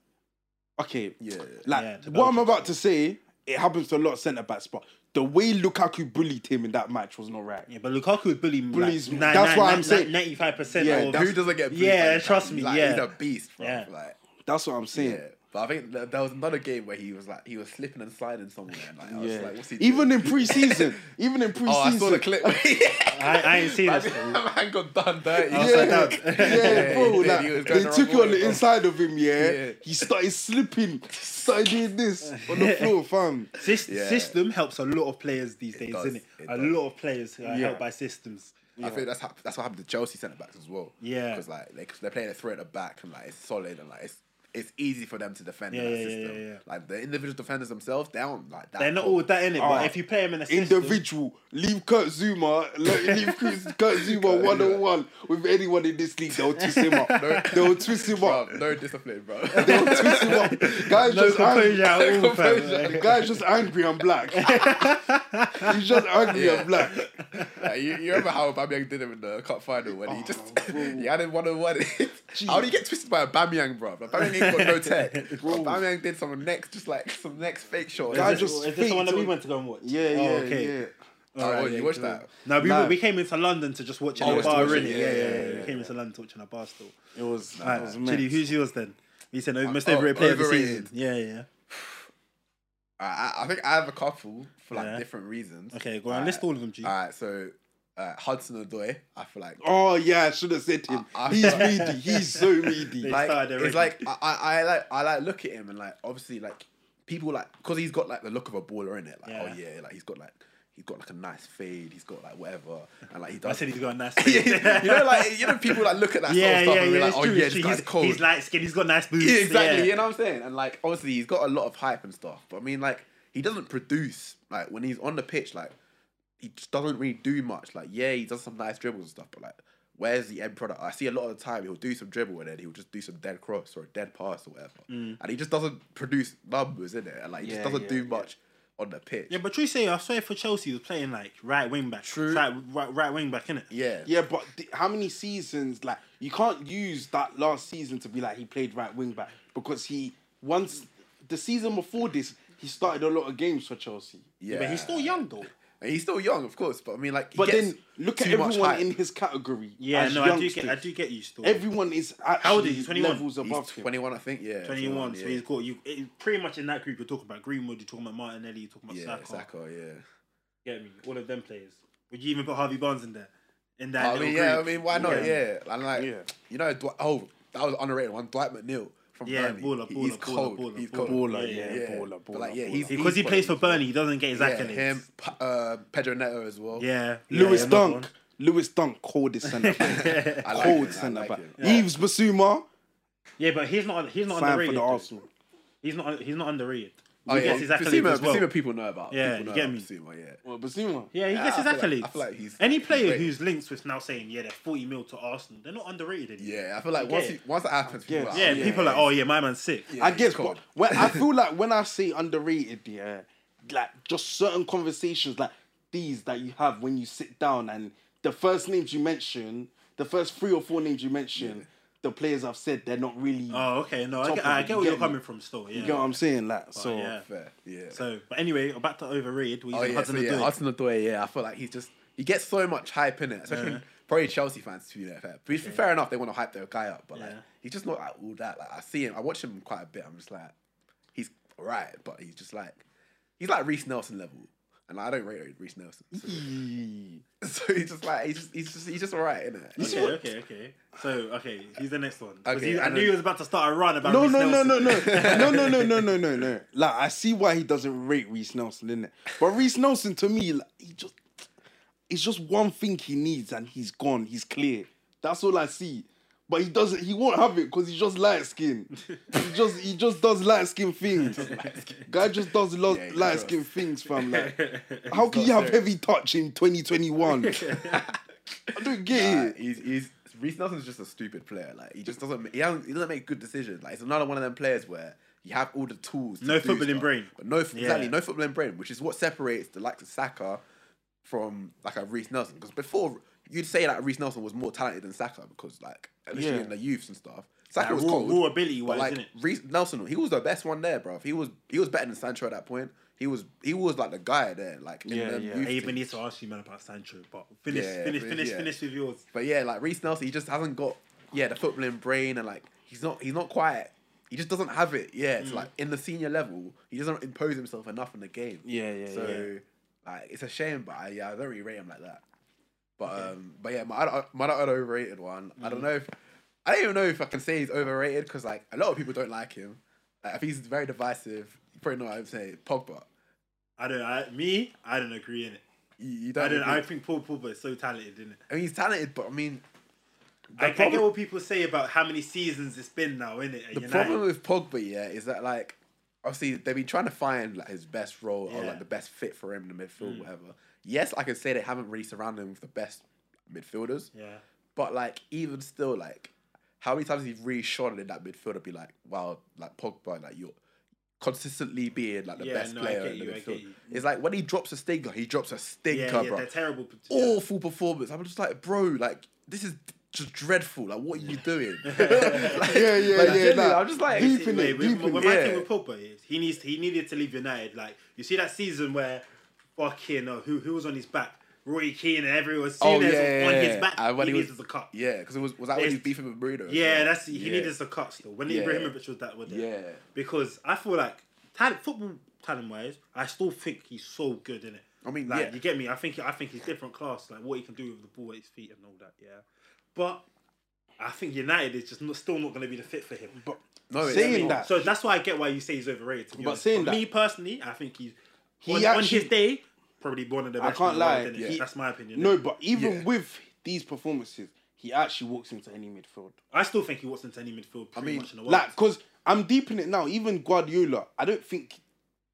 S2: Okay,
S3: Yeah.
S2: Like
S1: Yeah, to
S2: what I'm
S1: Belgium.
S2: about to say, it happens to a lot of centre backs, but the way Lukaku bullied him in that match was not right.
S1: Yeah, but Lukaku would bully me.
S2: Bullies
S1: like,
S2: me. That's what I'm saying.
S1: Ninety-five percent.
S2: Yeah,
S1: of,
S2: that's-
S3: Who doesn't get beat?
S1: Yeah,
S3: like that?
S1: trust me,
S3: Like,
S1: yeah.
S3: he's a beast, bro.
S1: Yeah.
S3: Like,
S2: That's what I'm saying.
S3: yeah. But I think th- there was another game where he was like, he was slipping and sliding somewhere. And, like, I was
S2: Yeah.
S3: like, what's he
S2: even
S3: doing?
S2: in preseason, even in preseason,
S3: Oh, I saw the clip.
S1: I, I ain't seen
S3: Like,
S1: this.
S3: that man got done dirty.
S1: I was
S2: Yeah,
S1: like, that-
S2: yeah, bro.
S3: he did,
S2: like,
S3: he was
S2: they
S3: going the
S2: took
S3: wrong
S2: it on
S3: way,
S2: the
S3: bro.
S2: inside of him, yeah?
S3: Yeah.
S2: He started slipping, started doing this on the floor, fam.
S1: Sys-
S3: Yeah.
S1: System helps a lot of players these days,
S3: does,
S1: isn't it?
S3: it
S1: a
S3: does.
S1: lot of players are helped by systems.
S3: I think that's hap- that's what happened to Chelsea centre backs as well.
S1: Yeah.
S3: because like they, they're playing a three at the back and like it's solid and like it's it's easy for them to defend
S1: Yeah,
S3: in that
S1: yeah, yeah,
S3: system.
S1: yeah, yeah.
S3: Like the individual defenders themselves, they aren't like that.
S1: They're not
S3: cold.
S1: all that in it,
S2: Oh.
S3: Ah,
S1: but if you play them in a system,
S2: Individual, leave Kurt Zuma, like, leave Kurt- Kurt Zuma one on one with anyone in this league. They'll twist him up. They'll twist him
S3: Bro,
S2: up.
S3: no discipline, bro.
S2: They'll twist him up. Guys,
S1: no
S2: just ang-
S1: composure at all, fam.
S3: Composure.
S2: the guy's just angry and black. He's just angry
S3: Yeah.
S2: and black.
S3: Like, you, you remember how Bamiyang did him in the cup final when he just
S1: Oh,
S2: bro.
S3: he had him one on one. How do you get twisted by a Bamiyang, bro? Like, Bamiyang ain't got no tech. But Bamiyang did some next, just like some next fake shot.
S2: Guy
S1: Is this,
S2: just
S1: is this the one that we
S2: faked.
S1: went to go and watch?
S2: Yeah, yeah,
S1: Oh, okay.
S2: yeah.
S3: Oh,
S1: Alright,
S3: you
S1: yeah,
S3: watched
S1: cool.
S3: that?
S1: No, we,
S2: Nah.
S1: we came into London to just watch it
S3: Oh,
S1: in a
S3: it's to
S1: bar,
S3: watch it,
S1: innit? Yeah,
S3: yeah,
S1: yeah, yeah.
S3: yeah, yeah,
S1: We came into London to watch in a bar still.
S2: It was, it
S1: Alright,
S2: was
S1: Chidi,
S2: mad.
S1: who's yours then? You said no, most
S3: oh,
S1: overrated player of the season.
S3: overrated.
S1: Yeah, yeah.
S3: I, I think I have a couple for like
S1: Yeah.
S3: different reasons.
S1: Okay, go on, list all of them, G.
S3: All right, so uh, Hudson Odoi, I feel like
S2: Oh yeah, I should have said him.
S3: I- I-
S2: He's meaty. He's so meaty.
S1: They
S3: like
S1: started already.
S3: it's like I, I, I like I like look at him and like obviously like people like because he's got like the look of a baller in it. Like oh
S1: Yeah.
S3: yeah, like he's got like he's got like a nice fade. He's got like whatever, and like he
S1: I
S3: does.
S1: said he's got a nice.
S3: you know, like you know, people like look at that
S1: yeah,
S3: sort of stuff
S1: yeah,
S3: and be
S1: yeah.
S3: like,
S1: it's
S3: oh
S1: true,
S3: yeah,
S1: it's
S3: this
S1: true.
S3: guy's
S1: He's,
S3: cold.
S1: he's light skinned. He's got nice boobs.
S3: Yeah, exactly.
S1: Yeah.
S3: You know what I'm saying? And like, obviously, he's got a lot of hype and stuff. But I mean, like, he doesn't produce. Like when he's on the pitch, like he just doesn't really do much. Like, yeah, he does some nice dribbles and stuff, but like, where's the end product? I see a lot of the time he'll do some dribble and then he'll just do some dead cross or a dead pass or whatever,
S1: Mm.
S3: and he just doesn't produce numbers in it. And like, he
S2: Yeah,
S3: just doesn't
S2: yeah,
S3: do
S2: yeah.
S3: much on the pitch.
S1: Yeah, but true say, I swear for Chelsea, he was playing like right wing back.
S2: True.
S1: Right, right, right wing back, innit?
S3: yeah,
S2: Yeah, but th- how many seasons? Like, you can't use that last season to be like he played right wing back because he once the season before this he started a lot of games for Chelsea.
S3: yeah.
S1: But he's still young though.
S3: And he's still young, of course. But I mean, like, he
S2: But
S3: gets
S2: then look at
S3: too much
S2: everyone
S3: hype.
S2: in his category.
S1: Yeah,
S2: as
S1: no, I do
S2: youngsters.
S1: get, I do get you still.
S2: Everyone is actually
S1: old is he? 21?
S2: levels above
S3: He's
S2: him.
S3: 21, I think. Yeah,
S1: 21, so
S3: yeah.
S1: he's got you. It, pretty much in that group, you're talking about Greenwood, you're talking about Martinelli, you're talking about
S3: Yeah,
S1: Saka.
S3: Saka, yeah.
S1: Get me? All of them players. Would you even put Harvey Barnes in there? In that
S3: I
S1: little
S3: mean, yeah, I
S1: group?
S3: mean, why not?
S1: Yeah.
S3: Yeah, and like,
S2: Yeah.
S3: you know, Dw- oh, that was underrated one. Dwight McNeil from
S1: Yeah,
S3: Burnley.
S1: baller,
S3: He-
S1: baller,
S3: he's
S1: baller,
S3: cold.
S1: baller,
S3: he's
S1: baller.
S3: cold.
S1: Yeah,
S2: Baller, yeah,
S3: yeah.
S2: baller,
S3: But
S2: baller.
S3: like, yeah,
S2: baller.
S3: he's-
S1: Because he
S3: He's
S1: plays for
S3: funny.
S1: Burnley, he doesn't get his
S3: Yeah,
S1: accolades.
S3: him, P- uh, Pedro Neto as well.
S1: Yeah.
S2: Lewis
S1: yeah, another
S2: Dunk.
S1: one.
S2: Lewis Dunk, coldest centre back.
S3: I like him, I
S2: Cold
S3: like
S2: centre back.
S3: him.
S2: Eves Basuma,
S1: Yeah, but he's not he's not
S2: fan for
S1: underrated.
S2: the
S1: though.
S2: Arsenal.
S1: He's not he's not underrated.
S3: Oh,
S1: he
S3: yeah.
S1: gets his accolades
S3: Basuma-
S1: as well.
S3: Basuma people know about.
S1: Yeah,
S3: people know
S1: you get
S3: about
S1: me?
S3: Basuma, yeah.
S2: Well, Basuma.
S1: Yeah, he
S3: Yeah,
S1: gets
S3: I
S1: his
S3: feel
S1: accolades.
S3: like- I feel like he's-
S1: Any
S3: he's
S1: player
S3: great.
S1: who's linked with now saying, yeah, they're 40 mil to Arsenal, they're not underrated anymore.
S3: Yeah, I feel like once
S1: get
S3: you, once that happens, people
S2: guess.
S3: are
S1: Yeah,
S3: like,
S1: people are like, oh, yeah, my man's sick.
S3: yeah,
S2: I
S3: he's
S2: guess,
S3: cold.
S2: but when I feel like when I say underrated, yeah, like just certain conversations like these that you have when you sit down and the first names you mention, the first three or four names you mention, the players I've said they're not really.
S1: Oh, okay. No, I
S2: Top
S1: get,
S2: of
S1: I
S2: it,
S1: get
S2: you
S1: where
S2: get
S1: you're
S2: me?
S1: coming from still. Yeah. Oh,
S2: you get what I'm saying? Like, so
S1: yeah.
S3: fair. Yeah.
S1: So, but anyway, back to overrated. We
S3: Oh yeah, so
S1: Hudson
S3: yeah,
S1: Odoi.
S3: Hudson Odoi. Yeah, I feel like he's just he gets so much hype in it, especially when- probably Chelsea fans to be that fair. But it's fair enough, they want to hype their guy up, but like
S1: Yeah.
S3: he's just not like all that. Like I see him, I watch him quite a bit. I'm just like, he's alright, but he's just like he's like Reese Nelson level, and I don't rate Reese Nelson. So, so he's just like he's just he's just he's just alright in it.
S1: Okay, okay, okay. So, okay, he's the next one. 'Cause
S3: Okay,
S1: he- I
S3: and
S1: knew
S3: then-
S1: he was about to start a run about
S2: No,
S1: Reece
S2: no, no,
S1: Nelson.
S2: no, no, no, no, no, no, no, no, no. Like, I see why he doesn't rate Reese Nelson, innit? But Reese Nelson, to me, like, he just, it's just one thing he needs, and he's gone. He's clear. That's all I see. But he doesn't. He won't have it because he's just light skin. he just, he just does light skin things. Guy just does lo-
S3: Yeah, he
S2: light
S3: does.
S2: skin things, fam. Like, how can you have heavy touch in 2021? I don't get
S3: Nah,
S2: it.
S3: he's he's Reece Nelson's just a stupid player. Like he just doesn't ma- he hasn't, he doesn't make good decisions. Like he's another one of them players where you have all the tools. To
S1: No
S3: do
S1: footballing
S3: stuff,
S1: brain.
S3: but no f- exactly
S1: Yeah.
S3: no footballing brain, which is what separates the likes of Saka from like a Reece Nelson. Because before you'd say like Reece Nelson was more talented than Saka because like especially
S2: Yeah.
S3: in the youths and stuff. Saka
S1: Like,
S3: was
S1: raw-
S3: cold,
S1: raw ability
S3: but
S1: wise,
S3: like
S1: innit?
S3: Reece Nelson, he was the best one there, bro. He was he was better than Sancho at that point. He was he was like the guy there, like in
S2: Yeah,
S3: them
S2: yeah.
S3: youth
S1: Hey,
S3: teams.
S1: even need to ask you, man, about Sancho, but finish,
S3: Yeah,
S1: finish,
S3: but-
S1: finish,
S3: yeah.
S1: finish with yours.
S3: But yeah, like Reese Nelson, he just hasn't got yeah the footballing brain and like he's not he's not quite he just doesn't have it. Yeah,
S2: Mm.
S3: it's like in the senior level, he doesn't impose himself enough in the game.
S2: Yeah, yeah,
S3: So
S2: yeah.
S3: like it's a shame, but I, yeah, I don't really rate him like that. But um, but yeah, my other, my other overrated one. I
S2: Mm.
S3: don't know if I don't even know if I can say he's overrated because like a lot of people don't like him. Like, I think he's very divisive. You probably know what I'm saying. Pogba.
S1: I don't, I, me, I don't agree in it.
S3: You, you don't.
S1: I don't,
S3: agree?
S1: I think Paul Pogba is so talented, isn't it?
S3: I mean, he's talented, but I mean,
S1: I, I
S3: problem-
S1: get what people say about how many seasons it's been now, innit? at
S3: The
S1: United.
S3: problem with Pogba, yeah, is that like obviously they've been trying to find like his best role or
S1: Yeah. Mm.
S3: like the best fit for him in the midfield, whatever. Yes, I can say they haven't really surrounded him with the best midfielders,
S1: yeah.
S3: but like even still, like how many times he's really shone in that midfield and be like, wow, like Pogba, like you're consistently being like the
S1: Yeah,
S3: best
S1: no, I
S3: player
S1: get
S3: in the
S1: you, I get
S3: midfield.
S1: you.
S3: It's like when he drops a stinker, he drops a stinker,
S1: Yeah, yeah,
S3: bro
S1: they're terrible.
S3: awful performance. I'm just like, bro, like this is just dreadful. Like, what are you doing? Like- like,
S2: yeah, yeah,
S3: genuinely,
S2: nah.
S3: I'm just like,
S2: Deep in
S1: Wait,
S2: it,
S1: when,
S2: deep
S1: when
S2: in
S1: my
S2: it.
S1: thing
S3: yeah.
S1: with Pogba is he needs he needed to leave United. Like you see that season where fucking uh, who who was on his back, Roy Keane and everyone was
S3: oh
S1: seeing us
S3: yeah,
S1: on
S3: yeah,
S1: his back.
S3: And when
S1: he,
S3: was-
S1: needs us a cut. Yeah,
S3: Yeah, because it was was that when he
S1: It's-
S3: was beefing with Bruno? as well?
S1: that's he
S3: Yeah.
S1: needed us a cut still. When
S3: Yeah.
S1: Ibrahimovic was that, was there.
S3: Yeah.
S1: because I feel like talent, football talent wise, I still think he's so good in it.
S3: I mean,
S1: like
S3: yeah.
S1: you get me. I think I think he's different class. Like what he can do with the ball at his feet and all that. Yeah, but I think United is just not, still not going to be the fit for him.
S2: But
S3: No, it-
S2: saying
S3: no.
S2: that,
S1: So that's why I get why you say he's overrated. To be
S2: But
S1: honest.
S2: saying
S1: But
S2: that-
S1: me personally, I think he's
S2: He
S1: on, on his
S2: actually-
S1: day probably one of the
S2: I
S1: best.
S2: can't
S1: in the world,
S2: lie.
S1: innit?
S2: he-
S1: that's my opinion.
S2: No,
S1: innit?
S2: but even
S3: Yeah.
S2: with these performances, he actually walks into any midfield.
S1: I still think he walks into any midfield pretty
S3: mean,
S1: much in the world.
S2: Like, because I'm deep in it now. Even Guardiola, I don't think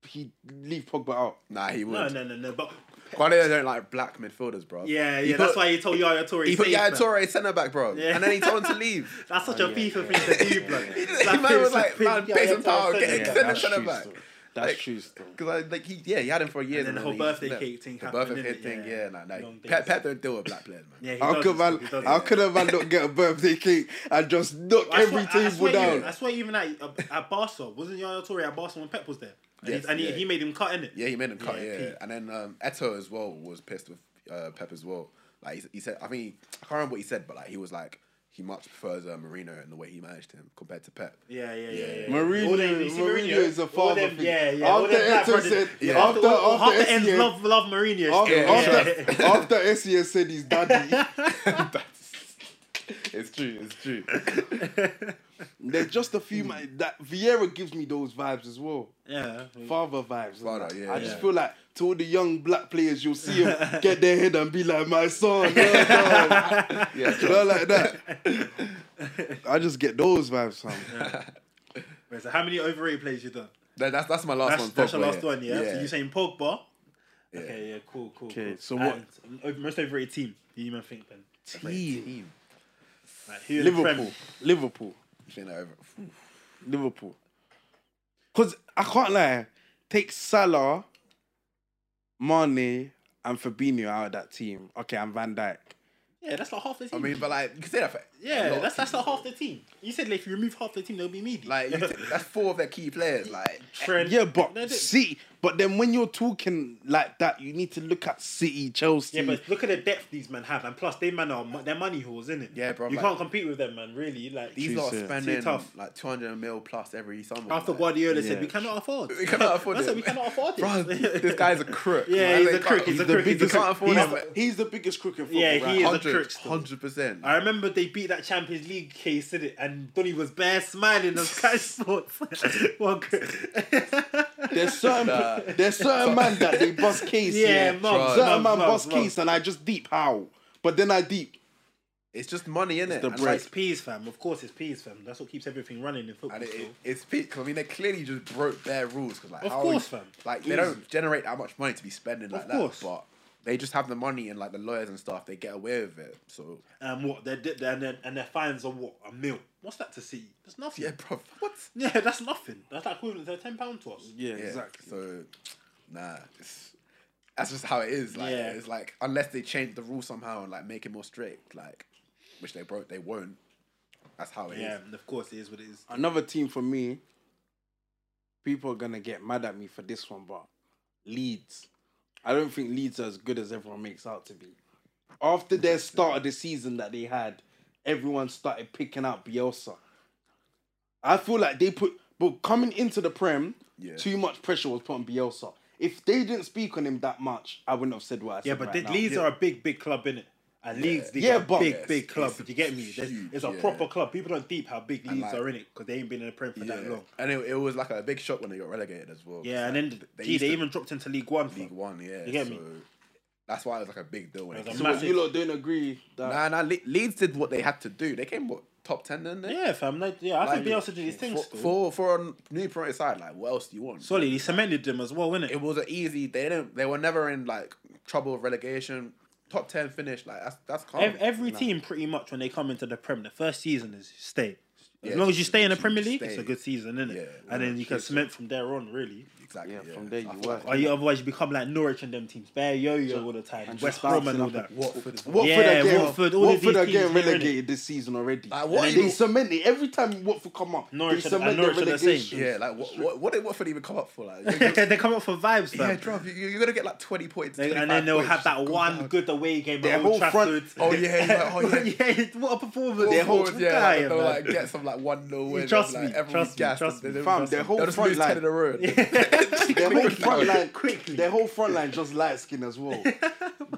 S2: he'd leave Pogba out.
S3: Nah, he would.
S1: no, no, no, no. But
S3: Guardiola don't like black midfielders, bro.
S1: yeah,
S3: He
S1: yeah,
S3: put-
S1: that's why he told Yaya Toure.
S3: He put
S1: safe,
S3: Yaya
S1: man.
S3: Torre centre back, bro,
S1: Yeah.
S3: and then he told him to leave.
S1: That's such a
S2: Oh, yeah,
S1: FIFA
S2: yeah.
S1: thing to do, blood. It's
S3: man was
S1: Prince-
S3: like,
S1: Prince
S3: man,
S1: Yaya
S3: Basin Power,
S1: Toure,
S3: get
S1: yeah.
S3: it, send
S2: that's
S3: it, send
S2: true
S3: it back.
S2: still. That's
S3: Like-
S2: true still.
S3: Because like he yeah he had him for years
S1: then the whole
S3: he
S1: birthday
S3: left.
S1: cake thing
S3: the
S1: happened,
S3: birthday
S1: didn't
S3: cake thing
S1: it? Yeah.
S3: yeah like, like
S1: Long
S3: Pep,
S1: days.
S3: Pep don't deal with black players man
S1: Yeah, he
S2: How
S1: does
S2: could
S1: it,
S2: man?
S1: he does it,
S2: How
S1: yeah.
S2: could a man not get a birthday cake and just knock
S1: I
S2: every
S1: swear- I- I
S2: table
S1: swear
S2: down?
S1: Even, I swear, even at, at Barca, wasn't Yaya Toure at Barca when Pep was there? And,
S3: Yes,
S1: he, and he,
S3: yeah.
S1: he made him cut in it.
S3: yeah he made him cut
S1: Yeah,
S3: yeah,
S1: Pete.
S3: and then um, Eto as well was pissed with uh, Pep as well like he, he said I think he, I can't remember what he said but like he was like he much prefers uh, Marino and the way he managed him compared to Pep
S1: Yeah, yeah, yeah. yeah.
S2: Mourinho-
S1: All them- you see
S2: Mourinho is a
S1: all
S2: father
S1: them-
S2: figure.
S1: Yeah, yeah.
S2: After
S1: all them black
S2: Eto
S1: brothers-
S2: said-
S1: yeah.
S2: yeah.
S1: after, all-
S2: after-
S1: half
S2: after
S1: the ends
S2: SCM.
S1: love, love Mourinho.
S2: After,
S1: still,
S2: after,
S1: yeah.
S2: after SCS said he's daddy,
S3: it's true it's true
S2: there's just a few man, that Vieira gives me those vibes as well.
S1: Yeah.
S2: Father vibes.
S3: Father,
S2: like,
S3: yeah,
S2: I just
S3: yeah.
S2: feel like to all the young black players, you'll see them get their head and be like, my son. No, no.
S3: yeah
S2: You know, like that. I just get those vibes, son.
S1: Wait, so how many overrated plays you done?
S3: that, that's that's my last
S1: That's,
S3: one
S1: that's
S3: Pogba,
S1: your last one, yeah?
S3: yeah
S1: So you're saying Pogba? Okay, yeah, cool, cool.
S2: Okay,
S1: cool.
S2: so what-
S1: And o- most overrated team? Who you man think then?
S2: Team.
S1: Like, who in the Prem?
S2: Liverpool. Liverpool.
S3: You think that over-
S2: Liverpool. Because I can't lie, take Salah, Mane, and Fabinho out of that team. Okay, and Van Dijk.
S1: Yeah, that's like half the
S3: I
S1: team.
S3: mean but like you can say that for a lot
S1: yeah,
S3: of
S1: that's that's
S3: teams.
S1: like half the team. You said like, if you remove half the team, they'll be meaty.
S3: like you think- that's four of their key players like
S1: Trent.
S2: Yeah, but
S1: No, no.
S2: City. But then when you're talking like that, you need to look at City, Chelsea.
S1: Yeah, but look at the depth these men have, and plus they man are mo- they're money whores, isn't it?
S3: Yeah, bro,
S1: You
S3: like-
S1: can't compete with them, man. Really, like
S3: these
S2: True,
S3: lot
S2: sir.
S3: are spending
S1: tough.
S3: like 200 mil plus every summer
S1: after
S3: like,
S1: Guardiola said
S2: Yeah.
S1: we cannot afford.
S3: We cannot afford
S1: That's
S3: it.
S1: it, We cannot afford it.
S3: Bro, this guy's a crook.
S1: Yeah,
S3: man.
S1: he's
S3: They
S1: a crook,
S3: can't-
S1: he's a
S3: the
S1: crook,
S3: biggest-
S1: he's a
S3: They can't
S1: crook.
S3: afford
S2: he's,
S3: him.
S2: the, he's the biggest crook in football.
S1: Yeah, he is
S2: right?
S1: a crook
S3: Hundred,
S1: still.
S3: hundred percent.
S1: I remember they beat that Champions League case, did it? And Donny was bare smiling on Sky Sports. well,
S2: There's certain
S3: Nah.
S2: there's certain man that they bust case.
S1: Yeah,
S2: Yeah,
S1: mobs,
S2: certain
S1: mobs,
S2: man
S1: mobs,
S2: bust case, and I just deep how. But then I deep.
S3: It's just money, innit?
S2: the
S3: And,
S2: bread.
S3: like,
S1: it's P's, fam. Of course, it's P's, fam. That's what keeps everything running in football.
S3: and it,
S1: still.
S3: it, it's peak. 'cause, I mean, they clearly just broke their rules. 'cause, like,
S1: Of
S3: how
S1: course,
S3: would-
S1: fam.
S3: Like, they don't generate that much money to be spending like
S1: Of
S3: that.
S1: course.
S3: But they just have the money and like the lawyers and stuff. They get away with it. So
S1: and Um, what they're, di- they're and, their, and their fines are what a mil. What's that to see? That's nothing.
S3: yeah, bro. What?
S1: Yeah, that's nothing. That's like equivalent to a ten pound to us.
S2: Yeah,
S3: Yeah,
S2: exactly.
S3: So, nah. It's, that's just how it is. Like,
S1: Yeah.
S3: it's like unless they change the rule somehow and like make it more strict, like, which they broke, they won't. That's how it is.
S1: Yeah, and of course it is what it is.
S2: Another team for me. People are gonna get mad at me for this one, but Leeds. I don't think Leeds are as good as everyone makes out to be. After their start of the season that they had, everyone started picking out Bielsa. I feel like they put, but coming into the Prem,
S3: Yeah.
S2: too much pressure was put on Bielsa. If they didn't speak on him that much, I wouldn't have said what I said.
S1: Yeah, but
S2: right
S1: the
S2: now.
S1: Leeds are a big, big club, innit? And Leeds, Leeds
S2: Yeah,
S1: are a
S2: but-
S1: big,
S2: Yes,
S1: big club.
S3: it's
S1: Do you get me? There's,
S3: huge,
S1: it's a
S3: yeah.
S1: proper club. People don't deep how big Leeds
S3: like-
S1: are in it because they ain't been in the Prem for that
S3: Yeah.
S1: long.
S3: And it, it was like a big shock when they got relegated as well.
S1: Yeah, and then
S3: they
S1: gee,
S3: used
S1: they
S3: to-
S1: even dropped into League One. fam.
S3: League One, yeah.
S1: You get
S3: so
S1: me?
S3: That's why it was like a big deal when it
S1: was
S3: came.
S1: a
S2: So what,
S1: massive.
S2: you lot don't agree that
S3: Nah, nah, Le- Leeds did what they had to do. They came what top ten, didn't they?
S1: Yeah, fam. Like, yeah, I
S3: Like,
S1: think Bielsa did his thing
S3: for,
S1: still.
S3: for for a new promoted side. Like, what else do you want?
S1: Solid. He cemented them as well, innit?
S3: it was an easy. They didn't. They were never in like trouble of relegation. Top ten finish. Like that's that's calm.
S1: Ev- Every team, pretty much, when they come into the Prem, the first season is stay. As
S3: Yeah,
S1: long as
S3: just-
S1: you stay in the
S3: just
S1: Premier League,
S3: stay.
S1: it's a good season, innit?
S3: Yeah,
S1: and then
S3: yeah,
S1: you can
S3: true,
S1: cement from there on, really.
S3: exactly.
S2: Yeah, from there
S3: I
S2: you
S3: feel
S2: work.
S1: Or you, otherwise, you become like Norwich and them teams, bare yo-yo all the time, West
S2: just
S1: Brom and
S2: bouncing
S1: all
S2: up
S1: that.
S2: and-
S3: Watford. What?
S2: Watford
S1: Yeah,
S2: are getting,
S1: Watford,
S2: Watford,
S1: all of these
S2: are
S1: teams
S2: getting
S1: here, innit?
S2: relegated this season already.
S3: Like, what
S2: and
S3: are
S2: then they
S3: you-
S2: cement it every time Watford come up.
S1: Norwich
S2: they
S1: and- and
S2: cement
S1: Norwich
S2: their
S1: are the same.
S2: relegation.
S3: Yeah, like what, what? What did Watford even come up for? Like,
S1: they come up for vibes, fam.
S3: yeah, bro, you, you're gonna get like twenty points,
S1: They- and
S3: 25
S1: then they'll
S3: points,
S1: have
S3: just
S1: that
S3: go
S1: one
S3: down.
S1: good away game.
S2: Their
S1: at Old
S2: whole front-
S1: Trafford.
S3: Oh yeah, yeah, oh yeah.
S1: what a performance!
S2: Their whole-
S3: yeah,
S1: guy,
S3: like, they'll
S1: man.
S3: like get some like one nil win.
S1: Trust
S3: like,
S1: me,
S3: everyone's
S1: trust me,
S3: gassed,
S1: trust
S3: they
S1: me.
S3: don't
S2: Fam,
S3: trust
S2: their
S3: them.
S2: whole
S3: They'll just
S2: front
S3: lose
S2: line-
S3: ten in a row.
S2: Their whole front line,
S1: Quickly.
S2: their whole front line just light skin as well.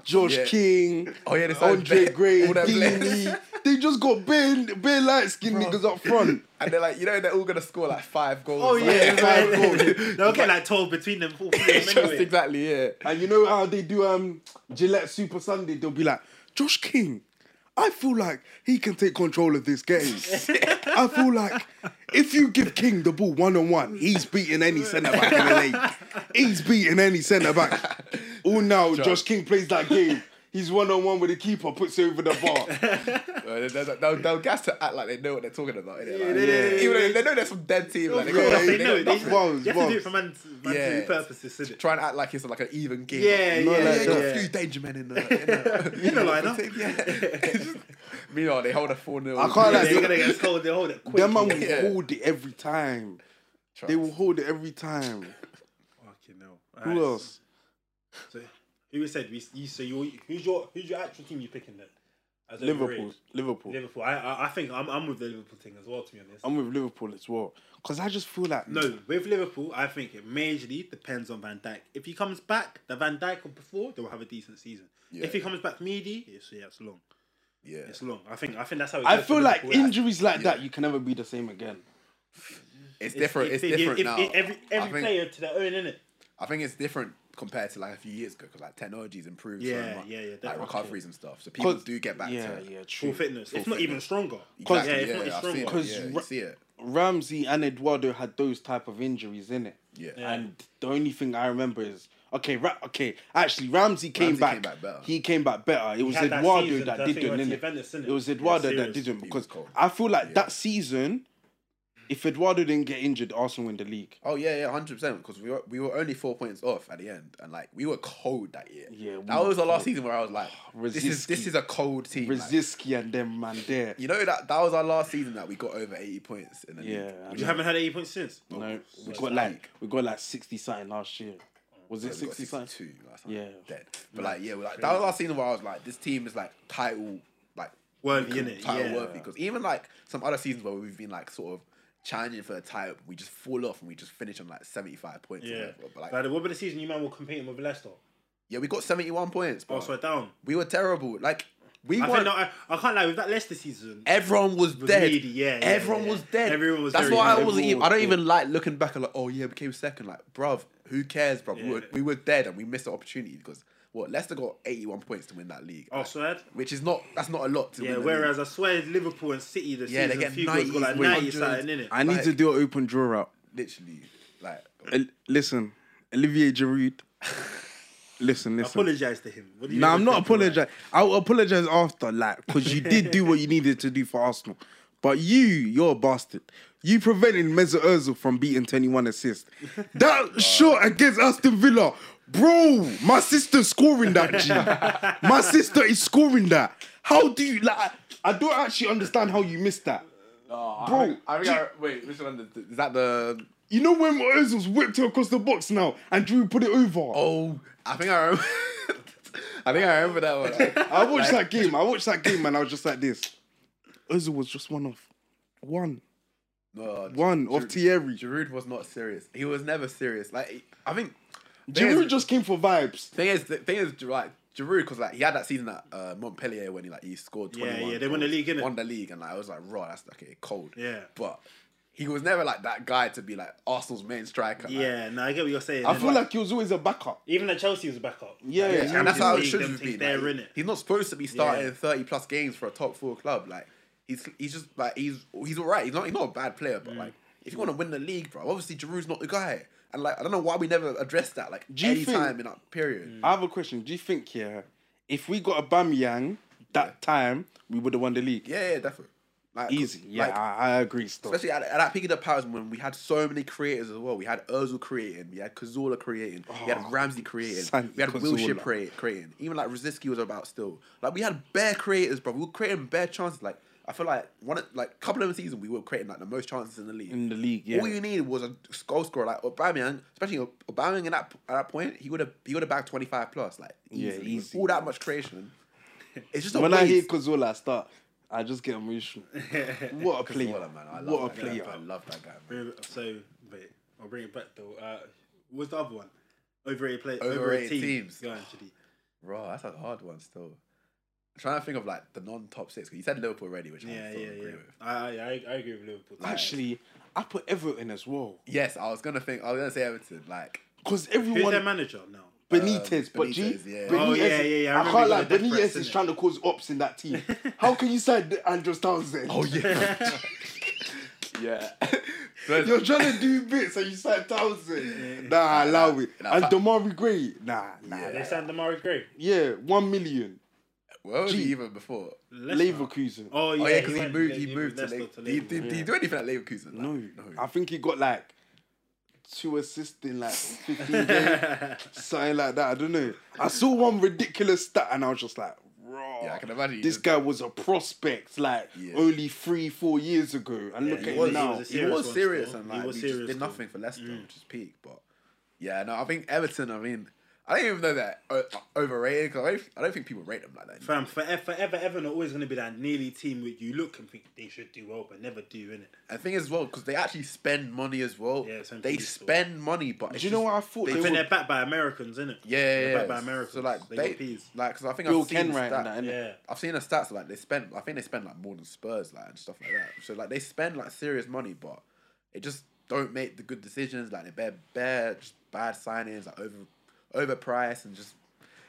S2: Josh
S3: Yeah.
S2: King,
S3: Oh, yeah, they signed
S2: Andre
S3: Ben-
S2: Gray,
S3: all them
S2: Deeney. They just got bare, bare light skinned niggas up front.
S3: And they're like, you know, they're all gonna score like five goals.
S1: Oh
S3: Like,
S1: yeah,
S3: it's
S1: right.
S3: like-
S1: they'll get like twelve between them. Four, four,
S3: it's just
S1: anyway.
S3: exactly yeah.
S2: And you know how they do um Gillette Super Sunday? They'll be like, Josh King, I feel like he can take control of this game. I feel like if you give King the ball one on one, he's beating any centre back in the league. He's beating any centre back. All now, Josh King plays that game. He's one on one with the keeper, puts it over the bar.
S3: They'll, Uh, they'll, they'll gas to act like they know what they're talking about. innit? Like,
S1: they- they-
S3: Even though they know there's some dead team. Like, they
S1: Yeah,
S3: got
S2: Yeah,
S3: nothing,
S1: they
S3: they
S1: know
S3: got
S1: it. They,
S3: nothing.
S1: you
S2: Balls,
S1: have to do it
S2: balls.
S1: for man, man
S3: Yeah.
S1: two purposes, isn't it?
S3: Try and act like it's like an even game.
S1: Yeah,
S3: No,
S1: yeah,
S3: like,
S1: yeah,
S3: got
S1: yeah.
S3: a few danger men in the in the,
S1: In the lineup.
S3: Yeah. Meanwhile, they hold a four 0
S2: I can't
S1: Yeah,
S2: like-
S1: they're gonna get scolded. They hold it quick.
S2: Them man will
S3: Yeah.
S2: hold it every time. They will hold it every time.
S1: Fucking hell.
S2: Who
S1: Alright,
S2: else?
S1: So, who said we? You, so you, who's your who's your actual team you picking then? As
S2: Liverpool.
S1: overrated?
S2: Liverpool.
S1: Liverpool. I, I I think I'm I'm with the Liverpool thing as well. To be honest.
S2: I'm with Liverpool as well. Because I just feel like
S1: no, with Liverpool, I think it majorly depends on Van Dijk. If he comes back, the Van Dijk of before, they will have a decent season.
S3: Yeah.
S1: If he comes back meaty, it's yeah, it's long.
S3: Yeah.
S1: It's long. I think I think that's how. It
S2: I
S1: goes for
S2: feel like
S1: Liverpool.
S2: injuries like that, you can never be the same again.
S3: It's
S1: If-
S3: different.
S1: if
S3: It's
S1: they give-
S3: different
S1: if-
S3: now.
S1: if every every
S3: I think,
S1: player to their own, innit?
S3: I think it's different compared to like a few years ago because like technology's improved.
S1: Yeah,
S3: so much,
S1: yeah, yeah,
S3: Like
S1: definitely.
S3: recoveries and stuff, so people do get back
S2: yeah,
S3: to
S2: yeah,
S1: Full
S2: true.
S1: fitness. It's not
S3: fitness.
S1: even stronger.
S3: Exactly,
S1: yeah, it's not even
S3: yeah, I see
S1: stronger.
S3: it.
S2: Because
S3: Yeah, you
S2: Ra-
S3: see it.
S2: Ramsey and Eduardo had those type of injuries in it.
S3: Yeah. Yeah.
S2: And the only thing I remember is okay, ra- okay. Actually, Ramsey came
S3: Ramsey
S2: back.
S3: came back better.
S2: he came back better. It was
S1: had that
S2: Eduardo
S1: season,
S2: that
S1: I
S2: did
S1: think it
S2: it,
S1: was
S2: innit?
S1: Juventus, innit?
S2: It was
S1: Yeah,
S2: Eduardo that
S1: serious.
S2: didn't
S3: was
S2: because
S3: cold.
S2: I feel like that season, if Eduardo didn't get injured, Arsenal win the league.
S3: Oh yeah, yeah, hundred percent. Because we were we were only four points off at the end, and like we were cold that year.
S2: Yeah, we
S3: that
S2: were
S3: was the last season where I was like, this is
S2: Rosicky.
S3: this is a cold team. like,
S2: Brzezinski and them man there.
S3: you know that that was our last season that we got over eighty points in the
S2: Yeah,
S3: league.
S2: I
S1: You haven't had eighty points since.
S2: No, we
S1: it's
S2: got like we got like sixty something last year. Was it
S3: We got
S2: sixty something?
S3: 62 last time.
S2: Yeah.
S3: Dead. But like yeah, we're like that was last season where I was like, this team is like title like
S1: Worthy, innit?
S3: title
S1: Yeah.
S3: worthy. Because even like some other seasons where we've been like sort of challenging for the title, we just fall off and we just finish on like seventy five points. Or
S1: Yeah.
S3: whatever. But
S1: Like,
S3: like,
S1: what about the season you man were competing with Leicester?
S3: yeah, we got seventy one points. But
S1: Oh, so down.
S3: we were terrible. Like we
S1: I
S3: won.
S1: think no, I, I can't lie with that Leicester season.
S3: Everyone was, dead.
S1: needy, yeah, yeah,
S3: Everyone
S1: yeah.
S3: was dead.
S1: Everyone was
S3: That's
S1: very
S3: why I
S1: dead.
S3: wasn't. Even,
S2: Everyone
S3: I don't
S2: was
S3: even like looking back and like, oh yeah, we came second. Like, bruv, who cares, bruv? We, were,
S1: Yeah.
S3: we were dead and we missed the opportunity because what Leicester got eighty-one points to win that league.
S1: Oh,
S3: Like,
S1: so that.
S3: which is not that's not a lot. To
S1: Yeah,
S3: win the
S1: whereas
S3: league.
S1: I swear Liverpool and City the
S3: Yeah, they
S1: season
S3: get
S1: few goals got like
S3: 90s,
S1: 90 something,
S3: 100s.
S1: innit?
S2: I need to do an open draw out.
S3: literally, like,
S2: El- listen, Olivier Giroud. listen, listen.
S1: Apologise to him. What do you
S2: No, I'm
S1: mean?
S2: not apologizing. I'll apologize after, like, because you did do what you needed to do for Arsenal. But you, you're a bastard. You prevented Mesut Ozil from beating 21 assists. That shot against Aston Villa, bro. My sister's scoring that. G. My sister is scoring that. How do you like? I don't actually understand how you missed that. Bro,
S3: I think I, wait, which one is that? The
S2: You know when Ozil's whipped her across the box now, and Drew put it over.
S3: oh, I think I remember. I think I remember that one. Oh,
S2: I watched that game. I watched that game, and I was just like this. Ozil was just one of one,
S3: No,
S2: one off Thierry.
S3: Giroud was not serious. He was never serious. Like I think
S2: Giroud just came for vibes.
S3: Thing is, the thing is, like Giroud, because like he had that season at uh, Montpellier when he like he scored.
S1: Yeah,
S3: 21
S1: yeah, they won the
S3: goals,
S1: league, innit?
S3: Won the league, and like I was like, raw, that's okay, cold.
S1: Yeah.
S3: but he was never like that guy to be like Arsenal's main striker. like-
S1: Yeah, no, I get what you're saying.
S2: I
S1: innit?
S2: feel like he was always a backup.
S1: even at Chelsea was a backup.
S2: Yeah,
S1: Like,
S2: yeah,
S1: the
S3: and
S1: Champions
S3: that's how it
S1: League,
S3: should
S1: them
S3: have
S1: things
S3: been.
S1: There,
S3: like,
S1: innit?
S3: he's not supposed to be starting
S1: Yeah.
S3: thirty plus games for a top four club. Like he's he's just like he's he's all right. He's not he's not a bad player,
S1: Mm.
S3: but like if you want to win the league, bro, obviously Giroud's not the guy. And like I don't know why we never addressed that like
S2: Do you
S3: any
S2: think-
S3: time in that
S1: Mm.
S3: period.
S2: I have a question. Do you think yeah, if we got a Bamyang that time, we would have won the league?
S3: Yeah, yeah, definitely. Like,
S2: Easy. Yeah,
S3: like,
S2: I, I agree. Still,
S3: Especially at, at that peak of the powers when we had so many creators as well. We had Ozil creating, we had Kazula creating, we had Ramsey creating,
S2: Santi
S3: we had Wilshire
S2: Oh, Cazorla.
S3: create, creating. Even like Rosiski was about still. Like we had bare creators, bro. We were creating bare chances. Like I feel like one of- like couple of the season we were creating like the most chances in the league.
S2: in the league, Mm, yeah.
S3: All you needed was a goal scorer like Aubameyang, especially Aubameyang at that at that point. He would have he would have bagged twenty five plus like
S2: Yeah,
S3: easily, with
S2: easy.
S3: all that much creation. It's just a
S2: when
S3: waste.
S2: I hear Kozola I start, I just get emotional. what a player!
S3: Cazorla, man, I love
S2: what a
S3: that guy.
S2: player!
S3: I love that guy. Man.
S1: Remember- So, wait, I'll bring it back though. Uh, what's the other one? Overrated play,
S3: Overrated
S1: overrated, team.
S3: teams.
S1: Go on, Chidi.
S3: Bro, that's a hard one still. I'm trying to think of like the non-top six. 'cause You said Liverpool already, which I
S1: Yeah,
S3: still
S1: yeah,
S3: agree
S1: yeah.
S3: with.
S1: I, I, I I agree with Liverpool.
S2: Actually, I put Everton as well
S3: Yes, I was gonna think. I was gonna say Everton. Like,
S2: because
S1: who's their
S2: everyone
S1: manager now?
S2: Benitez,
S3: Um,
S2: but G,
S3: Benitez, yeah.
S1: Oh, yeah, yeah, yeah, I
S2: I,
S1: remember
S2: can't
S1: he
S2: lie.
S1: got a death
S2: Benitez
S1: threat,
S2: is trying to cause ops in that team. How can you sign Andrews Townsend?
S1: Oh,
S3: Oh, yeah,
S2: yeah.
S3: So-
S2: You're trying to do bits and you sign Townsend. Nah, allow it.
S3: Nah,
S2: And
S3: fuck.
S2: Damari Gray, nah, nah. nah.
S1: Yeah,
S2: Yeah,
S1: they signed Demarai Gray.
S2: one million.
S3: where was
S2: Gee.
S3: he even before?
S1: Leicester.
S2: Leverkusen.
S1: Oh yeah,
S3: Oh yeah, because he
S1: signed-
S3: moved. He moved to.
S1: Leicester
S3: Le-
S1: to
S3: did, he-
S1: Leverkusen.
S3: did he do anything at Leverkusen? Like,
S2: no, I think he got like two assists in like 15 games, something like that. I don't know. I saw one ridiculous stat and I was just like, raw.
S3: Yeah, I can imagine. he
S2: This
S3: just-
S2: guy was a prospect like
S3: Yeah.
S2: only three, four years ago, and look
S3: he
S2: at
S3: was,
S2: him now.
S3: He was,
S1: a serious one still.
S3: serious and
S1: He
S3: like
S1: was
S3: he
S1: serious
S3: just did
S1: still. Mm.
S3: nothing for Leicester, which is peak. But yeah, no, I think Everton. I mean, I don't even know that uh, overrated. 'cause I don't, I don't think people rate them like that.
S1: Fam, forever, forever, Everton are always going to be that nearly team which you look and think they should do well, but never do, innit?
S3: And the thing is, well, because they actually spend money as well.
S1: Yeah, it's
S3: they
S1: empty store.
S3: spend money, but it's
S2: Do you know
S3: just-
S2: what I thought?
S3: they
S2: They
S1: Then
S2: were
S1: they're backed by Americans, innit?
S3: Yeah,
S1: They're
S3: yeah,
S1: backed by
S3: yeah.
S1: Americans.
S3: So like
S1: they,
S3: they,
S1: got peas.
S3: like because I think
S2: Bill
S3: I've seen
S2: Kenwright and
S3: stat-
S2: that, innit?
S1: Yeah.
S3: I've seen the stats like they spend. I think they spend like more than Spurs like and stuff like that. So like they spend like serious money, but they just don't make the good decisions. Like they bear bear just bad signings, like over overpriced and just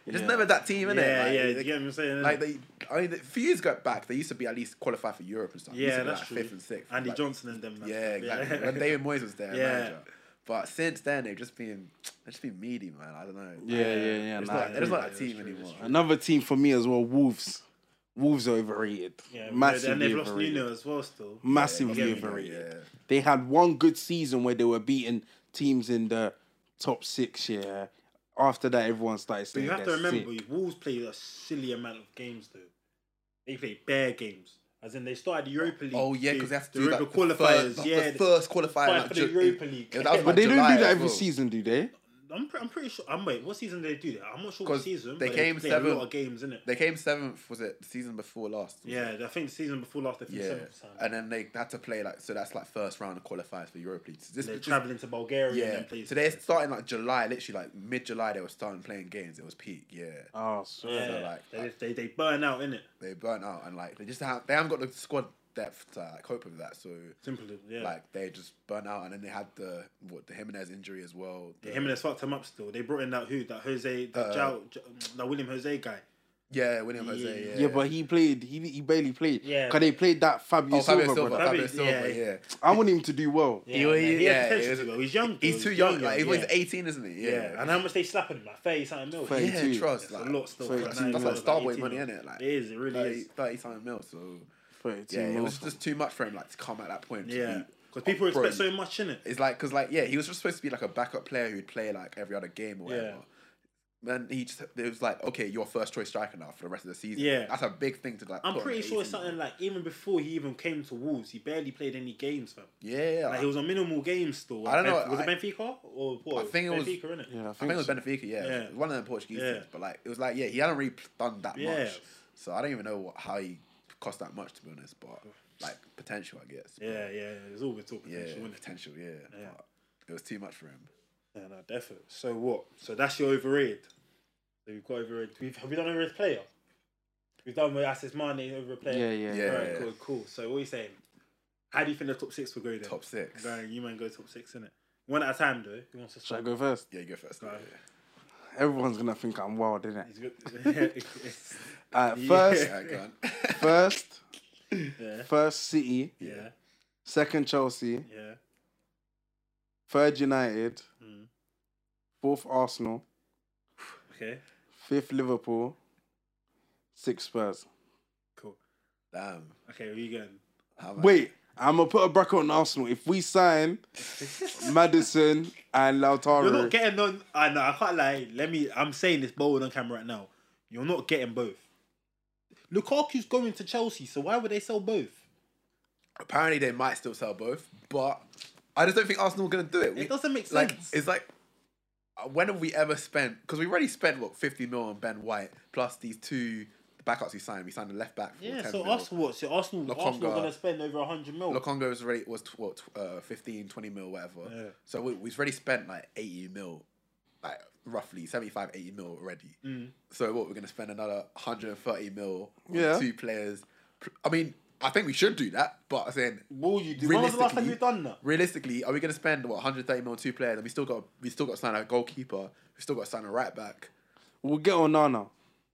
S3: it's just
S2: Yeah.
S3: never that team,
S1: Yeah,
S3: innit?
S1: yeah,
S3: like,
S1: you
S3: They,
S1: get what I'm saying? innit?
S3: like they, I mean, a few years ago back, they used to be at least qualify for Europe and stuff. They used
S1: yeah,
S3: to be,
S1: that's
S3: like,
S1: true.
S3: Fifth and sixth.
S1: Andy
S3: like,
S1: Johnson and them. man.
S3: yeah, exactly. when David Moyes was there,
S1: Yeah.
S3: manager. But since then, they've just been, they've just been meaty, man. I don't know.
S2: Yeah, yeah, yeah.
S3: It's
S2: nah,
S3: not,
S2: I
S3: it's
S2: agree.
S3: not a team anymore.
S2: Another team for me as well, Wolves. Wolves are overrated.
S1: yeah,
S2: massively
S1: and they've lost
S2: overrated.
S1: Nuno as well, still.
S2: Massively
S1: Yeah,
S2: overrated.
S3: yeah.
S2: They had one good season where they were beating teams in the top six. Yeah. After that, everyone started
S1: But
S2: saying
S1: you have to
S2: they're
S1: remember,
S2: sick.
S1: Wolves played a silly amount of games though. They played bare games, as in they started the Europa League.
S3: Oh yeah,
S1: the-
S3: because they have to
S1: the
S3: do like,
S1: Europa
S3: the
S1: qualifiers.
S3: first, like,
S1: yeah,
S3: the first qualifier
S1: fight
S3: like,
S1: for the
S3: Ju-
S1: Europa League.
S3: Yeah, that was
S2: but they
S3: July
S2: don't do
S3: as
S2: that every
S3: well.
S2: season, do they?
S1: I'm, pre- I'm pretty sure. I'm wait. What season did they do that? I'm not sure what
S3: 'Cause
S1: season.
S3: they
S1: but
S3: came
S1: played a
S3: seventh.
S1: lot of games in it.
S3: They came seventh. Was it the season before last? was it?
S1: Yeah, I think the season before last they finished
S3: yeah.
S1: seventh. Time.
S3: And then they had to play like so. That's like first round of qualifiers for Europa League. So this,
S1: They're
S3: this-
S1: traveling to Bulgaria. and
S3: yeah.
S1: then played
S3: So they're starting like July, literally like mid July. They were starting playing games. It was peak. Yeah.
S2: Oh, sorry.
S1: Yeah,
S3: so, like,
S1: they, they they burn out in it.
S3: They burnt out and like they just have they haven't got the squad depth to like, cope with that. So.
S1: Simply, yeah. Like,
S3: Like they just burnt out, and then they had the what the Jimenez injury as well. The-
S1: him and his fucked him up still. They brought in that who that Jose the
S3: Uh,
S1: Jao, J- that William Jose guy.
S3: yeah, William Jose.
S1: Yeah.
S2: Yeah, but he played. He, he barely played.
S1: Yeah.
S2: Cause they played that Fabio,
S3: Oh, Fabio
S2: Silva,
S3: Silva.
S2: brother.
S1: Fabio-
S3: Fabio Silva,
S1: yeah.
S3: yeah.
S2: I want him to do well.
S1: Yeah,
S3: He-
S1: man,
S3: he-
S1: he
S3: yeah,
S1: had
S3: it was-
S1: potential though. He's young.
S3: He's
S1: though.
S3: too young. Like,
S1: yeah.
S3: he's 18, isn't he? Yeah.
S1: Yeah, and how much they slapping him? Like thirty something mil.
S2: Thirty.
S1: Yeah,
S3: yeah,
S2: 32.
S3: trust.
S1: that's
S3: like,
S1: a lot still. for a
S2: 32.
S1: nine
S3: That's like
S1: year old,
S3: Starboy
S1: 18
S3: money,
S1: year old.
S3: isn't it? Like,
S1: It is. It really
S3: 30,
S1: is.
S3: 30 something mil. So,
S2: Thirty-two
S3: yeah, it
S2: mil.
S3: was just too much for him like to come at that point. to
S1: Yeah,
S3: be-
S1: because people
S3: Bro,
S1: expect so much in it.
S3: It's like, because, like, yeah, he was just supposed to be like a backup player who'd play like every other game or
S1: Yeah.
S3: whatever. Then he just, it was like, okay, you're first choice striker now for the rest of the season.
S1: Yeah.
S3: That's a big thing to like.
S1: I'm
S3: put on
S1: pretty
S3: an
S1: sure it's
S3: 18
S1: something like even before he even came to Wolves, he barely played any games, fam.
S3: Yeah.
S1: Like
S3: I-
S1: he was on minimal games still.
S3: I don't know,
S1: Was it
S3: I-
S1: Benfica or what?
S3: I think it was-
S1: Benfica, innit?
S2: yeah, I
S3: I think
S2: think
S3: it was
S2: so.
S3: Benfica, yeah.
S1: Yeah.
S3: It was One of the Portuguese
S1: Yeah.
S3: teams. But like it was like, yeah, he hadn't really done that
S1: Yeah.
S3: much. So I don't even know what how he cost that much to be honest, but like potential I guess.
S1: Yeah, yeah, yeah. It's all we're talking
S3: Yeah,
S1: about. isn't it?
S3: potential, yeah.
S1: Yeah.
S3: But it was too much for him.
S1: Yeah, no, definitely. So what? So that's your overrated. So we've got overrated. We've, have we done overrated player? We've done with Assis Mane over a player.
S2: Yeah, yeah,
S3: Yeah.
S1: All right, cool, cool. So what are you saying? How do you think the top six will go then?
S3: Top six.
S1: Go, you man go top six, innit? One at a time though. Who wants to
S2: Should I
S1: start?
S2: go first?
S3: Yeah, you go first.
S1: Right.
S3: Yeah.
S2: Everyone's gonna think I'm wild, isn't it?
S1: He's good.
S2: Alright,
S1: Yeah.
S2: first,
S3: Alright, go on.
S2: first,
S1: yeah,
S2: first City,
S1: yeah,
S2: second Chelsea,
S1: yeah.
S2: third United,
S1: Mm.
S2: fourth Arsenal,
S1: Okay,
S2: fifth Liverpool, sixth Spurs.
S1: cool.
S3: Damn.
S1: Okay, where you going?
S3: How much-
S2: Wait, I'm gonna put a bracket on Arsenal. If we sign Madison and
S1: You're not
S2: Lautaro,
S1: getting on. I know. I can't lie. Let me. I'm saying this bold on camera right now. You're not getting both. Lukaku's going to Chelsea, so why would they sell both?
S3: Apparently they might still sell both, but I just don't think Arsenal are gonna do it. We-
S1: It doesn't make
S3: like
S1: sense.
S3: it's like uh, when have we ever spent because we already spent what 50 mil on Ben White plus these two backups we signed. We signed a left back for
S1: yeah.
S3: 10
S1: So
S3: mil.
S1: Arsenal, what? So Arsenal,
S3: Lokonga.
S1: Arsenal are going to spend over hundred mil.
S3: Lokonga was already was tw- what tw- uh, 15, 20 mil, whatever.
S1: Yeah.
S3: So we, we've already spent like eighty mil like roughly 75, 80 mil already.
S1: Mm.
S3: So what we're gonna spend another 130 mil on
S2: Yeah.
S3: two players. I mean, I think we should do that, but I'm saying
S1: Will you do? When was the last time
S3: Realistically-
S1: you've done that?
S3: realistically, are we going to spend what 130 mil on two players? And we still got we still got to sign a goalkeeper. We still got to sign a right back.
S2: We'll get on Nana.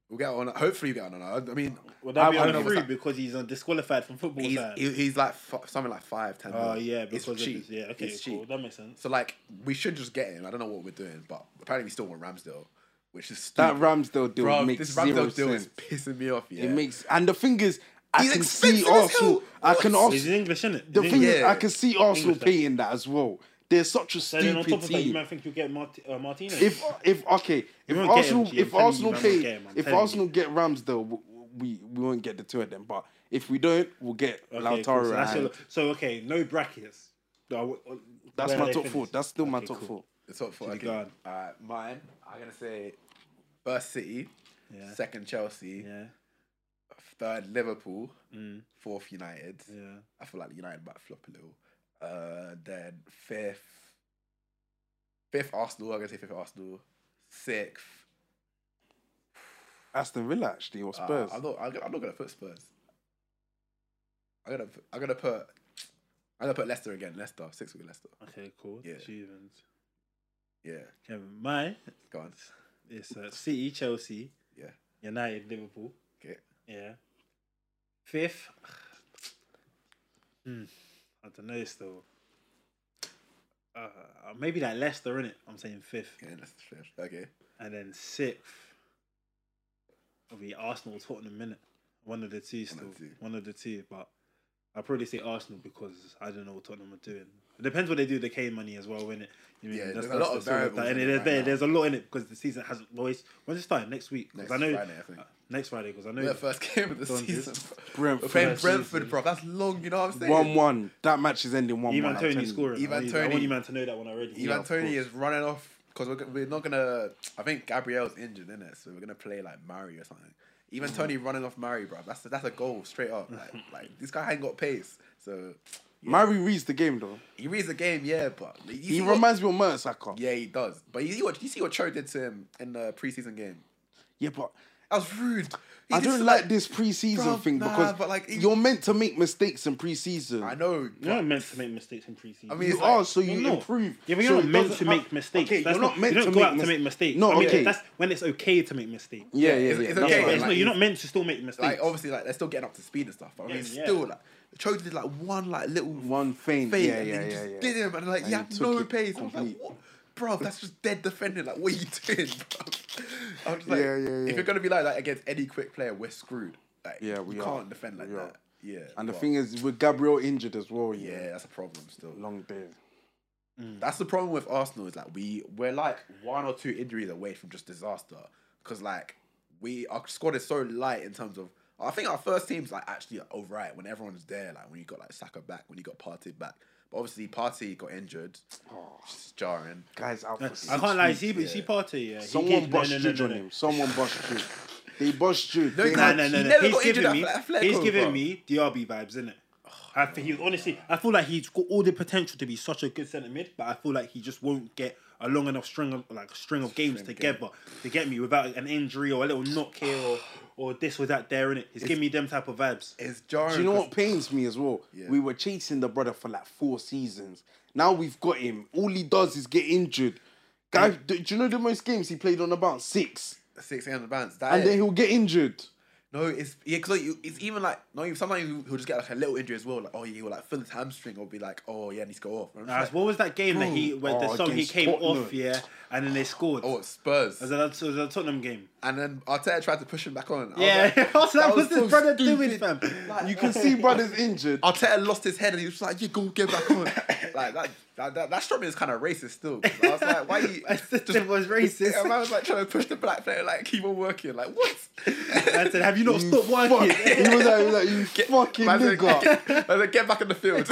S3: We'll get on. Hopefully, we get on. I I mean,
S1: Would that
S2: I-
S1: be
S2: I don't
S1: on
S2: know
S1: free
S3: what's
S1: because he's uh, disqualified from football
S3: he's
S1: side?
S3: he- he's like f- something like five, ten.
S1: Oh
S3: mil.
S1: yeah,
S3: It's
S1: because of
S3: cheap.
S1: his- yeah, okay,
S3: It's
S1: cool.
S3: cheap.
S1: That makes sense.
S3: So like, we should just get him. I don't know what we're doing, but apparently we still want Ramsdale, which is
S2: That
S3: stupid.
S2: Ramsdale deal
S3: Bro,
S2: makes
S3: this
S2: zero
S3: Ramsdale deal is
S2: sense.
S3: pissing me off. Yeah,
S2: It makes and the thing is, I
S3: He's
S2: can see
S3: expensive as
S2: Arsenal.
S3: hell.
S2: I can
S3: What?
S1: He's
S2: also
S1: in English, isn't it?
S2: the thing is,
S3: Yeah.
S2: I can see Arsenal
S1: English, though.
S2: paying that as well. They're such a
S1: and then on top
S2: stupid
S1: of that, you
S2: team.
S1: might think you'll get Mart- uh, Martinez.
S2: If if okay,
S1: won't get
S2: if
S1: him,
S2: Arsenal
S1: G, I'm
S2: if
S1: telling you,
S2: Arsenal
S1: man, we won't get
S2: pay
S1: him, I'm
S2: if
S1: telling
S2: Arsenal get Ramsdale, we, we we won't get the two of them. But if we don't, we'll get
S1: Okay, cool. So,
S2: Lautaro.
S1: that's
S2: and-
S1: your- so, okay, no brackets. No, I w- uh,
S2: That's
S1: where
S2: my
S1: they
S2: top four.
S1: finished.
S2: That's still my
S1: Okay,
S2: top
S1: cool.
S2: four.
S3: the top four.
S1: Should
S3: Okay.
S1: be gone.
S3: All right, mine. I'm gonna say first City,
S1: Yeah.
S3: second Chelsea,
S1: Yeah,
S3: third Liverpool,
S1: Mm.
S3: fourth United.
S1: yeah.
S3: I feel like United might flop a little. Uh, then fifth, fifth Arsenal. I'm gonna say fifth Arsenal. Sixth.
S2: Aston Villa actually or
S3: uh,
S1: Ah,
S2: Spurs.
S3: I'm not. I'm not gonna put Spurs. I'm gonna. put- I'm gonna put. I'm gonna put Leicester again. Leicester. Six with Leicester.
S1: Okay, cool.
S3: Yeah.
S1: Achievements.
S3: Yeah.
S1: Okay, mine
S3: Go on.
S1: is uh, City, Chelsea,
S3: Yeah.
S1: United, Liverpool.
S3: Okay.
S1: Yeah. Fifth. Hmm. I don't know still. Uh, maybe like Leicester, innit? I'm saying fifth.
S3: Okay. Leicester's fifth. Okay.
S1: And then sixth will be Arsenal Tottenham minute. One of the two still.
S3: of the two.
S1: One of the two, but I'll probably say Arsenal because I don't know what Tottenham are doing. It depends what they do with the K money as well, innit? You mean,
S3: Yeah,
S1: that's,
S3: there's a
S1: that's
S3: lot
S1: the
S3: of
S1: sort
S3: variables
S1: that- and
S3: in it
S1: there's,
S3: right
S1: there-
S3: now.
S1: there's a lot in it because the season hasn't always. When's it starting? Next week? 'Cause
S3: Next
S1: I know
S3: Friday, I think.
S1: next Friday because I know
S3: The first game of the
S1: Go on, dude.
S3: season. We're
S2: Brentford.
S3: playing
S1: First
S3: Brentford,
S1: season.
S3: bro. That's long. You know what I'm saying?
S2: One one. That match is ending one
S1: Ivan
S2: one.
S1: Tony scoring.
S3: Ivan
S1: I need- I want
S3: Toney-
S1: Ivan to know that one already.
S3: Ivan
S2: of
S3: Tony
S2: course.
S3: is running off because we're, go- we're not gonna. I think Gabrielle's injured in it, so we're gonna play like Murray or something. Even Tony
S2: Mm.
S3: running off Murray, bro. That's that's a goal straight up. Like, like this guy ain't got pace, so
S2: Mary reads the game though.
S3: he reads the game, yeah. But you
S2: He
S3: see what-
S2: reminds me of Mertesacker. Yeah.
S3: yeah, he does. But you see what you see what Cho did to him in the preseason game.
S2: but
S3: That was rude. He
S2: I
S3: did
S2: don't
S3: so-
S2: like this preseason
S3: Bruv,
S2: thing
S3: nah,
S2: because
S3: but, like, he-
S2: you're meant to make mistakes in preseason.
S3: I know.
S1: You're
S3: but-
S1: not meant to make mistakes in preseason.
S3: I mean,
S2: You
S3: it's like-
S2: are so you
S1: You're not.
S2: improve.
S1: Yeah, but
S2: So
S1: you're
S2: it
S1: not meant to
S2: doesn't
S1: make
S2: have-
S1: mistakes.
S2: Okay,
S1: That's
S2: you're not, meant
S1: you don't
S2: to
S1: go
S2: make
S1: out to
S2: mis-
S1: make mistakes.
S2: No,
S1: I mean,
S2: okay.
S1: That's when it's okay to make mistakes.
S2: yeah, yeah, yeah.
S3: it's- it's
S2: that's
S3: okay,
S1: Yeah,
S2: what
S1: but
S2: I
S1: it's
S3: like
S1: not,
S2: mean.
S1: you're not meant to still make mistakes.
S3: like obviously like they're still getting up to speed and stuff. But I mean,
S1: Yeah, yeah.
S3: still like Cho did like one like little
S2: One feint,
S3: fade
S2: yeah,
S3: and
S2: yeah,
S3: then
S2: yeah,
S3: just
S2: yeah.
S3: did him and like
S2: And
S3: you
S2: he
S3: have
S2: took
S3: no
S2: it
S3: pace. I was like,
S2: complete.
S3: what? Bro, that's just dead defending. Like, what are you doing, bro? I was like,
S2: Yeah, yeah, yeah.
S3: if you're gonna be like that against any quick player, we're screwed. Like,
S2: Yeah, we
S3: you
S2: are.
S3: can't defend like
S2: We are.
S3: that. Yeah,
S2: And the
S3: but-
S2: thing is, with Gabriel injured as well, yeah,
S3: yeah, that's a problem still.
S2: long day.
S3: That's the problem with Arsenal is like we we're like one or two injuries away from just disaster because like we our squad is so light in terms of I think our first team's like actually alright when everyone's there like when you got like Saka back when you got Partey back but obviously Partey got injured it's jarring
S2: Guys out for six
S1: I can't lie.
S2: weeks.
S1: See,
S3: yeah.
S1: see, party. Yeah, he
S2: Someone
S1: gives- no,
S2: bust
S1: no, no,
S2: Jude
S1: no,
S2: on
S1: no.
S2: him. Someone bust Jude. They bust Jude.
S3: No,
S2: They
S3: you
S1: No,
S2: had-
S1: no, no,
S3: He
S1: no.
S3: never
S1: He's
S3: got injured
S1: giving me,
S3: at Fle-
S1: he's
S3: Atletico,
S1: giving
S3: bro.
S1: me DRB vibes, isn't it? I think he's honestly. I feel like he's got all the potential to be such a good centre mid, but I feel like he just won't get a long enough string of like string of games together to get me without an injury or a little knock here or, or this or that there in it. He's giving me them type of vibes.
S3: it's jarring
S2: Do you know
S3: 'cause-
S2: what pains me as well?
S3: Yeah.
S2: We were chasing the brother for like four seasons. Now we've got him. All he does is get injured. Guy, do, do you know the most games he played on about six,
S3: six in advance that
S2: and
S3: is-
S2: then he'll get injured.
S3: No, it's yeah, cause like, you- it's even like no. you- Sometimes you- he'll just get like a little injury as well. Like oh, yeah, he'll like fill his hamstring or be like oh yeah, and he's go off. And I'm
S1: Nah,
S3: just like, hmm.
S1: what was that game that he where the
S2: Oh,
S1: song he
S2: against
S1: came
S2: Tottenham.
S1: off, yeah, and then they scored.
S3: oh, it's Spurs.
S1: Was that, was that Tottenham game?
S3: And then Arteta tried to push him back on. I was
S1: Yeah,
S3: like,
S1: what's that?
S3: that
S1: What's
S3: was
S1: this
S3: so
S1: brother doing,
S3: stupid.
S1: fam?
S2: You can see brothers injured.
S3: Arteta lost his head and he was just like, "You go get back on." like that, that, that, that struck me as kind of racist still. 'cause I was like, "Why you?"
S1: I said it was racist.
S3: Yeah, man was like trying to push the black player, like keep on working. Like what?
S1: I said, "Have you not stopped
S2: Fuck.
S1: working?"
S2: he was like, he was like, you fucking
S3: Man said,
S2: nigga.
S3: man said, get back in the field.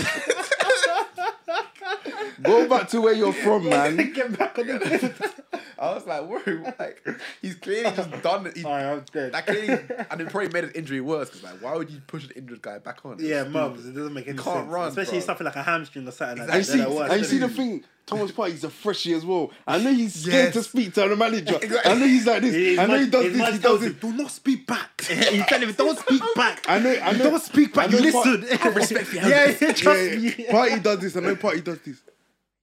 S2: Go back to where you're from, man.
S1: Get back on the
S3: I was like, whoa, like he's clearly just done. He's,
S1: Sorry, I was dead.
S3: That clearly, and it probably made an injury worse because like, why would you push an injured guy back on? It's
S1: yeah,
S3: stupid.
S1: mums. It doesn't make any
S3: can't
S1: sense.
S3: run,
S1: Especially
S3: bruv.
S1: something like a hamstring or something like
S3: Exactly.
S1: that.
S2: And see,
S1: They're worse,
S2: and you see the
S1: shouldn't
S2: thing, Thomas Party's a freshie as well. I know he's scared
S3: Yes.
S2: to speak to the manager.
S3: Exactly.
S2: I know he's like
S1: He-
S2: this.
S1: his
S2: I know
S1: man-
S2: he does
S1: his
S2: this.
S1: man
S2: He does
S1: tells
S2: this.
S1: him, Do not speak back. you tell him, don't speak back.
S2: I know. I
S1: You
S2: know.
S1: don't speak
S2: I
S1: back.
S2: know
S1: You
S2: Par-
S1: listen.
S3: respect for your
S1: Yeah,
S3: elders.
S1: yeah, trust
S2: Yeah,
S1: me.
S2: yeah. Party does this. I know Party does this.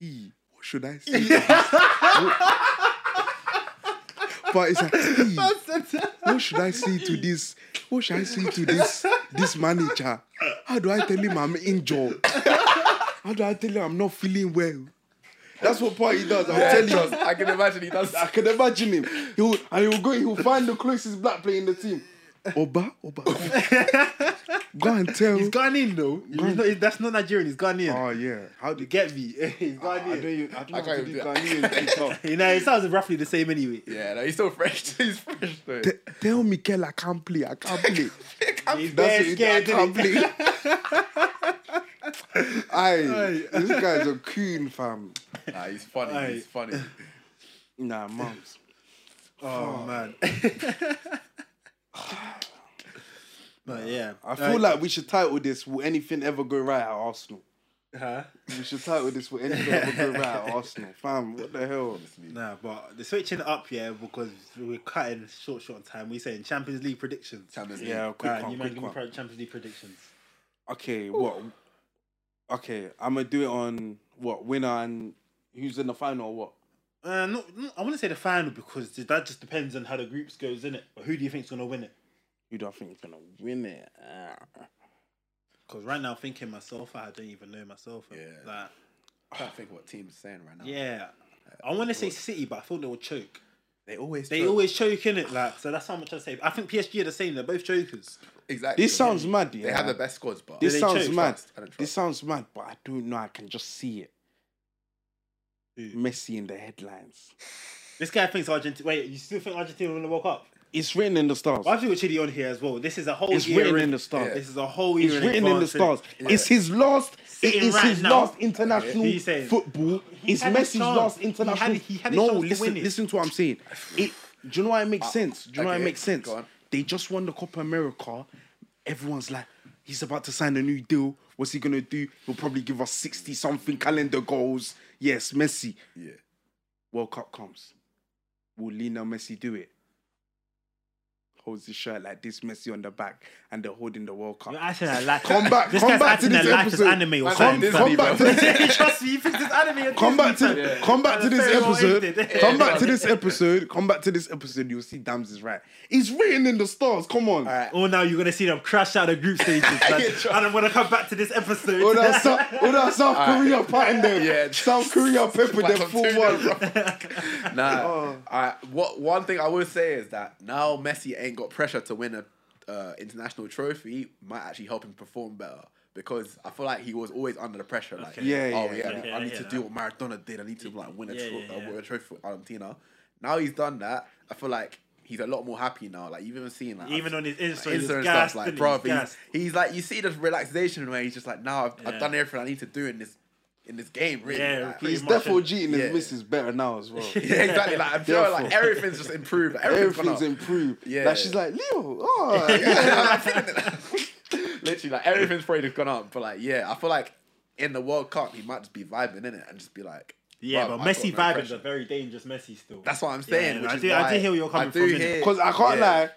S2: E, what should I say? Party's like, "E, what should I say to this? What should I say to this this manager? How do I tell him I'm injured? How do I tell him I'm not feeling well? That's what Party does. I'm
S3: Yeah,
S2: telling you.
S3: trust, I can imagine he does.
S2: I can imagine him. He will, and he will go. He will find the closest black player in the team. Oba, Oba, Oba. go and tell.
S1: He's gone in though. He's not, that's not Nigerian. He's gone in.
S2: oh yeah, how did?
S1: you get me? He's gone
S2: I
S1: in.
S2: don't. even- I don't
S3: I
S2: know how to
S3: can't
S2: do
S3: even
S2: Ghanaian
S1: You know, it sounds roughly the same anyway.
S3: Yeah, no, he's still fresh. He's fresh though.
S2: TikTok. Tell Mikel I can't play. I can't play.
S1: He's
S2: That's
S1: very
S2: it. I
S1: scared.
S2: can't
S1: isn't he?
S2: play. Aye, this guy's a coon, fam.
S3: Nah, he's funny.
S1: Aye.
S3: He's funny.
S2: Nah, mums.
S1: Oh man. But yeah,
S2: I feel like we should title this "Will anything ever go right at Arsenal?"
S1: huh?
S2: We should title this "Will anything ever go right at Arsenal?" Fam, what the hell?
S1: Nah, but the switching up, yeah, because we're cutting short, short on time. We're saying Champions League predictions.
S3: Champions League.
S2: Yeah, quick
S1: Alright,
S2: one,
S1: you man,
S2: quick
S1: give me
S2: one.
S1: pro- Champions League predictions.
S2: Okay, what? Okay, I'm gonna do it on what winner and who's in the final or what?
S1: Uh, no, no, I want to say the final because that just depends on how the groups goes in it. But who do you think's gonna win it?
S2: Who do I think is gonna win it? Uh,
S1: Because right now, thinking myself, I don't even know myself. and,
S3: Yeah.
S1: Like,
S3: I can't think what team's saying right now.
S1: yeah, I want to say City, but I thought they would choke.
S3: They always.
S1: They
S3: choke.
S1: always choke in it, like so. That's how much I say. I think PSG are the same. They're both chokers.
S3: exactly.
S2: this sounds mad, yeah.
S3: They have the best squads, but
S2: This
S1: they
S2: sounds
S1: change
S2: mad.
S3: fast? I don't trust.
S2: This sounds mad, but I do know I can just see it.
S1: Hmm.
S2: Messi in the headlines.
S1: This guy thinks Argentina. Wait, you still think Argentina win the World Cup?
S2: It's written in the stars.
S1: I've got Chile on here as well. This is a whole
S2: It's
S1: year
S2: written in the stars.
S1: This is a whole year.
S2: It's written in the
S1: advance, innit?
S2: stars. It's his last. It
S1: Sitting
S2: is
S1: right
S2: his
S1: now.
S2: last international
S1: He's saying-
S2: football.
S1: He
S2: It's
S1: had his
S2: Messi's
S1: chance.
S2: last
S1: He had-
S2: international.
S1: he had his
S2: no,
S1: chance to
S2: listen.
S1: win it. Ah,
S2: Listen to what I'm saying. It. Do you know why it makes sense? Do you know why it
S3: okay,
S2: makes sense?
S3: go on.
S2: They just won the Copa America. Everyone's like, he's about to sign a new deal. What's he gonna do? He'll probably give us sixty something calendar goals. Yes, Messi.
S3: Yeah.
S2: World Cup comes. Will Lionel Messi do it? Holds his shirt like this, Messi on the back, and they're holding the World Cup.
S1: You're acting like life.
S2: Come back-
S1: This
S2: come
S1: guy's
S2: back to
S1: acting like
S2: this
S1: life is
S2: episode.
S1: anime or
S3: Come-
S1: something.
S3: come
S1: fam.
S2: back to this-
S1: Trust me, he thinks it's anime. and
S2: come back to
S1: Disney, fam.
S2: come back to this
S1: Very well
S2: episode.
S1: ended.
S2: Come back to this episode. Come back to this episode. You'll see Dams is right. It's written in the stars. Come on. All
S1: Oh, now you're gonna see them crash out of group stages. Like, and I'm gonna come back to this episode.
S2: All that, South, all that South Korea patting them.
S3: Yeah.
S2: South Korea pepper
S3: Like,
S2: them
S3: I'm
S2: full Oh.
S3: doing
S2: one.
S3: it wrong. nah. I, what one thing I will say is that now Messi ain't got pressure to win a uh, international trophy might actually help him perform better because I feel like he was always under the pressure. Like,
S2: Yeah, yeah,
S3: oh yeah, I
S2: yeah.
S3: need,
S1: Yeah,
S3: I need
S1: yeah,
S3: to do what Maradona did. I need to like win a,
S1: Yeah,
S3: tro-
S1: yeah,
S3: uh,
S1: yeah.
S3: win a trophy for Argentina. Now he's done that. I feel like he's a lot more happy now. Like you've even seen like
S1: Even
S3: I've-
S1: on his Insta,
S3: like,
S1: he's
S3: Insta and
S1: gassed,
S3: stuff like
S1: isn't he?
S3: bro.
S1: He's
S3: He's,
S1: gassed.
S3: he's like you see the relaxation where he's just like now I've,
S1: Yeah.
S3: I've done everything I need to do in this in this game. Really,
S1: Yeah,
S3: Like,
S1: pretty
S2: He's
S1: much,
S2: definitely
S1: innit?
S2: cheating his
S3: Yeah.
S2: missus better now as well.
S3: yeah, exactly. Like I'm sure, like
S2: Therefore.
S3: everything's just improved. Like, everything's, gone
S2: Everything's
S3: up.
S2: improved.
S3: Yeah.
S2: Like she's like, Leo, oh
S3: Literally, like everything's probably just gone up. But like, yeah, I feel like in the World Cup, he might just be vibing in it and just be like,
S1: Yeah,
S3: "Bruv,
S1: but
S3: I got
S1: Messi
S3: no
S1: vibing
S3: pressure."
S1: a very dangerous Messi still.
S3: That's what I'm saying.
S1: Yeah,
S3: which
S1: I
S3: is
S1: do- I
S3: why
S1: do hear where you're coming
S3: I
S1: from,
S3: do
S1: innit?
S3: hear-
S2: because I can't
S3: yeah.
S2: lie,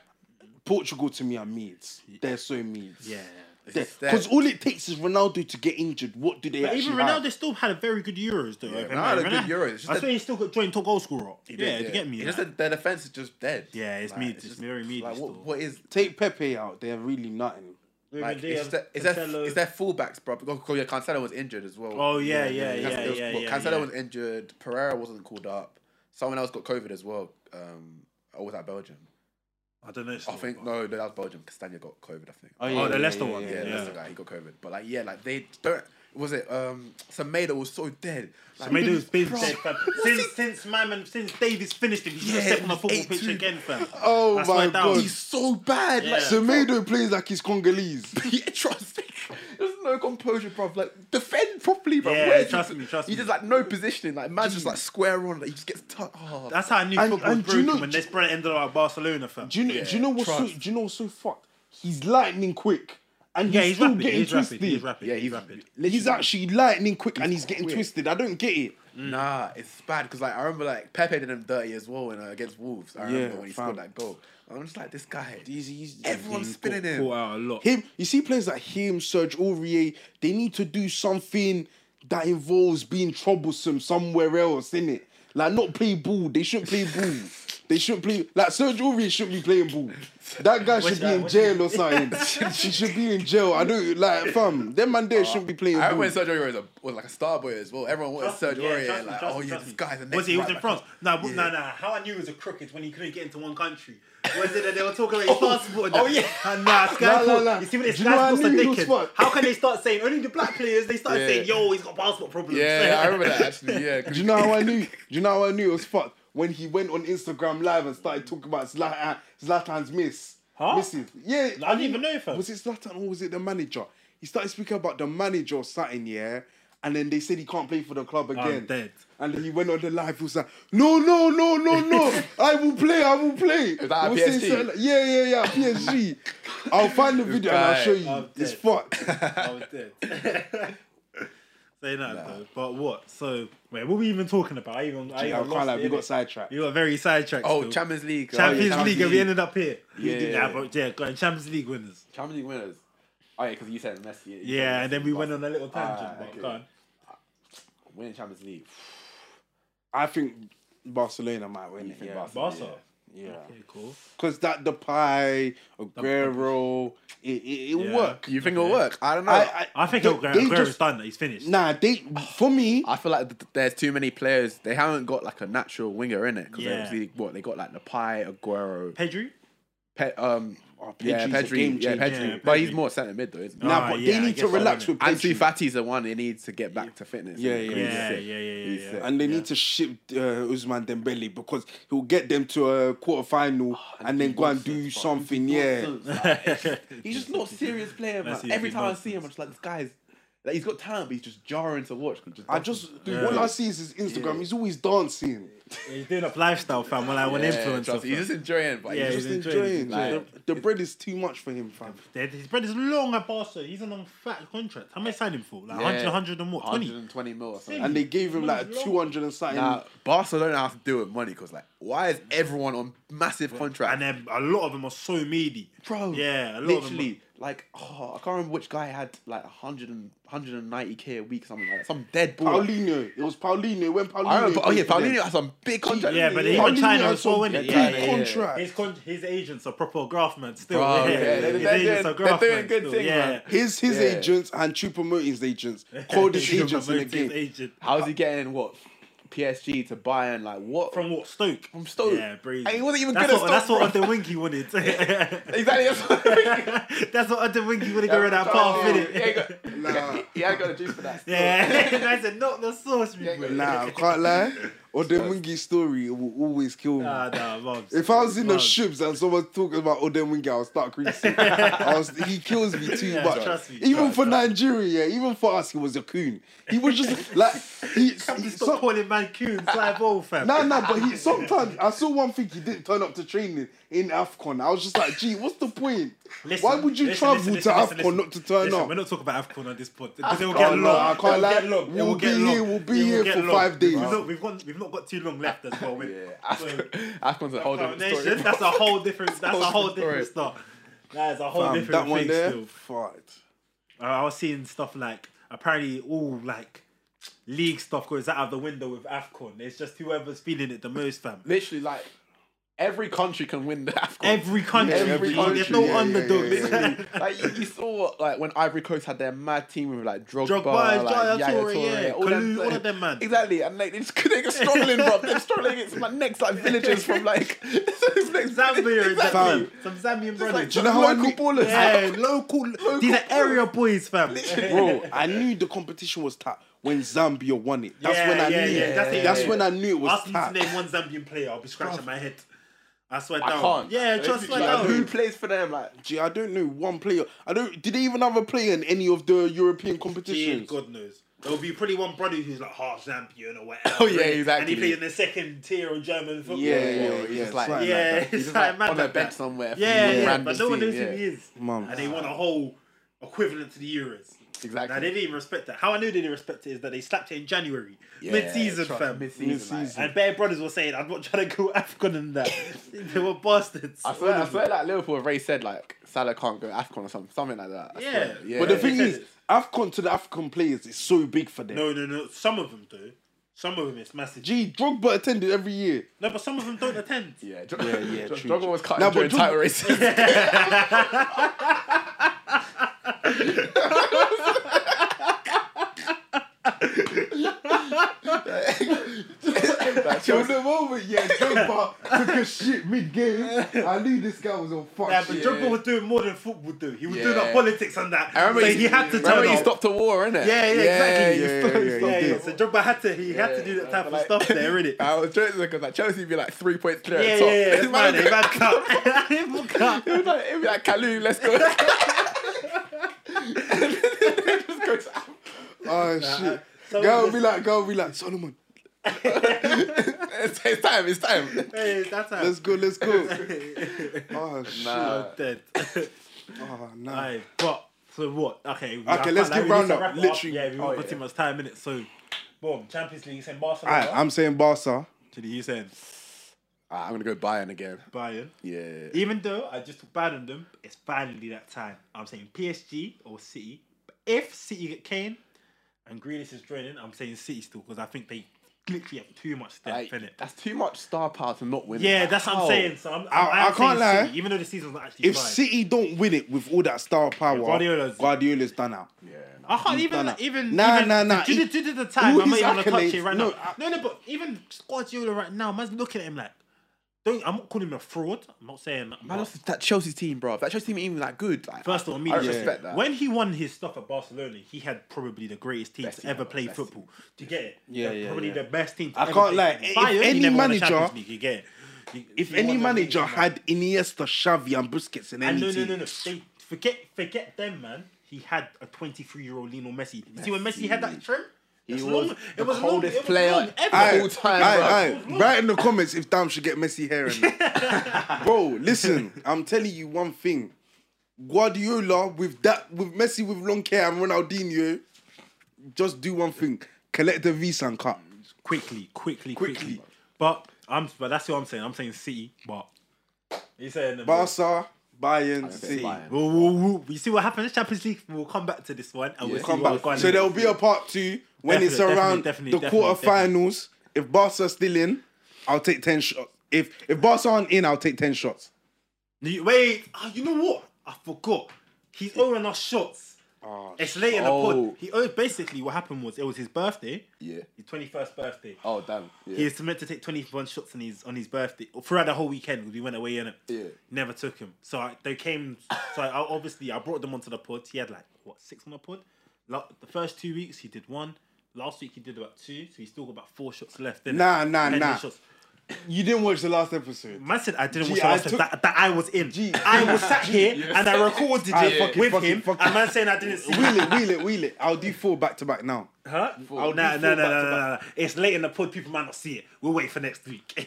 S2: Portugal to me are meads. They're so meads.
S1: yeah.
S3: It's
S2: Because
S3: them.
S2: all it takes is Ronaldo to get injured. What do they
S1: But
S2: actually
S1: even
S2: have?
S1: Ronaldo still had a very good Euros though. like,
S3: Ronaldo had a good
S1: remember?
S3: Euros. It's just
S1: I
S3: that-
S1: swear he still got joined top goal scorer. Yeah,
S3: Yeah.
S1: you get me.
S3: It's
S1: like-
S3: just that their defense is just dead.
S1: Yeah, it's me. It's,
S3: just-
S1: very me.
S3: Like, what, what is
S2: Take Pepe out, they're really nothing.
S3: like? It's just that- it's their it's their fullbacks, bro. Because because, yeah, Cancelo was injured as well.
S1: Oh, yeah, yeah, yeah,
S3: Cancelo was-
S1: yeah,
S3: well,
S1: yeah,
S3: Cancelo
S1: yeah.
S3: was injured. Pereira wasn't called up. Someone else got COVID as well. Um, or was that Belgium?
S1: I don't know.
S3: I think no, no, that was Belgium. Castagna got COVID, I think.
S1: yeah, Oh, the yeah, Leicester yeah, one.
S3: Yeah,
S1: yeah.
S3: that's the guy. He got COVID. But like, yeah, like they don't. Was it um Sameda was so dead. Like,
S1: Made has been
S3: Bro,
S1: dead, fam. Since since my man, since Davis finished him, he's gonna
S3: Yeah,
S1: step on the
S3: he's
S1: football
S3: 8-2.
S1: pitch again, fam.
S2: Oh
S1: That's
S2: my
S1: why that
S2: god.
S1: was-
S3: He's so bad. Like
S1: Yeah.
S2: Semedo plays like he's Congolese.
S3: yeah, trust me. There's no composure, bro. Like defend. properly, but
S1: Yeah,
S3: where do you-
S1: trust me, trust
S3: He
S1: me.
S3: just like no positioning, like man's just like square on, like, he just gets tucked. Oh,
S1: That's how I knew
S2: And-
S1: football was
S2: and do you
S1: broken
S2: know-
S1: when this brother ended up at Barcelona, fam.
S2: Do you know? do you know what's so,
S3: trust.
S2: do you know what's so fucked? He's lightning quick, and he's,
S1: yeah, he's
S2: still
S1: rapid.
S2: getting
S1: He's
S2: twisted.
S1: rapid. He's rapid.
S3: Yeah,
S1: he's
S3: he's-
S1: rapid.
S2: He's actually lightning quick, and he's getting
S3: quick.
S2: twisted. I don't get it.
S3: Nah, it's bad because like I remember like Pepe did him dirty as well in, uh, against Wolves. I remember
S2: Yeah,
S3: when he
S2: fam.
S3: scored that goal. I'm just like this guy.
S2: He's, he's,
S3: Everyone's
S1: He's
S3: spinning
S1: caught-
S3: him.
S1: Caught out a lot.
S2: him. You see players like him, Serge Aurier. They need to do something that involves being troublesome somewhere else, innit? Like not play ball. They shouldn't play ball. They shouldn't play like Serge Aurier shouldn't be playing ball. That guy should be
S1: that?
S2: in
S1: What's
S2: jail or something. he should be in jail. I don't like fam. Them man
S1: Uh,
S2: there shouldn't be playing
S3: I
S2: ball.
S3: remember when Sergio Aurier was, a, was like a star boy as well. Everyone wanted
S1: Trust me,
S3: Sergio
S1: yeah,
S3: Aurier.
S1: trust me,
S3: like,
S1: trust
S3: oh
S1: me,
S3: yeah,
S1: trust
S3: this
S1: me.
S3: guy's the next.
S1: Was he? He was in
S3: right-back.
S1: France. Nah, but- nah,
S3: Yeah.
S1: nah. How I knew he was a crook is when he couldn't get into one country. Was it that they were talking about his passport? and
S2: oh,
S1: that?
S2: yeah.
S1: And nah, Sky
S2: Nah, nah,
S1: Sports-
S2: nah.
S1: You see what
S2: Do
S1: Sky
S2: you know what I
S1: Sports are
S2: knew he was
S1: thinking?
S2: fucked?
S1: How can they start saying only the black players? They started
S3: Yeah.
S1: saying, "Yo, he's got passport problems."
S3: Yeah, yeah, I remember that actually. Yeah, 'cause
S2: Do you know how I knew? Do you know how I knew it was fucked? When he went on Instagram live and started talking about Zlatan, Zlatan's miss.
S1: Huh?
S2: Misses. Yeah.
S1: I didn't even know if I-
S2: Was it Zlatan or was it the manager? He started speaking about the manager or something, yeah? And then they said he can't play for the club again.
S1: dead.
S2: And then he went on the live. He was like, "No, no, no, no, no! I will play. I will play." Is
S3: that at PSG?
S2: yeah, yeah, yeah. PSG. I'll find the video and I'll
S3: guy-
S2: show you.
S1: I'm
S2: it's
S1: dead.
S2: fucked.
S1: I was dead. Say that though. But what? So wait, what were we even talking about? I even, I
S2: Yeah,
S1: even
S2: I can't
S1: lost
S2: lie,
S1: it,
S2: we got
S1: innit?
S2: sidetracked.
S1: You got very sidetracked.
S3: Oh,
S1: still.
S3: Champions League. uh,
S1: Champions
S2: Champions
S1: League, and we
S2: League.
S1: ended up here.
S3: Yeah, yeah,
S1: yeah,
S3: yeah.
S1: bro, yeah, got Champions League winners.
S3: Champions League winners. Oh yeah, because you said Messi. you
S1: Yeah,
S3: said
S1: and then
S3: Messi,
S1: we
S3: but
S1: went on a little tangent.
S3: Ah,
S1: but
S3: okay.
S1: go on.
S3: winning Champions League.
S2: I think Barcelona might win it.
S3: think
S2: Yeah.
S3: Barcelona?
S1: Barca.
S2: yeah.
S1: Okay, cool.
S2: Because that Depay, Aguero, it, it, it'll
S1: Yeah.
S2: work.
S3: You think it'll work? I don't know.
S2: I,
S3: I,
S2: I,
S1: I think
S2: they-
S1: Aguero,
S2: they
S1: Aguero's
S2: just-
S1: done. He's finished.
S2: Nah, they for me.
S3: feel like th- there's too many players. They haven't got like a natural winger in it because
S1: Yeah.
S3: obviously what they got like Napai, Aguero,
S1: Pedri.
S3: Pe- um,
S2: Oh, Pedri's
S3: yeah,
S2: a game
S3: Pedri, yeah,
S2: changer.
S3: Pedri,
S1: Yeah,
S3: but he's
S1: Pedri.
S3: more centre mid though, isn't he?
S1: No,
S2: nah,
S1: Ah,
S2: but
S1: yeah, I
S2: they need to
S1: guess so,
S2: relax
S1: innit?
S2: with
S3: Ansu
S2: Pedri.
S3: Fatty's the one they need to get back to fitness.
S2: Yeah,
S3: He's
S2: yeah,
S1: yeah,
S3: sick.
S1: yeah, yeah,
S3: He's
S1: yeah,
S3: sick.
S2: And they need to ship uh, Usman Dembele because he'll get them to a quarter final
S3: Ah,
S2: and then go and do something. Yeah,
S3: He's just not a serious player, man.
S1: That's his
S3: Every
S1: big
S3: time
S1: nonsense.
S3: I see him, I'm just like, this guy's like, he's got talent, but he's just jarring to watch. 'cause he
S2: I
S3: doesn't-
S2: just dude, all I see is his Instagram. He's always dancing.
S1: He's doing a lifestyle, fam. Well, like one
S3: Yeah,
S1: influencer.
S3: trust- He's just
S1: fam.
S3: enjoying, but
S1: Yeah,
S3: he's
S2: Just
S3: just,
S1: he's
S2: enjoying.
S1: enjoying
S2: it.
S1: it.
S3: Like-
S2: the, the bread is too much for him, fam.
S1: Dead- His bread is long at Barca. He's on a fat contract. How much signed him for? Like 100, 100 and what? 20?
S3: 120 mil or something.
S1: Yeah.
S2: And they gave him like
S1: Long.
S2: two hundred and something.
S3: Now, Barcelona have to deal with money because, like, why is everyone on massive
S1: And
S3: contracts?
S1: then a lot of them are so meaty.
S3: Bro,
S1: Yeah, a lot of them
S3: literally, like, oh, I can't remember which guy had like 100 and 190k a week, something like that. Some dead ball.
S2: Paulinho. It was Paulinho when Paulinho.
S3: I remember, oh yeah,
S2: played for them.
S3: Paulinho had some big contract.
S1: Yeah, but he
S2: Paulinho
S1: went China
S2: had
S1: as well,
S2: some
S1: wasn't
S3: big
S1: he? Yeah,
S3: time.
S1: yeah, yeah.
S2: contract.
S1: His, con- his agents are proper graph man still.
S3: Bro,
S1: yeah,
S3: yeah, they're-
S1: his
S3: they're
S1: agents
S3: doing-
S1: are graph
S3: they're doing
S1: man
S3: good
S1: still.
S3: thing,
S1: yeah.
S3: man.
S2: His his
S3: Yeah.
S2: agents and Chupa Motin's agents called his
S1: He
S2: agents in the
S1: promotes his
S2: game.
S1: agent.
S3: How's he getting what PSG to Bayern? Like what?
S1: From what? Stoke.
S3: From Stoke.
S1: Yeah, breezy.
S3: And he wasn't even
S1: that's
S3: good
S1: what,
S3: at
S1: That's
S3: Stoke.
S1: what the Winky wanted. that's
S3: exactly. That's what
S1: what the Winky wanted to go around that path,
S3: Yeah,
S1: innit?
S3: he ain't got,
S2: Nah,
S3: he ain't got a juice for that. still.
S1: Yeah, that's a not the sauce,
S3: Yeah,
S1: people.
S2: nah, I can't lie. Or the Wingy story it will always kill me.
S1: Nah, nah, mums.
S2: if I was in the
S1: Mums.
S2: ships and someone's talking about Odem Wingy, I'll start criticizing. I was, he kills me too
S1: Yeah,
S2: much.
S1: trust me,
S2: even
S1: trust-
S2: for Nigeria, yeah, even for us, he was a coon. He was just like he. he
S1: Stop
S2: some-
S1: calling man coon, Clive Old, fam.
S2: No, no, but he sometimes I saw one thing he didn't turn up to training in AFCON. I was just like, gee, what's the point?
S1: Listen,
S2: Why would you
S1: listen, listen,
S2: travel to
S1: listen,
S2: AFCON
S1: listen, listen.
S2: not to turn
S1: Listen,
S2: up?
S1: We're not talking about AFCON on this pod.
S3: Ah,
S1: Because it'll
S2: Oh,
S1: get
S2: no,
S1: long.
S2: I can't
S1: It'll
S2: lie.
S1: get long.
S2: We'll
S1: It'll
S2: be
S1: get long.
S2: here- we'll be
S1: It'll
S2: here
S1: get
S2: for
S1: long.
S2: five days.
S1: We've not, we've, gone, we've not got too long left as well.
S3: Yeah,
S1: innit? So,
S3: Afcon- Afcon's a whole different
S1: Foundation,
S3: story.
S1: that's a whole different. That's a whole
S3: different
S1: different stuff. That is a whole
S2: Um,
S1: different
S2: that one
S1: thing
S2: there,
S1: still.
S2: fucked.
S1: I I was seeing stuff like apparently all like league stuff goes out of the window with Afcon. It's just whoever's feeling it the most, fam.
S3: Literally, like every country can win the Afcon.
S1: Every country,
S3: Every
S1: bro, there's no
S3: country, yeah,
S1: underdogs.
S2: yeah, yeah,
S3: like you, you saw, like when Ivory Coast had their mad team with like Drogba,
S1: Drogba, Yaya
S3: like, Yaya
S1: Toure,
S3: Toure,
S1: yeah,
S3: all, them,
S1: Kalou, all of them, man.
S3: Exactly, and like they just couldn't get struggling, bro. They're struggling against my next like villagers from like this next
S1: Zambia, exactly.
S2: Fam.
S1: Some Zambian
S3: It's
S1: brothers.
S3: like,
S2: Do you know how I
S3: local
S2: knew-
S3: ballers?
S1: yeah, local. These are area boys, fam.
S2: Bro, I knew the competition was tapped when Zambia won it. That's
S1: Yeah,
S2: when I
S1: yeah,
S2: knew.
S1: yeah,
S2: that's
S1: that's it, yeah.
S2: when I knew it was
S1: Ask me to
S2: tapped.
S1: name one Zambian player. I'll be scratching my head. I swear
S3: I
S1: down.
S3: can't.
S1: Yeah,
S3: Like,
S1: just swear
S3: like,
S1: down.
S3: Who plays for them? Like
S2: Gee, I don't know one player. I don't. Did they even have a player in any of the European
S1: Yeah,
S2: competitions?
S1: God knows. There'll be probably one brother who's like half Zambian or whatever.
S3: Oh, yeah,
S1: And he
S3: exactly.
S1: played in the second tier of German football.
S3: Yeah, yeah, yeah.
S2: yeah,
S3: He's just
S2: it's
S3: like,
S2: like
S3: he's
S1: that.
S3: just
S1: It's
S3: like
S1: like mad
S3: on a
S1: like
S3: bench
S1: that.
S3: somewhere. from
S1: Yeah,
S3: the
S1: yeah,
S3: random
S1: but no one
S3: scene,
S1: knows
S3: yeah.
S1: who he is.
S2: Mum.
S1: And they want a whole equivalent to the Euros.
S3: Exactly.
S1: Now they didn't even respect that. How I knew they didn't respect it is that they slapped it in January,
S3: Yeah,
S1: mid-season,
S3: try-
S1: fam.
S3: Mid-season.
S2: Mid-season.
S3: like-
S1: And Bear Brothers were saying, "I'm not trying to go Afghan in that." they were bastards.
S3: I swear, I swear, like Liverpool have already said like Salah can't go Afcon or something, something like that. I
S1: Yeah.
S3: swear. yeah.
S2: But the thing
S1: Yeah.
S2: is, Afcon to the African players is so big for them.
S1: No, no, no. Some of them do. Some of them it's massive.
S2: Gee, Drogba attended every year.
S1: no, but some of them don't attend.
S3: yeah,
S2: Yeah, yeah, true,
S3: Dragon
S2: true.
S3: was cut
S2: Nah,
S3: during
S2: but Drog-
S3: title races. That Chelsea-
S2: the moment, yeah, Drogba took a shit mid game. I knew this guy was on fuck
S1: Yeah, but
S3: Yeah.
S1: Drogba was doing more than football do. He was doing
S3: Yeah.
S1: like politics and that.
S3: I remember
S1: so
S3: he,
S1: he, had to
S3: remember
S1: turn
S3: he
S1: up.
S3: stopped a war, innit?
S1: Yeah, yeah, exactly.
S2: yeah,
S1: He
S2: yeah,
S1: stopped-
S2: yeah,
S1: yeah,
S2: he
S1: yeah.
S2: did.
S1: So Drogba had to, he had to do that
S3: Yeah,
S1: type
S3: but like-
S1: of stuff there, innit?
S3: I was joking because like Chelsea would be like three points clear.
S1: Yeah,
S3: at
S1: yeah,
S3: top.
S1: yeah.
S3: This
S1: That's mine.
S3: man
S1: They
S3: would be-
S1: had cut. They had cut.
S3: It would like, it'd be like Kalu, let's go. Just go to-
S2: Oh, shit.
S1: some
S2: Go
S1: of
S2: be
S1: the-
S2: like, go be like, Solomon,
S3: it's, it's time, it's time.
S1: Hey, that's how.
S2: let's go, let's go. Oh, shit.
S3: Nah.
S1: I'm dead.
S2: Oh, nah.
S1: Aye, but so what? Okay, we-
S2: Okay,
S1: I feel
S2: let's
S1: like we
S2: get
S1: need
S2: round
S1: to
S2: up,
S1: wrap it
S2: literally.
S1: Yeah, we won't
S3: Oh,
S1: put too
S3: yeah.
S1: much time in it. So, boom, Champions League, you saying Barcelona.
S2: Alright, I'm saying Barca.
S1: to the you saying
S3: Ah, I'm gonna go Bayern again.
S1: Bayern.
S3: Yeah.
S1: Even though I just took Bayern on them, it's finally that time. I'm saying PSG or City. But if City get Kane and Grealish is joining, I'm saying City still because I think they literally have too much
S3: Like,
S1: depth in it.
S3: that's too much star power to not win.
S1: Yeah, that's what
S3: How?
S1: I'm saying. So I'm, I'm,
S2: I- I
S1: I'm
S2: can't
S1: saying
S2: lie.
S1: City, even though the season's not actually.
S2: If
S1: fine.
S2: City don't win it with all that star power,
S1: Guardiola's-
S2: Guardiola's done out.
S3: Yeah.
S1: I
S3: nah.
S1: can't even
S2: done
S1: like,
S2: that.
S1: even
S2: Nah,
S1: even,
S2: nah, nah.
S1: Due,
S2: He-
S1: to- due to the time,
S2: all
S1: I'm not
S2: his
S1: even gonna touch
S2: accolades-
S1: it right
S2: no,
S1: now. No, no, but even Guardiola right now, man's looking at him like, don't. I'm not calling him a fraud. I'm not saying.
S3: Man, that's that Chelsea team, bro. That Chelsea team ain't even that good. Like,
S1: First of all, me,
S3: I
S1: yeah.
S3: respect that.
S1: When he won his stuff at Barcelona, he had probably the greatest team
S3: Best
S1: to
S3: team
S1: ever
S3: ever,
S1: play
S3: best
S1: football. Do you get it?
S2: Yeah,
S1: They're
S2: yeah,
S1: Probably
S2: yeah.
S1: the best team. To
S2: I
S1: ever
S2: can't
S1: play
S2: lie.
S1: football.
S2: If
S1: Bayern, he
S2: any
S1: never won the
S2: manager-
S1: Champions League, you get it. You-
S2: If
S1: you
S2: any
S1: won the league,
S2: manager
S1: man.
S2: had Iniesta, Xavi, and Busquets in
S1: And
S2: any
S1: Ah, no, no,
S2: team,
S1: no, no. They forget, forget them, man. He had a 23 year old Lionel Messi. You see when Messi had that trim? It's
S3: was
S1: long-
S3: the
S1: long-
S3: coldest
S1: it was
S3: player
S1: long ever.
S3: Aye.
S2: Aye,
S3: All time,
S2: aye,
S1: bro.
S2: aye. Write in the comments if Dam should get messy hair. in it. bro, listen, I'm telling you one thing. Guardiola with that with Messi with long hair and Ronaldinho, just do one thing: collect the visa and cut.
S1: quickly, quickly, quickly.
S2: Quickly.
S1: But I'm, but that's what I'm saying. I'm saying City, but you saying them,
S2: Barca, Bayern,
S3: Okay,
S2: City.
S3: Bayern.
S1: We'll, we'll, we'll, we see what happens. Champions League. We'll come back to this one, and we'll
S3: Yeah.
S1: see
S2: Come
S1: what
S2: back.
S1: we're going
S2: So
S1: to-
S2: there'll be a part two when it's
S1: Definitely,
S2: around
S1: definitely,
S2: the
S1: definitely,
S2: quarterfinals. If Barca's still in, I'll take ten shots. If if Barca aren't in, I'll take ten shots.
S1: You- Wait, oh, you know what? I forgot. He's owing us shots. it's late in the
S3: Oh.
S1: pod. He owed basically what happened was it was his birthday,
S3: Yeah.
S1: his twenty first birthday.
S3: Oh damn. Yeah.
S1: He was meant to take 21 shots on his on his birthday throughout the whole weekend because we went away in it.
S3: Yeah.
S1: Never took him. So I, they came. So I, obviously I brought them onto the pod. He had like what six on the pod. Like, the first two weeks he did one. Last week he did about two. So he's still got about four shots left. didn't
S2: Nah,
S1: he?
S2: nah,
S1: Pending
S2: nah.
S1: shots.
S2: You didn't watch the last episode.
S1: Man said I didn't
S2: Gee,
S1: watch the
S2: I
S1: last
S2: took-
S1: that, that I was in. I was sat here and I recorded
S2: I
S1: it
S2: fucking-
S1: with
S2: fucking-
S1: him.
S2: fucking-
S1: And man saying I didn't see. it.
S2: wheel it, wheel it, wheel it. I'll do four back to back now.
S1: Huh?
S3: Four.
S1: Oh, nah,
S3: Four
S1: nah, nah, nah,
S3: back to
S1: nah, nah, nah. It's late in the pod. People might not see it. We'll wait for next week.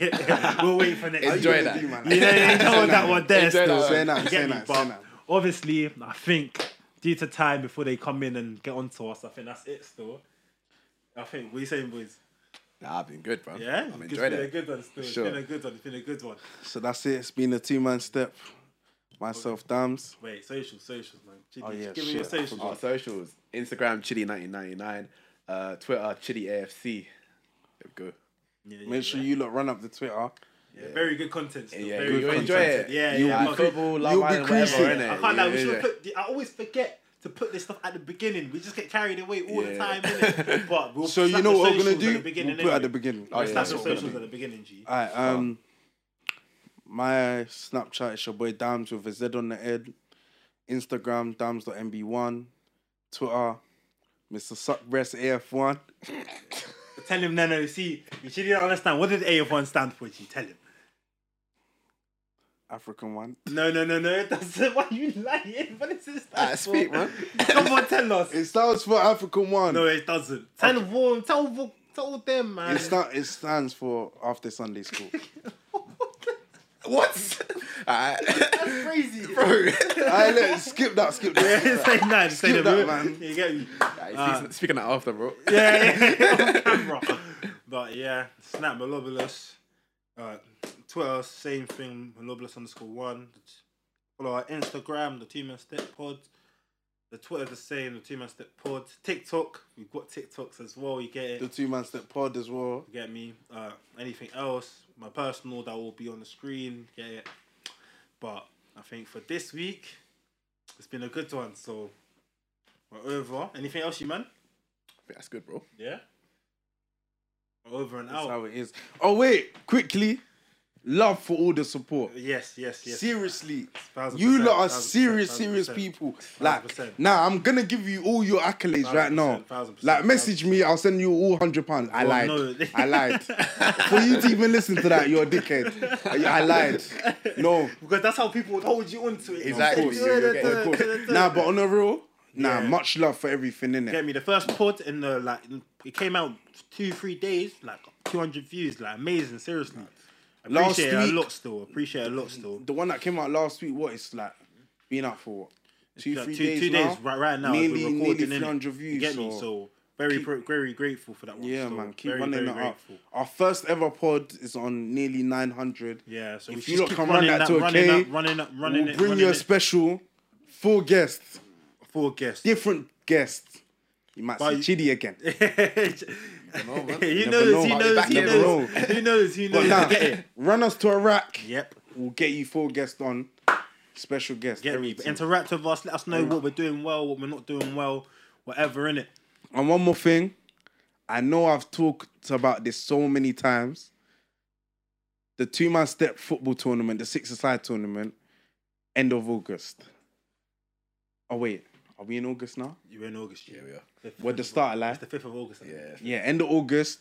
S1: we'll wait for next week.
S3: Enjoy
S2: What
S3: that.
S2: you gonna do, man?
S1: You know, you know what that one there
S3: Enjoy
S1: still.
S3: that one.
S2: Say that,
S1: You
S2: say
S1: get me?
S2: that, say
S1: But
S2: that.
S1: obviously, I think due to time before they come in and get onto us, I think that's it still. I think, what are you saying, boys?
S3: Nah, I've been good, bro.
S1: Yeah?
S3: I've
S1: It's
S3: enjoyed
S1: been a
S3: it.
S1: good one still. It's
S3: Sure.
S1: been a good one. It's been a good one.
S2: So that's it. It's been a two man step. Myself, Dams.
S1: Wait, social, socials, man. Gee,
S2: Oh, yeah,
S1: give me your
S2: shit. I
S1: socials.
S3: Our socials: Instagram Chili1999, uh, Twitter ChiliAFC. There we go.
S1: Yeah, yeah,
S2: Make sure you look run up the Twitter.
S1: yeah. Very good content still.
S3: Yeah,
S1: Very
S3: you
S1: good
S3: enjoy
S1: content.
S3: it.
S1: Yeah,
S3: you
S1: yeah.
S3: Like
S1: I'm good.
S3: football, Love
S2: You'll be
S3: Island, whatever,
S2: crazy.
S3: innit?
S1: I can't lie.
S3: Yeah,
S1: We should
S3: yeah.
S1: have put. The, I always forget to put this stuff at the beginning. We just get carried away all
S3: Yeah.
S1: the time. Innit? But we'll
S2: So you
S1: slap
S2: know
S1: the
S2: what we're gonna
S1: socials
S2: do?
S1: At the beginning,
S2: We'll put it at the
S1: innit?
S2: beginning.
S3: Oh, yeah,
S1: Slap
S3: that's
S1: the
S3: what we're gonna
S1: socials
S3: do.
S1: at the beginning, G.
S2: Alright, um my Snapchat is your boy Dams with a Z on the head. Instagram, Dams.mb1. Twitter, Mr. Suckbreast AF1.
S1: Tell him, no, no. See, you should not understand. What did AF1 stand for? G? Tell him.
S2: African one.
S1: No, no, no, no. That's why you lying. What is this?
S3: Ah, speak, man.
S1: Come on, tell us.
S2: It stands for African one.
S1: No, it doesn't. Tell them. Tell them. Tell them, man.
S2: It, sta- it stands for after Sunday school.
S3: What? Alright.
S1: That's crazy.
S3: Bro.
S2: I look, skip that, skip that.
S1: Yeah, say nine. Say
S2: Skip
S1: them.
S2: that, man.
S1: You get me?
S3: Alright, speak- speaking of after, bro.
S1: Uh. Yeah, yeah. on camera. But yeah, snap Malobulus. Uh, Twitter, same thing, Malobulus underscore one. Follow our Instagram, the Two Man Step Pod. The Twitter the same, the Two Man Step Pod. TikTok, we've got TikToks as well. You get it.
S2: The two man step pod as well.
S1: You get me? Uh, anything else? My personal that will be on the screen. Get it? But I think for this week, it's been a good one. So we're over. Anything else, you man?
S3: That's good, bro.
S1: Yeah. We're over and
S2: That's
S1: out.
S2: how it is. Oh wait, quickly. Love for all the support.
S1: Yes, yes, yes.
S2: Seriously,
S1: Thousand
S2: you
S1: percent,
S2: lot are
S1: thousand percent,
S2: serious,
S1: thousand
S2: serious
S1: percent.
S2: people.
S1: Thousand
S2: Like,
S1: percent.
S2: now I'm gonna give you all your accolades right
S1: Thousand
S2: now.
S1: percent, thousand percent,
S2: Like, message me, I'll send you all hundred pounds. I
S1: Oh,
S2: lied.
S1: no.
S2: I lied. For you to even listen to that, you're a dickhead. I lied. No,
S1: because that's how people would hold you onto it.
S3: Exactly,
S1: Of course.
S3: you're- you're getting- of
S2: course. Nah, but on a real, nah,
S1: Yeah.
S2: much love for everything in it.
S1: Get me the first pod in the like in- it came out two three days like two hundred views like amazing seriously.
S2: Last
S1: Appreciate it a
S2: week-
S1: lot still. Appreciate it a lot still.
S2: The one that came out last week, what it's like, been out for what? Two,
S1: Like,
S2: three
S1: two,
S2: days.
S1: two
S2: now,
S1: days right, right now. as
S2: Nearly,
S1: we're recording,
S2: nearly
S1: innit?
S2: 300 views.
S1: You get me?
S2: so-
S1: So very, pro- very grateful for that one.
S2: Yeah,
S1: still.
S2: man, keep
S1: very,
S2: running
S1: very
S2: that
S1: grateful.
S2: up. Our first ever pod is on nearly 900.
S1: Yeah, so
S2: If
S1: we
S2: you
S1: just
S2: lot
S1: keep
S2: can run
S1: running
S2: that to a
S1: running
S2: K,
S1: up, running up, running
S2: we'll
S1: it,
S2: bring
S1: running
S2: you a
S1: it.
S2: special, full guest,
S1: Four guests.
S2: different guest. You might
S1: But-
S2: see Chidi again.
S3: know, man.
S1: he
S2: Never
S1: knows,
S2: know.
S1: he
S2: Might be
S1: knows,
S2: back
S1: he
S2: in the
S1: knows, he knows, he
S2: But
S1: knows.
S2: now,
S1: Get it.
S2: run us to Iraq.
S1: Yep,
S2: We'll get you full guest on, special guest.
S1: get me.
S2: everything.
S1: Interact with us. Let us know what we're doing well, what we're not doing well, whatever. In it,
S2: And one more thing, I know I've talked about this so many times. The two man step football tournament, the six aside tournament, end of August. Oh wait, are we in August now?
S1: you're in August. Yeah,
S3: we are.
S2: We're the start of
S1: It's
S2: life.
S1: the fifth of August. I think.
S3: Yeah.
S2: Yeah, end of August.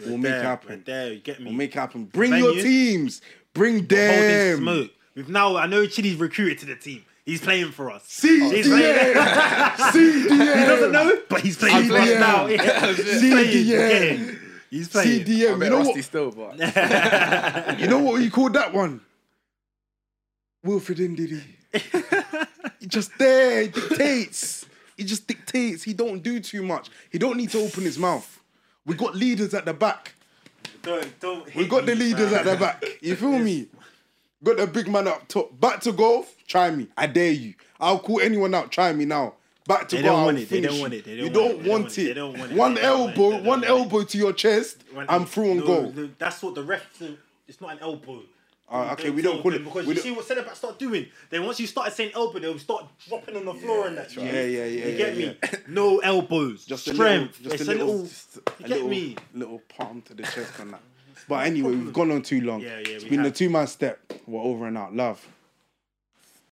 S1: We're
S2: We'll make it
S1: there,
S2: happen.
S1: we're There, you get me.
S2: We'll make it happen. Bring
S1: Venue.
S2: your teams. Bring
S1: Holding
S2: them.
S1: smoke. We've now. I know Chidi's recruited to the team. He's playing for us.
S2: CDM.
S1: He's playing- he doesn't
S2: CDM.
S1: know, but he's playing for us
S2: CDM.
S1: now. Yeah, He's playing. you get it. He's playing.
S3: I'm a
S2: CDM.
S3: bit
S2: You know
S3: rusty
S2: what?
S3: still, but
S2: You know what you called that one? Wilfred Ndidi. he just there, he dictates. He just dictates. He don't do too much. He don't need to open his mouth. We got leaders at the back.
S1: Don't, don't hit
S2: We got the
S1: me,
S2: leaders
S1: man.
S2: at the back. You feel me? Got the big man up top. Back to goal. Try me. I dare you. I'll call anyone out. Try me now. Back to
S1: They
S2: goal.
S1: don't
S2: I'll
S1: want it. They
S2: finish
S1: don't
S2: you.
S1: want it. They
S2: you
S1: don't
S2: don't
S1: want it. They don't
S2: want
S1: want it. They
S2: it.
S1: don't want it. They don't want it.
S2: One
S1: They
S2: elbow.
S1: don't
S2: One
S1: want it.
S2: elbow to your chest.
S1: When-
S2: I'm through and
S1: no,
S2: goal.
S1: no, that's what the ref. It's not an elbow.
S2: Ah, okay, we don't call it-
S1: because
S2: we
S1: you
S2: don't-
S1: see what centre backs start doing. Then once you started saying elbow, they'll start dropping on the floor and that.
S2: right. Yeah, yeah, yeah,
S1: You get
S2: yeah,
S1: me? No elbows,
S2: Just a
S1: strength.
S2: little- just
S1: it's a
S2: a little-
S1: little.
S2: just
S1: you
S2: a
S1: get
S2: little,
S1: me?
S2: little palm to the chest on that. But anyway, we've gone on too long.
S1: Yeah, yeah,
S2: It's
S1: we
S2: been the
S1: have.
S2: two man step. We're over and out. Love.